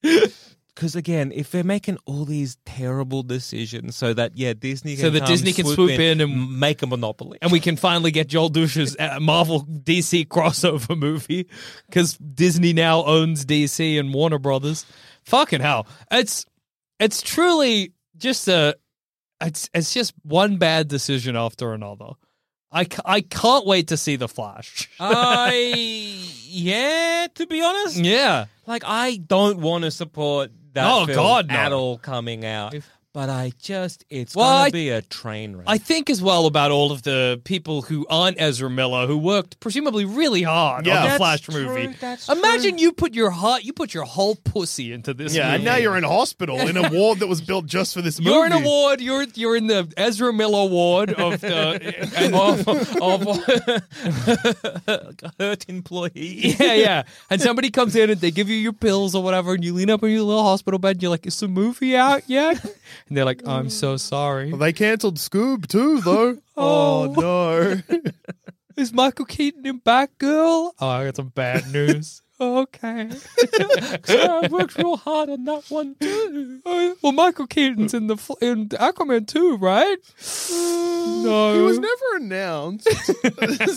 Speaker 4: Because again, if they're making all these terrible decisions, so that yeah, Disney can
Speaker 6: So that
Speaker 4: come,
Speaker 6: Disney can swoop in and-
Speaker 4: m- make a monopoly.
Speaker 6: and we can finally get Joel Dusha's uh, Marvel DC crossover movie because Disney now owns DC and Warner Brothers. Fucking hell, it's it's truly just a it's it's just one bad decision after another. I, ca- I can't wait to see the Flash.
Speaker 4: I yeah, to be honest,
Speaker 6: yeah,
Speaker 4: like I don't want to support that
Speaker 6: Oh,
Speaker 4: film
Speaker 6: God, no.
Speaker 4: at all coming out. But I just it's
Speaker 6: Well,
Speaker 4: gonna
Speaker 6: I-
Speaker 4: be a train wreck.
Speaker 6: I think as well about all of the people who aren't Ezra Miller who worked presumably really hard
Speaker 5: Yeah.
Speaker 6: on the
Speaker 5: That's
Speaker 6: Flash
Speaker 4: true,
Speaker 6: movie.
Speaker 4: that's
Speaker 6: Imagine you put your heart, you put your whole pussy into this.
Speaker 5: Yeah, and
Speaker 6: movie.
Speaker 5: now you're in hospital in a ward that was built just for this movie.
Speaker 6: You're in a ward. You're you're in the Ezra Miller ward of the of,
Speaker 4: hurt employee.
Speaker 6: yeah yeah. And somebody comes in and they give you your pills or whatever, and you lean up in your little hospital bed. And you're like, "Is the movie out yet?" And they're like, "I'm so sorry.
Speaker 5: Well, They cancelled Scoob too, though. oh. no!
Speaker 6: Is Michael Keaton in Batgirl? Oh, I got some bad news." Okay. I worked real hard on that one too. "Oh, well, Michael Keaton's in the fl- in Aquaman too, right? no,
Speaker 5: He was never announced.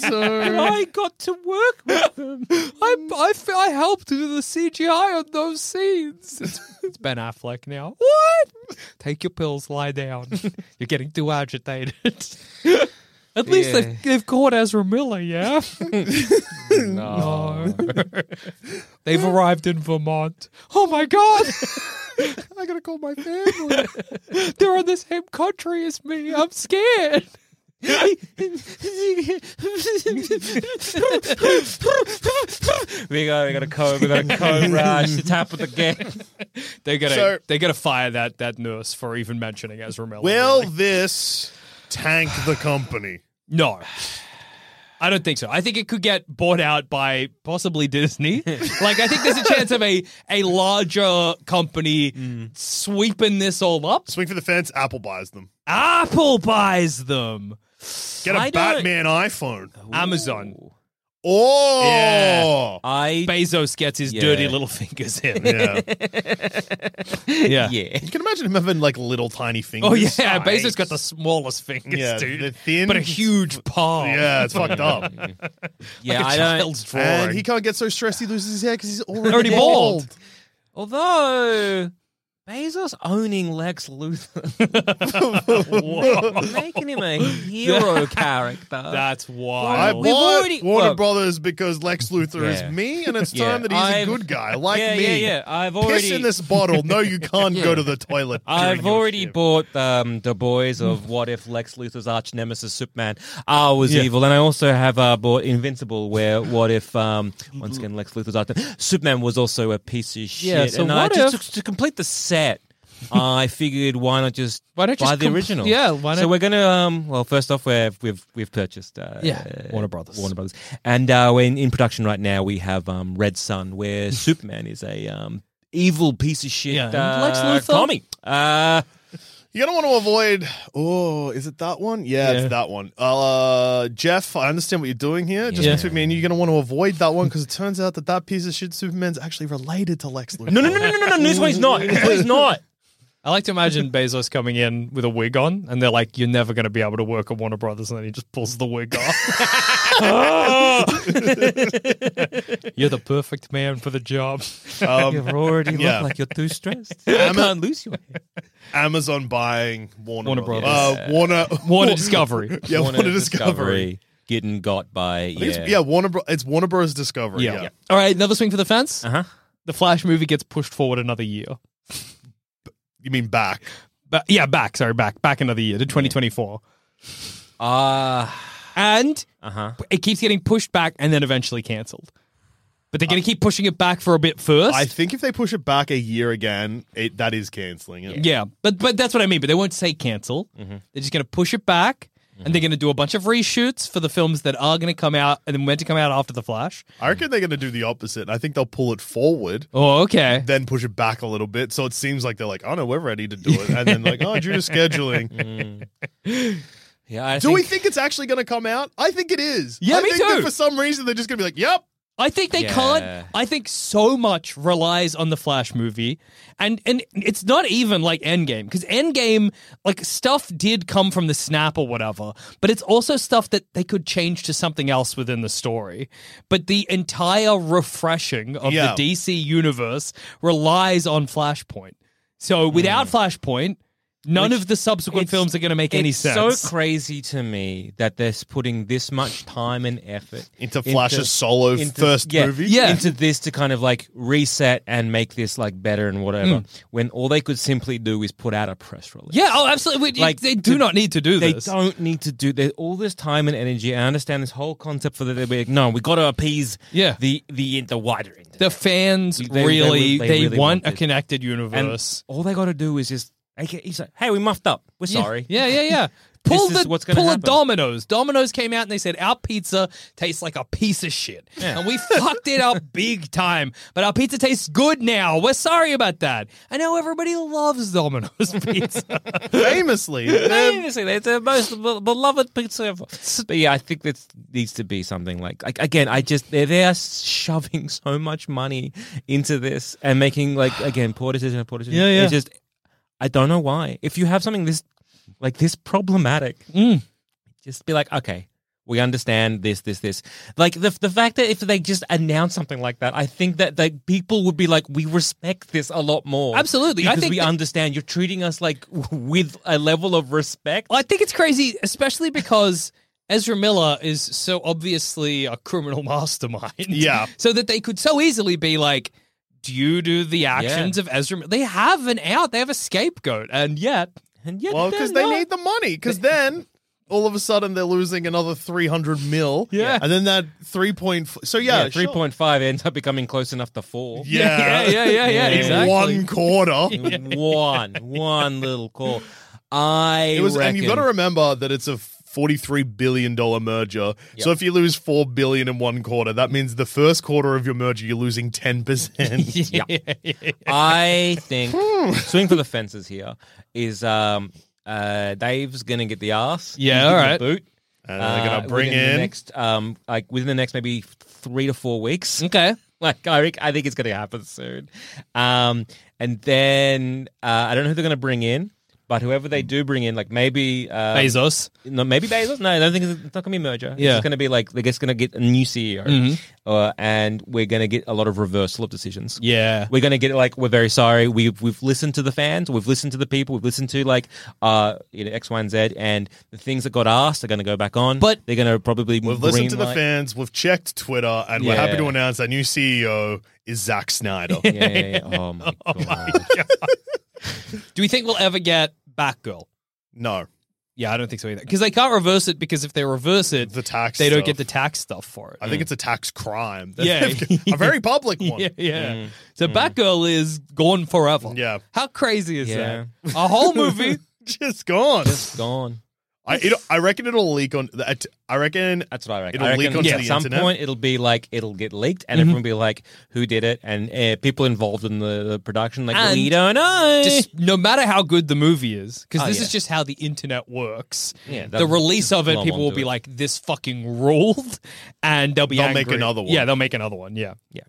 Speaker 5: so
Speaker 6: I got to work with them. I, I, f- I helped do the CGI on those scenes. It's, it's Ben Affleck now. What? Take your pills, lie down. You're getting too agitated. At least
Speaker 4: Yeah.
Speaker 6: they've, they've caught Ezra Miller, yeah?
Speaker 4: No.
Speaker 6: they've arrived in Vermont. Oh my God!
Speaker 5: I gotta call my family.
Speaker 6: They're in the same country as me. I'm scared.
Speaker 4: we got we got a code we got a code rush. It's happened again.
Speaker 6: They gotta
Speaker 5: So-
Speaker 6: they gotta fire that that nurse for even mentioning Ezra Miller.
Speaker 5: Will this tank the company?
Speaker 6: No. I don't think so. I think it could get bought out by possibly Disney. like I think there's a chance of a a larger company
Speaker 5: Mm.
Speaker 6: sweeping this all up.
Speaker 5: Swing for the fence. Apple buys them.
Speaker 6: Apple buys them.
Speaker 5: Get a
Speaker 4: I don't-
Speaker 5: Batman iPhone.
Speaker 6: Amazon.
Speaker 5: Oh,
Speaker 4: I
Speaker 6: Bezos gets his
Speaker 4: Yeah.
Speaker 6: dirty little fingers in.
Speaker 5: yeah.
Speaker 6: yeah.
Speaker 4: yeah.
Speaker 5: You can imagine him having like little tiny fingers.
Speaker 6: Oh yeah,
Speaker 5: Yikes.
Speaker 6: Bezos got the smallest fingers,
Speaker 5: Yeah,
Speaker 6: dude.
Speaker 5: the thin-
Speaker 6: but a huge palm.
Speaker 5: Yeah, it's fucked up.
Speaker 4: Yeah,
Speaker 6: like a
Speaker 4: I don't.
Speaker 6: child's drawing.
Speaker 5: And he can't get so stressed he loses his hair because he's already,
Speaker 6: Already bald.
Speaker 4: Although
Speaker 1: Bezos owning Lex Luthor, making him a hero character.
Speaker 6: That's
Speaker 5: I
Speaker 6: wild.
Speaker 1: We've
Speaker 5: bought
Speaker 1: already-
Speaker 5: Warner
Speaker 1: look.
Speaker 5: Brothers because Lex Luthor
Speaker 1: Yeah.
Speaker 5: is me, and it's
Speaker 1: Yeah.
Speaker 5: time that he's
Speaker 1: I've-
Speaker 5: a good guy like
Speaker 1: yeah,
Speaker 5: me.
Speaker 1: yeah, yeah. I've
Speaker 5: Piss
Speaker 1: already-
Speaker 5: in this bottle. No, you can't go to the toilet.
Speaker 1: I've
Speaker 5: during your
Speaker 1: already
Speaker 5: shift.
Speaker 1: bought um, the boys of What If Lex Luthor's arch nemesis Superman I was
Speaker 6: Mm. Yeah.
Speaker 1: evil, and I also have uh, bought Invincible, where What If um, once again Lex Luthor's arch Superman was also a piece of shit.
Speaker 6: Mm-hmm. Yeah, so
Speaker 1: and I
Speaker 6: what
Speaker 1: just,
Speaker 6: if-
Speaker 1: to, to complete the set, I figured why not just
Speaker 6: Why don't you
Speaker 1: buy
Speaker 6: just
Speaker 1: the
Speaker 6: comp-
Speaker 1: original?
Speaker 6: yeah, why
Speaker 1: So
Speaker 6: not-
Speaker 1: we're gonna um, well, first off, we've we've we've purchased uh,
Speaker 6: Yeah, Warner Brothers.
Speaker 1: Warner Brothers, and uh, we're in, in production right now. We have um, Red Sun, where Superman is a um, evil piece of shit.
Speaker 6: Yeah, and
Speaker 1: uh,
Speaker 6: Lex Luthor?
Speaker 1: commie. Uh,
Speaker 5: You're gonna want to avoid. Oh, is it that one? Yeah,
Speaker 6: Yeah.
Speaker 5: it's that one. Uh, Jeff, I understand what you're doing here. Just
Speaker 6: Yeah.
Speaker 5: between me and you, you're gonna want to avoid that one because it turns out that that piece of shit Superman's actually related to Lex Luthor.
Speaker 1: No, no, no, no, no, no, no. This one he's not. This one he's not.
Speaker 6: I like to imagine Bezos coming in with a wig on, and they're like, "You're never going to be able to work at Warner Brothers," and then he just pulls the wig off. You're the perfect man for the job.
Speaker 5: Um,
Speaker 6: Um,
Speaker 1: You've already
Speaker 5: yeah.
Speaker 1: look like you're too stressed.
Speaker 5: Am-
Speaker 1: I can't lose your hair.
Speaker 5: Amazon buying Warner,
Speaker 6: Warner
Speaker 5: Brothers.
Speaker 6: Brothers.
Speaker 5: Uh, Warner,
Speaker 6: Warner Discovery.
Speaker 5: yeah, Warner, Discovery.
Speaker 1: Getting got by.
Speaker 5: I think it's- Yeah. Warner. Bro- it's Warner Bros. Discovery. Yeah.
Speaker 6: All right, another swing for the fence.
Speaker 1: Uh-huh.
Speaker 6: The Flash movie gets pushed forward another year.
Speaker 5: You mean back?
Speaker 6: But yeah, back. Sorry, back. Back another year to 2024,
Speaker 5: Uh,
Speaker 1: Ah.
Speaker 6: and
Speaker 1: Uh huh.
Speaker 5: Uh-huh.
Speaker 6: it keeps getting pushed back, and then eventually cancelled. But they're going to keep pushing it back for a bit first.
Speaker 5: Uh, I think if they push it back a year again, it, that is canceling it.
Speaker 6: Yeah, but but that's what I mean. But they won't say cancel.
Speaker 5: Mm-hmm.
Speaker 6: They're just going to push it back, and they're going to do a bunch of reshoots for the films that are going to come out and then meant to come out after the Flash.
Speaker 5: I reckon they're going to do the opposite. I think they'll pull it forward,
Speaker 6: Oh, okay.
Speaker 5: then push it back a little bit. So it seems like they're like, oh no, we're ready to do it. And then like, oh, due to scheduling.
Speaker 1: Yeah. I
Speaker 5: do we think it's actually going to come out? I think it is.
Speaker 6: Yeah,
Speaker 5: I
Speaker 6: me
Speaker 5: think that
Speaker 6: too.
Speaker 5: for some reason, they're just going to be like, yep.
Speaker 6: I think they
Speaker 1: Yeah.
Speaker 6: can't. I think so much relies on the Flash movie, and and it's not even like Endgame because Endgame like stuff did come from the snap or whatever, but it's also stuff that they could change to something else within the story. But the entire refreshing of
Speaker 5: Yeah.
Speaker 6: the DC universe relies on Flashpoint. So without Flashpoint,
Speaker 1: Hmm.
Speaker 6: none
Speaker 1: Which
Speaker 6: of the subsequent
Speaker 1: it's-
Speaker 6: films are going to make any
Speaker 1: It's so
Speaker 6: sense.
Speaker 1: crazy to me that they're putting this much time and effort
Speaker 5: Into Flash's solo first
Speaker 1: yeah,
Speaker 5: movie?
Speaker 6: Yeah.
Speaker 1: into this to kind of like reset and make this like better and whatever. When all they could simply do is put out a press release.
Speaker 6: Hmm. yeah, oh, absolutely. We-
Speaker 1: Like,
Speaker 6: they do
Speaker 1: to-
Speaker 6: not need to do
Speaker 1: they
Speaker 6: this.
Speaker 1: don't need to do they, all this time and energy. I understand this whole concept for the they're like, no, we got to appease
Speaker 6: Yeah.
Speaker 1: the the the wider internet.
Speaker 6: The fans
Speaker 1: They- they-
Speaker 6: really
Speaker 1: they
Speaker 6: they,
Speaker 1: really
Speaker 6: want,
Speaker 1: want
Speaker 6: a
Speaker 1: it.
Speaker 6: connected
Speaker 1: and
Speaker 6: universe.
Speaker 1: all they got to do is just like, he's like, hey, we muffed up. We're sorry.
Speaker 6: Yeah, yeah, yeah.
Speaker 1: This
Speaker 6: Pull
Speaker 1: is
Speaker 6: the
Speaker 1: what's gonna
Speaker 6: pull a
Speaker 1: happen.
Speaker 6: Domino's. Domino's came out and they said our pizza tastes like a piece of shit, and we fucked it up big time. But our pizza tastes good now. We're sorry about that. I know everybody loves Domino's pizza.
Speaker 5: Famously.
Speaker 6: Um,
Speaker 5: they're-
Speaker 1: Seriously, it's the most be- beloved pizza ever. But yeah, I think this needs to be something like, like again, I just they're they are shoving so much money into this and making like again poor decision, poor decision.
Speaker 6: Yeah, yeah.
Speaker 1: It's just I don't know why. If you have something this like this problematic,
Speaker 6: Mm.
Speaker 1: just be like, okay, we understand this, this, this. Like the the fact that if they just announced something like that, I think that like people would be like, we respect this a lot more.
Speaker 6: Absolutely. I
Speaker 1: because
Speaker 6: think
Speaker 1: we
Speaker 6: that-
Speaker 1: understand you're treating us like with a level of respect.
Speaker 6: I think it's crazy, especially because Ezra Miller is so obviously a criminal mastermind.
Speaker 5: Yeah.
Speaker 6: So that they could so easily be like, do you do the actions of Ezra? Mi-" They have an out. They have a scapegoat. And yet,
Speaker 1: And yet
Speaker 5: well,
Speaker 1: they're
Speaker 5: because they
Speaker 1: not.
Speaker 5: need the money. Because then all of a sudden they're losing another 300 mil.
Speaker 6: Yeah.
Speaker 5: And then that 3.4. So yeah,
Speaker 1: yeah, three point five ends up becoming close enough to four.
Speaker 5: Sure. Yeah.
Speaker 6: Yeah, yeah, yeah, yeah,
Speaker 5: In
Speaker 6: exactly.
Speaker 5: one quarter.
Speaker 1: one, one little call. I
Speaker 5: It was,
Speaker 1: reckon,
Speaker 5: and you've got to remember that it's a forty-three billion dollar merger. So if you lose four billion in one quarter, that means the first quarter of your merger you're losing ten percent.
Speaker 1: I think
Speaker 6: Hmm.
Speaker 1: swing for the fences here is um uh Dave's gonna get the ass.
Speaker 6: Yeah,
Speaker 1: He's
Speaker 6: all
Speaker 1: getting
Speaker 6: right.
Speaker 1: the boot.
Speaker 5: And they're
Speaker 1: uh,
Speaker 5: gonna bring
Speaker 1: within the
Speaker 5: in.
Speaker 1: next um like within the next maybe three to four weeks.
Speaker 6: okay.
Speaker 1: Like I, rec- I think it's going to happen soon. Um, and then uh, I don't know who they're going to bring in, But whoever they do bring in, like maybe uh,
Speaker 6: Bezos.
Speaker 1: no, maybe Bezos. No, I don't think it's, it's not gonna be a merger. It's
Speaker 6: Yeah.
Speaker 1: just gonna be like they're just gonna get a new CEO,
Speaker 5: Mm-hmm.
Speaker 1: uh, and we're gonna get a lot of reversal of decisions.
Speaker 6: Yeah.
Speaker 1: We're gonna get like we're very sorry. We've we've listened to the fans, we've listened to the people, we've listened to like uh you know X, Y, and Z, and the things that got asked are gonna go back on.
Speaker 6: But-
Speaker 1: they're gonna probably
Speaker 5: We've listened to the
Speaker 1: greenlight-
Speaker 5: fans. We've checked Twitter, and we're happy to
Speaker 1: Yeah.
Speaker 5: announce our new CEO is Zack Snyder.
Speaker 1: Yeah, yeah, yeah. Oh my god.
Speaker 6: Do we think we'll ever get Batgirl?
Speaker 5: No,
Speaker 6: Yeah, I don't think so either. Because they can't reverse it because if they reverse it,
Speaker 5: the tax.
Speaker 6: they don't
Speaker 5: stuff.
Speaker 6: get the tax stuff for it.
Speaker 5: I
Speaker 1: Hmm.
Speaker 5: think it's a tax crime.
Speaker 6: Yeah.
Speaker 5: a very public one.
Speaker 6: yeah, yeah. So Batgirl is gone forever.
Speaker 5: Mm. Yeah.
Speaker 6: How crazy is
Speaker 1: Yeah.
Speaker 6: that? A whole movie.
Speaker 5: Just gone.
Speaker 1: Just gone.
Speaker 5: I it, I reckon it'll leak on. the- at- I reckon
Speaker 1: That's what I reckon.
Speaker 5: It'll
Speaker 1: I reckon
Speaker 5: leak onto
Speaker 1: at
Speaker 5: the
Speaker 1: some
Speaker 5: internet.
Speaker 1: point it'll be like it'll get leaked,
Speaker 6: Mm-hmm.
Speaker 1: and everyone will be like, "Who did it?" And uh, people involved in the, the production like,
Speaker 6: And
Speaker 1: "We don't know."
Speaker 6: just no matter how good the movie is, because
Speaker 1: Oh,
Speaker 6: this
Speaker 1: yeah.
Speaker 6: is just how the internet works.
Speaker 1: Yeah,
Speaker 6: the
Speaker 1: they'll
Speaker 6: release
Speaker 1: just
Speaker 6: of it,
Speaker 1: glom
Speaker 6: people will
Speaker 1: onto
Speaker 6: be
Speaker 1: it.
Speaker 6: like, "This fucking ruled," and they'll be
Speaker 5: They'll make
Speaker 6: angry.
Speaker 5: another one.
Speaker 6: Yeah, they'll make another one. Yeah, yeah.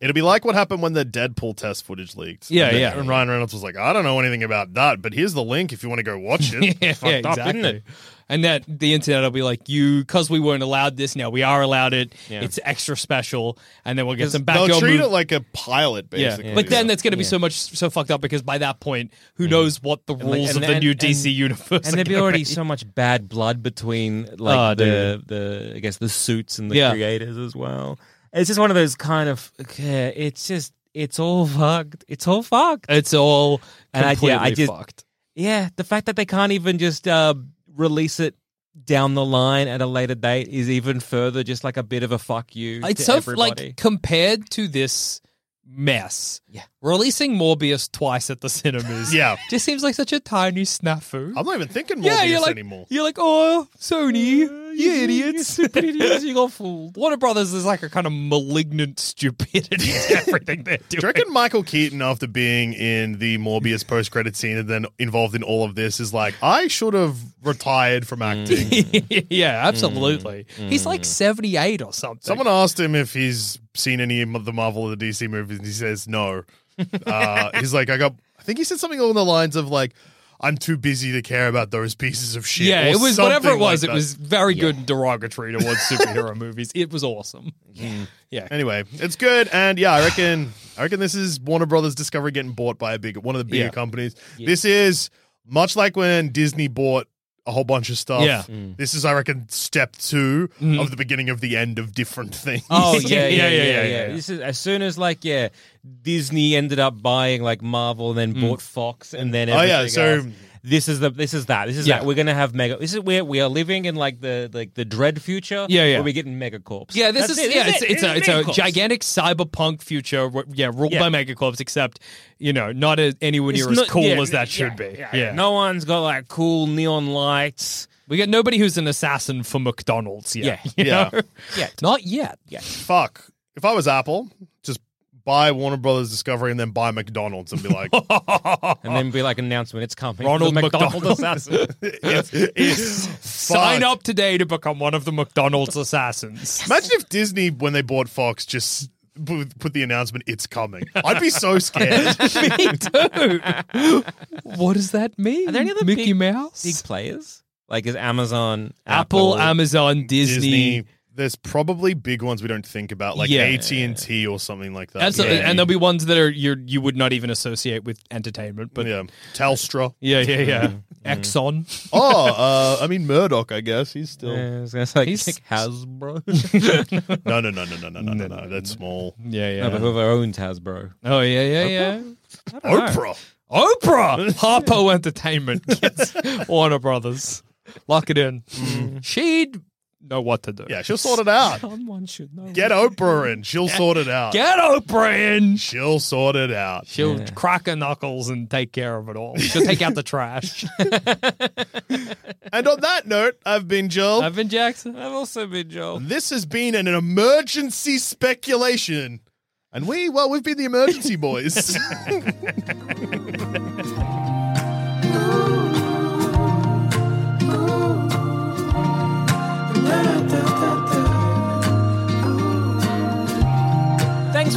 Speaker 5: it'll be like what happened when the Deadpool test footage leaked.
Speaker 6: Yeah,
Speaker 5: and then-
Speaker 6: yeah.
Speaker 5: And Ryan Reynolds was like, "I don't know anything about that, but here's the link if you want to go watch it."
Speaker 6: yeah,
Speaker 5: Fucked up,
Speaker 6: exactly.
Speaker 5: isn't it?
Speaker 6: And that the internet will be like, you, because we weren't allowed this, now we are allowed it.
Speaker 1: Yeah.
Speaker 6: It's extra special. And then we'll get some
Speaker 5: They'll
Speaker 6: Batgirl
Speaker 5: treat
Speaker 6: mov-
Speaker 5: it like a pilot,
Speaker 6: yeah.
Speaker 5: basically.
Speaker 6: But then that's going to be so much so fucked up because by that point, who knows what the rules
Speaker 1: like-
Speaker 6: of
Speaker 1: and-
Speaker 6: the
Speaker 1: and-
Speaker 6: new
Speaker 1: and-
Speaker 6: DC universe
Speaker 1: and
Speaker 6: are
Speaker 1: there'd be
Speaker 6: gonna
Speaker 1: already so much bad blood between
Speaker 6: Oh,
Speaker 1: like the the I guess the suits and the
Speaker 6: Yeah.
Speaker 1: creators as well. It's just one of those kind of okay, it's just it's all fucked. It's all fucked.
Speaker 6: It's all
Speaker 1: And I- yeah,
Speaker 6: completely
Speaker 1: I just-
Speaker 6: fucked.
Speaker 1: Yeah, the fact that they can't even just uh, release it down the line at a later date is even further just like a bit of a fuck you
Speaker 6: It's
Speaker 1: to
Speaker 6: so
Speaker 1: everybody.
Speaker 6: like compared to this mess.
Speaker 1: Yeah.
Speaker 6: Releasing Morbius twice at the cinemas.
Speaker 5: Yeah.
Speaker 6: Just seems like such a tiny snafu.
Speaker 5: I'm not even thinking Morbius
Speaker 6: yeah, you're like
Speaker 5: anymore.
Speaker 6: you're like, oh, Sony, you idiots,
Speaker 1: you got fooled.
Speaker 6: Warner Brothers is like a kind of malignant stupidity to everything they're
Speaker 5: Do you
Speaker 6: doing.
Speaker 5: reckon Michael Keaton, after being in the Morbius post-credit scene and then involved in all of this, is like, I should have retired from
Speaker 6: Mm.
Speaker 5: acting.
Speaker 6: yeah, absolutely.
Speaker 1: Mm,
Speaker 6: He's like 78 or something.
Speaker 5: Someone asked him if he's seen any of the Marvel or the DC movies, and he says no. Uh, he's like, I got. I think he said something along the lines of like, "I'm too busy to care about those pieces of shit."
Speaker 6: yeah,
Speaker 5: or
Speaker 6: it was
Speaker 5: something
Speaker 6: whatever it was.
Speaker 5: like
Speaker 6: it
Speaker 5: that.
Speaker 6: was very good and derogatory towards superhero movies. It was awesome.
Speaker 5: Anyway, it's good, and yeah, I reckon. I reckon this is Warner Brothers Discovery getting bought by a big one of the bigger
Speaker 6: Yeah.
Speaker 5: companies. This is much like when Disney bought a whole bunch of stuff.
Speaker 6: Yeah. Mm.
Speaker 5: This is, I reckon, step two of the beginning of the end of different things.
Speaker 1: Oh yeah, yeah, yeah, yeah,
Speaker 6: yeah,
Speaker 1: yeah,
Speaker 6: yeah, yeah.
Speaker 1: This is as soon as like yeah, Disney ended up buying like Marvel and
Speaker 6: Mm.
Speaker 1: then bought Fox and then
Speaker 5: Oh, yeah,
Speaker 1: everything
Speaker 5: so-
Speaker 1: else. This is the this is that this is
Speaker 6: Yeah.
Speaker 1: that we're gonna have mega. This is where we are living in like the like the dread future.
Speaker 6: Yeah, yeah.
Speaker 1: Where we get in mega corps.
Speaker 6: Yeah, this
Speaker 1: That's
Speaker 6: is
Speaker 1: it,
Speaker 6: yeah,
Speaker 1: this
Speaker 6: it's,
Speaker 1: is
Speaker 6: it's
Speaker 1: it,
Speaker 6: a
Speaker 1: this
Speaker 6: it's
Speaker 1: is
Speaker 6: a
Speaker 1: megacorps.
Speaker 6: gigantic cyberpunk future. wh- Yeah, ruled
Speaker 1: Yeah.
Speaker 6: by megacorps, except you know, not a, anywhere
Speaker 1: It's
Speaker 6: near as
Speaker 1: not-
Speaker 6: cool
Speaker 1: yeah,
Speaker 6: as that
Speaker 1: yeah,
Speaker 6: should be. Yeah,
Speaker 1: No one's got like cool neon lights.
Speaker 6: we got nobody who's an assassin for McDonald's. Yet,
Speaker 1: Yeah.
Speaker 6: you
Speaker 5: Yeah.
Speaker 6: know?
Speaker 1: Yet.
Speaker 6: not yet.
Speaker 5: fuck. If I was Apple, just buy Warner Brothers Discovery and then buy McDonald's and be like,
Speaker 1: And then be like announcement, it's coming.
Speaker 6: Oh. Ronald
Speaker 1: The McDonald
Speaker 6: McDonald.
Speaker 1: assassin.
Speaker 5: it's, it's
Speaker 6: Sign
Speaker 5: fucked.
Speaker 6: up today to become one of the McDonald's assassins.
Speaker 5: Imagine if Disney, when they bought Fox, just put put the announcement, it's coming. I'd be so scared.
Speaker 6: Me too. what does that mean?
Speaker 1: Are there any other
Speaker 6: Mickey
Speaker 1: big-
Speaker 6: Mouse?
Speaker 1: Big players like is Amazon,
Speaker 6: Apple, Amazon, Disney.
Speaker 5: Disney. There's probably big ones we don't think about, like
Speaker 6: Yeah.
Speaker 5: AT and T or something like that.
Speaker 6: Absolutely.
Speaker 5: Yeah.
Speaker 6: And there'll be ones that are you you would not even associate with entertainment, but yeah,
Speaker 5: yeah, Telstra.
Speaker 6: yeah, yeah.
Speaker 1: Mm-hmm.
Speaker 6: Exxon.
Speaker 5: oh, uh, I mean Murdoch. I guess he's still
Speaker 1: Yeah, I was gonna say,
Speaker 6: He's-
Speaker 1: like Hasbro.
Speaker 5: uh, no, no, no, no, no, no, no, no, no. That's small.
Speaker 6: Yeah, yeah.
Speaker 1: No, but whoever owns Hasbro.
Speaker 6: Oh yeah, yeah, yeah.
Speaker 5: Oprah.
Speaker 6: Oprah, Harpo Entertainment, gets Warner Brothers. Lock it in.
Speaker 1: Mm-hmm.
Speaker 6: She'd know what to do.
Speaker 5: Yeah, she'll sort it out.
Speaker 1: Someone should know.
Speaker 5: Get Oprah in. She'll sort it out.
Speaker 6: Get Oprah in.
Speaker 5: She'll sort it out.
Speaker 6: She'll crack her knuckles and take care of it all. She'll take out the trash.
Speaker 5: And on that note, I've been Joel.
Speaker 6: Evan Jackson.
Speaker 1: I've also been Joel.
Speaker 5: This has been an emergency speculation. And we, well, we've been the emergency boys.
Speaker 1: Thanks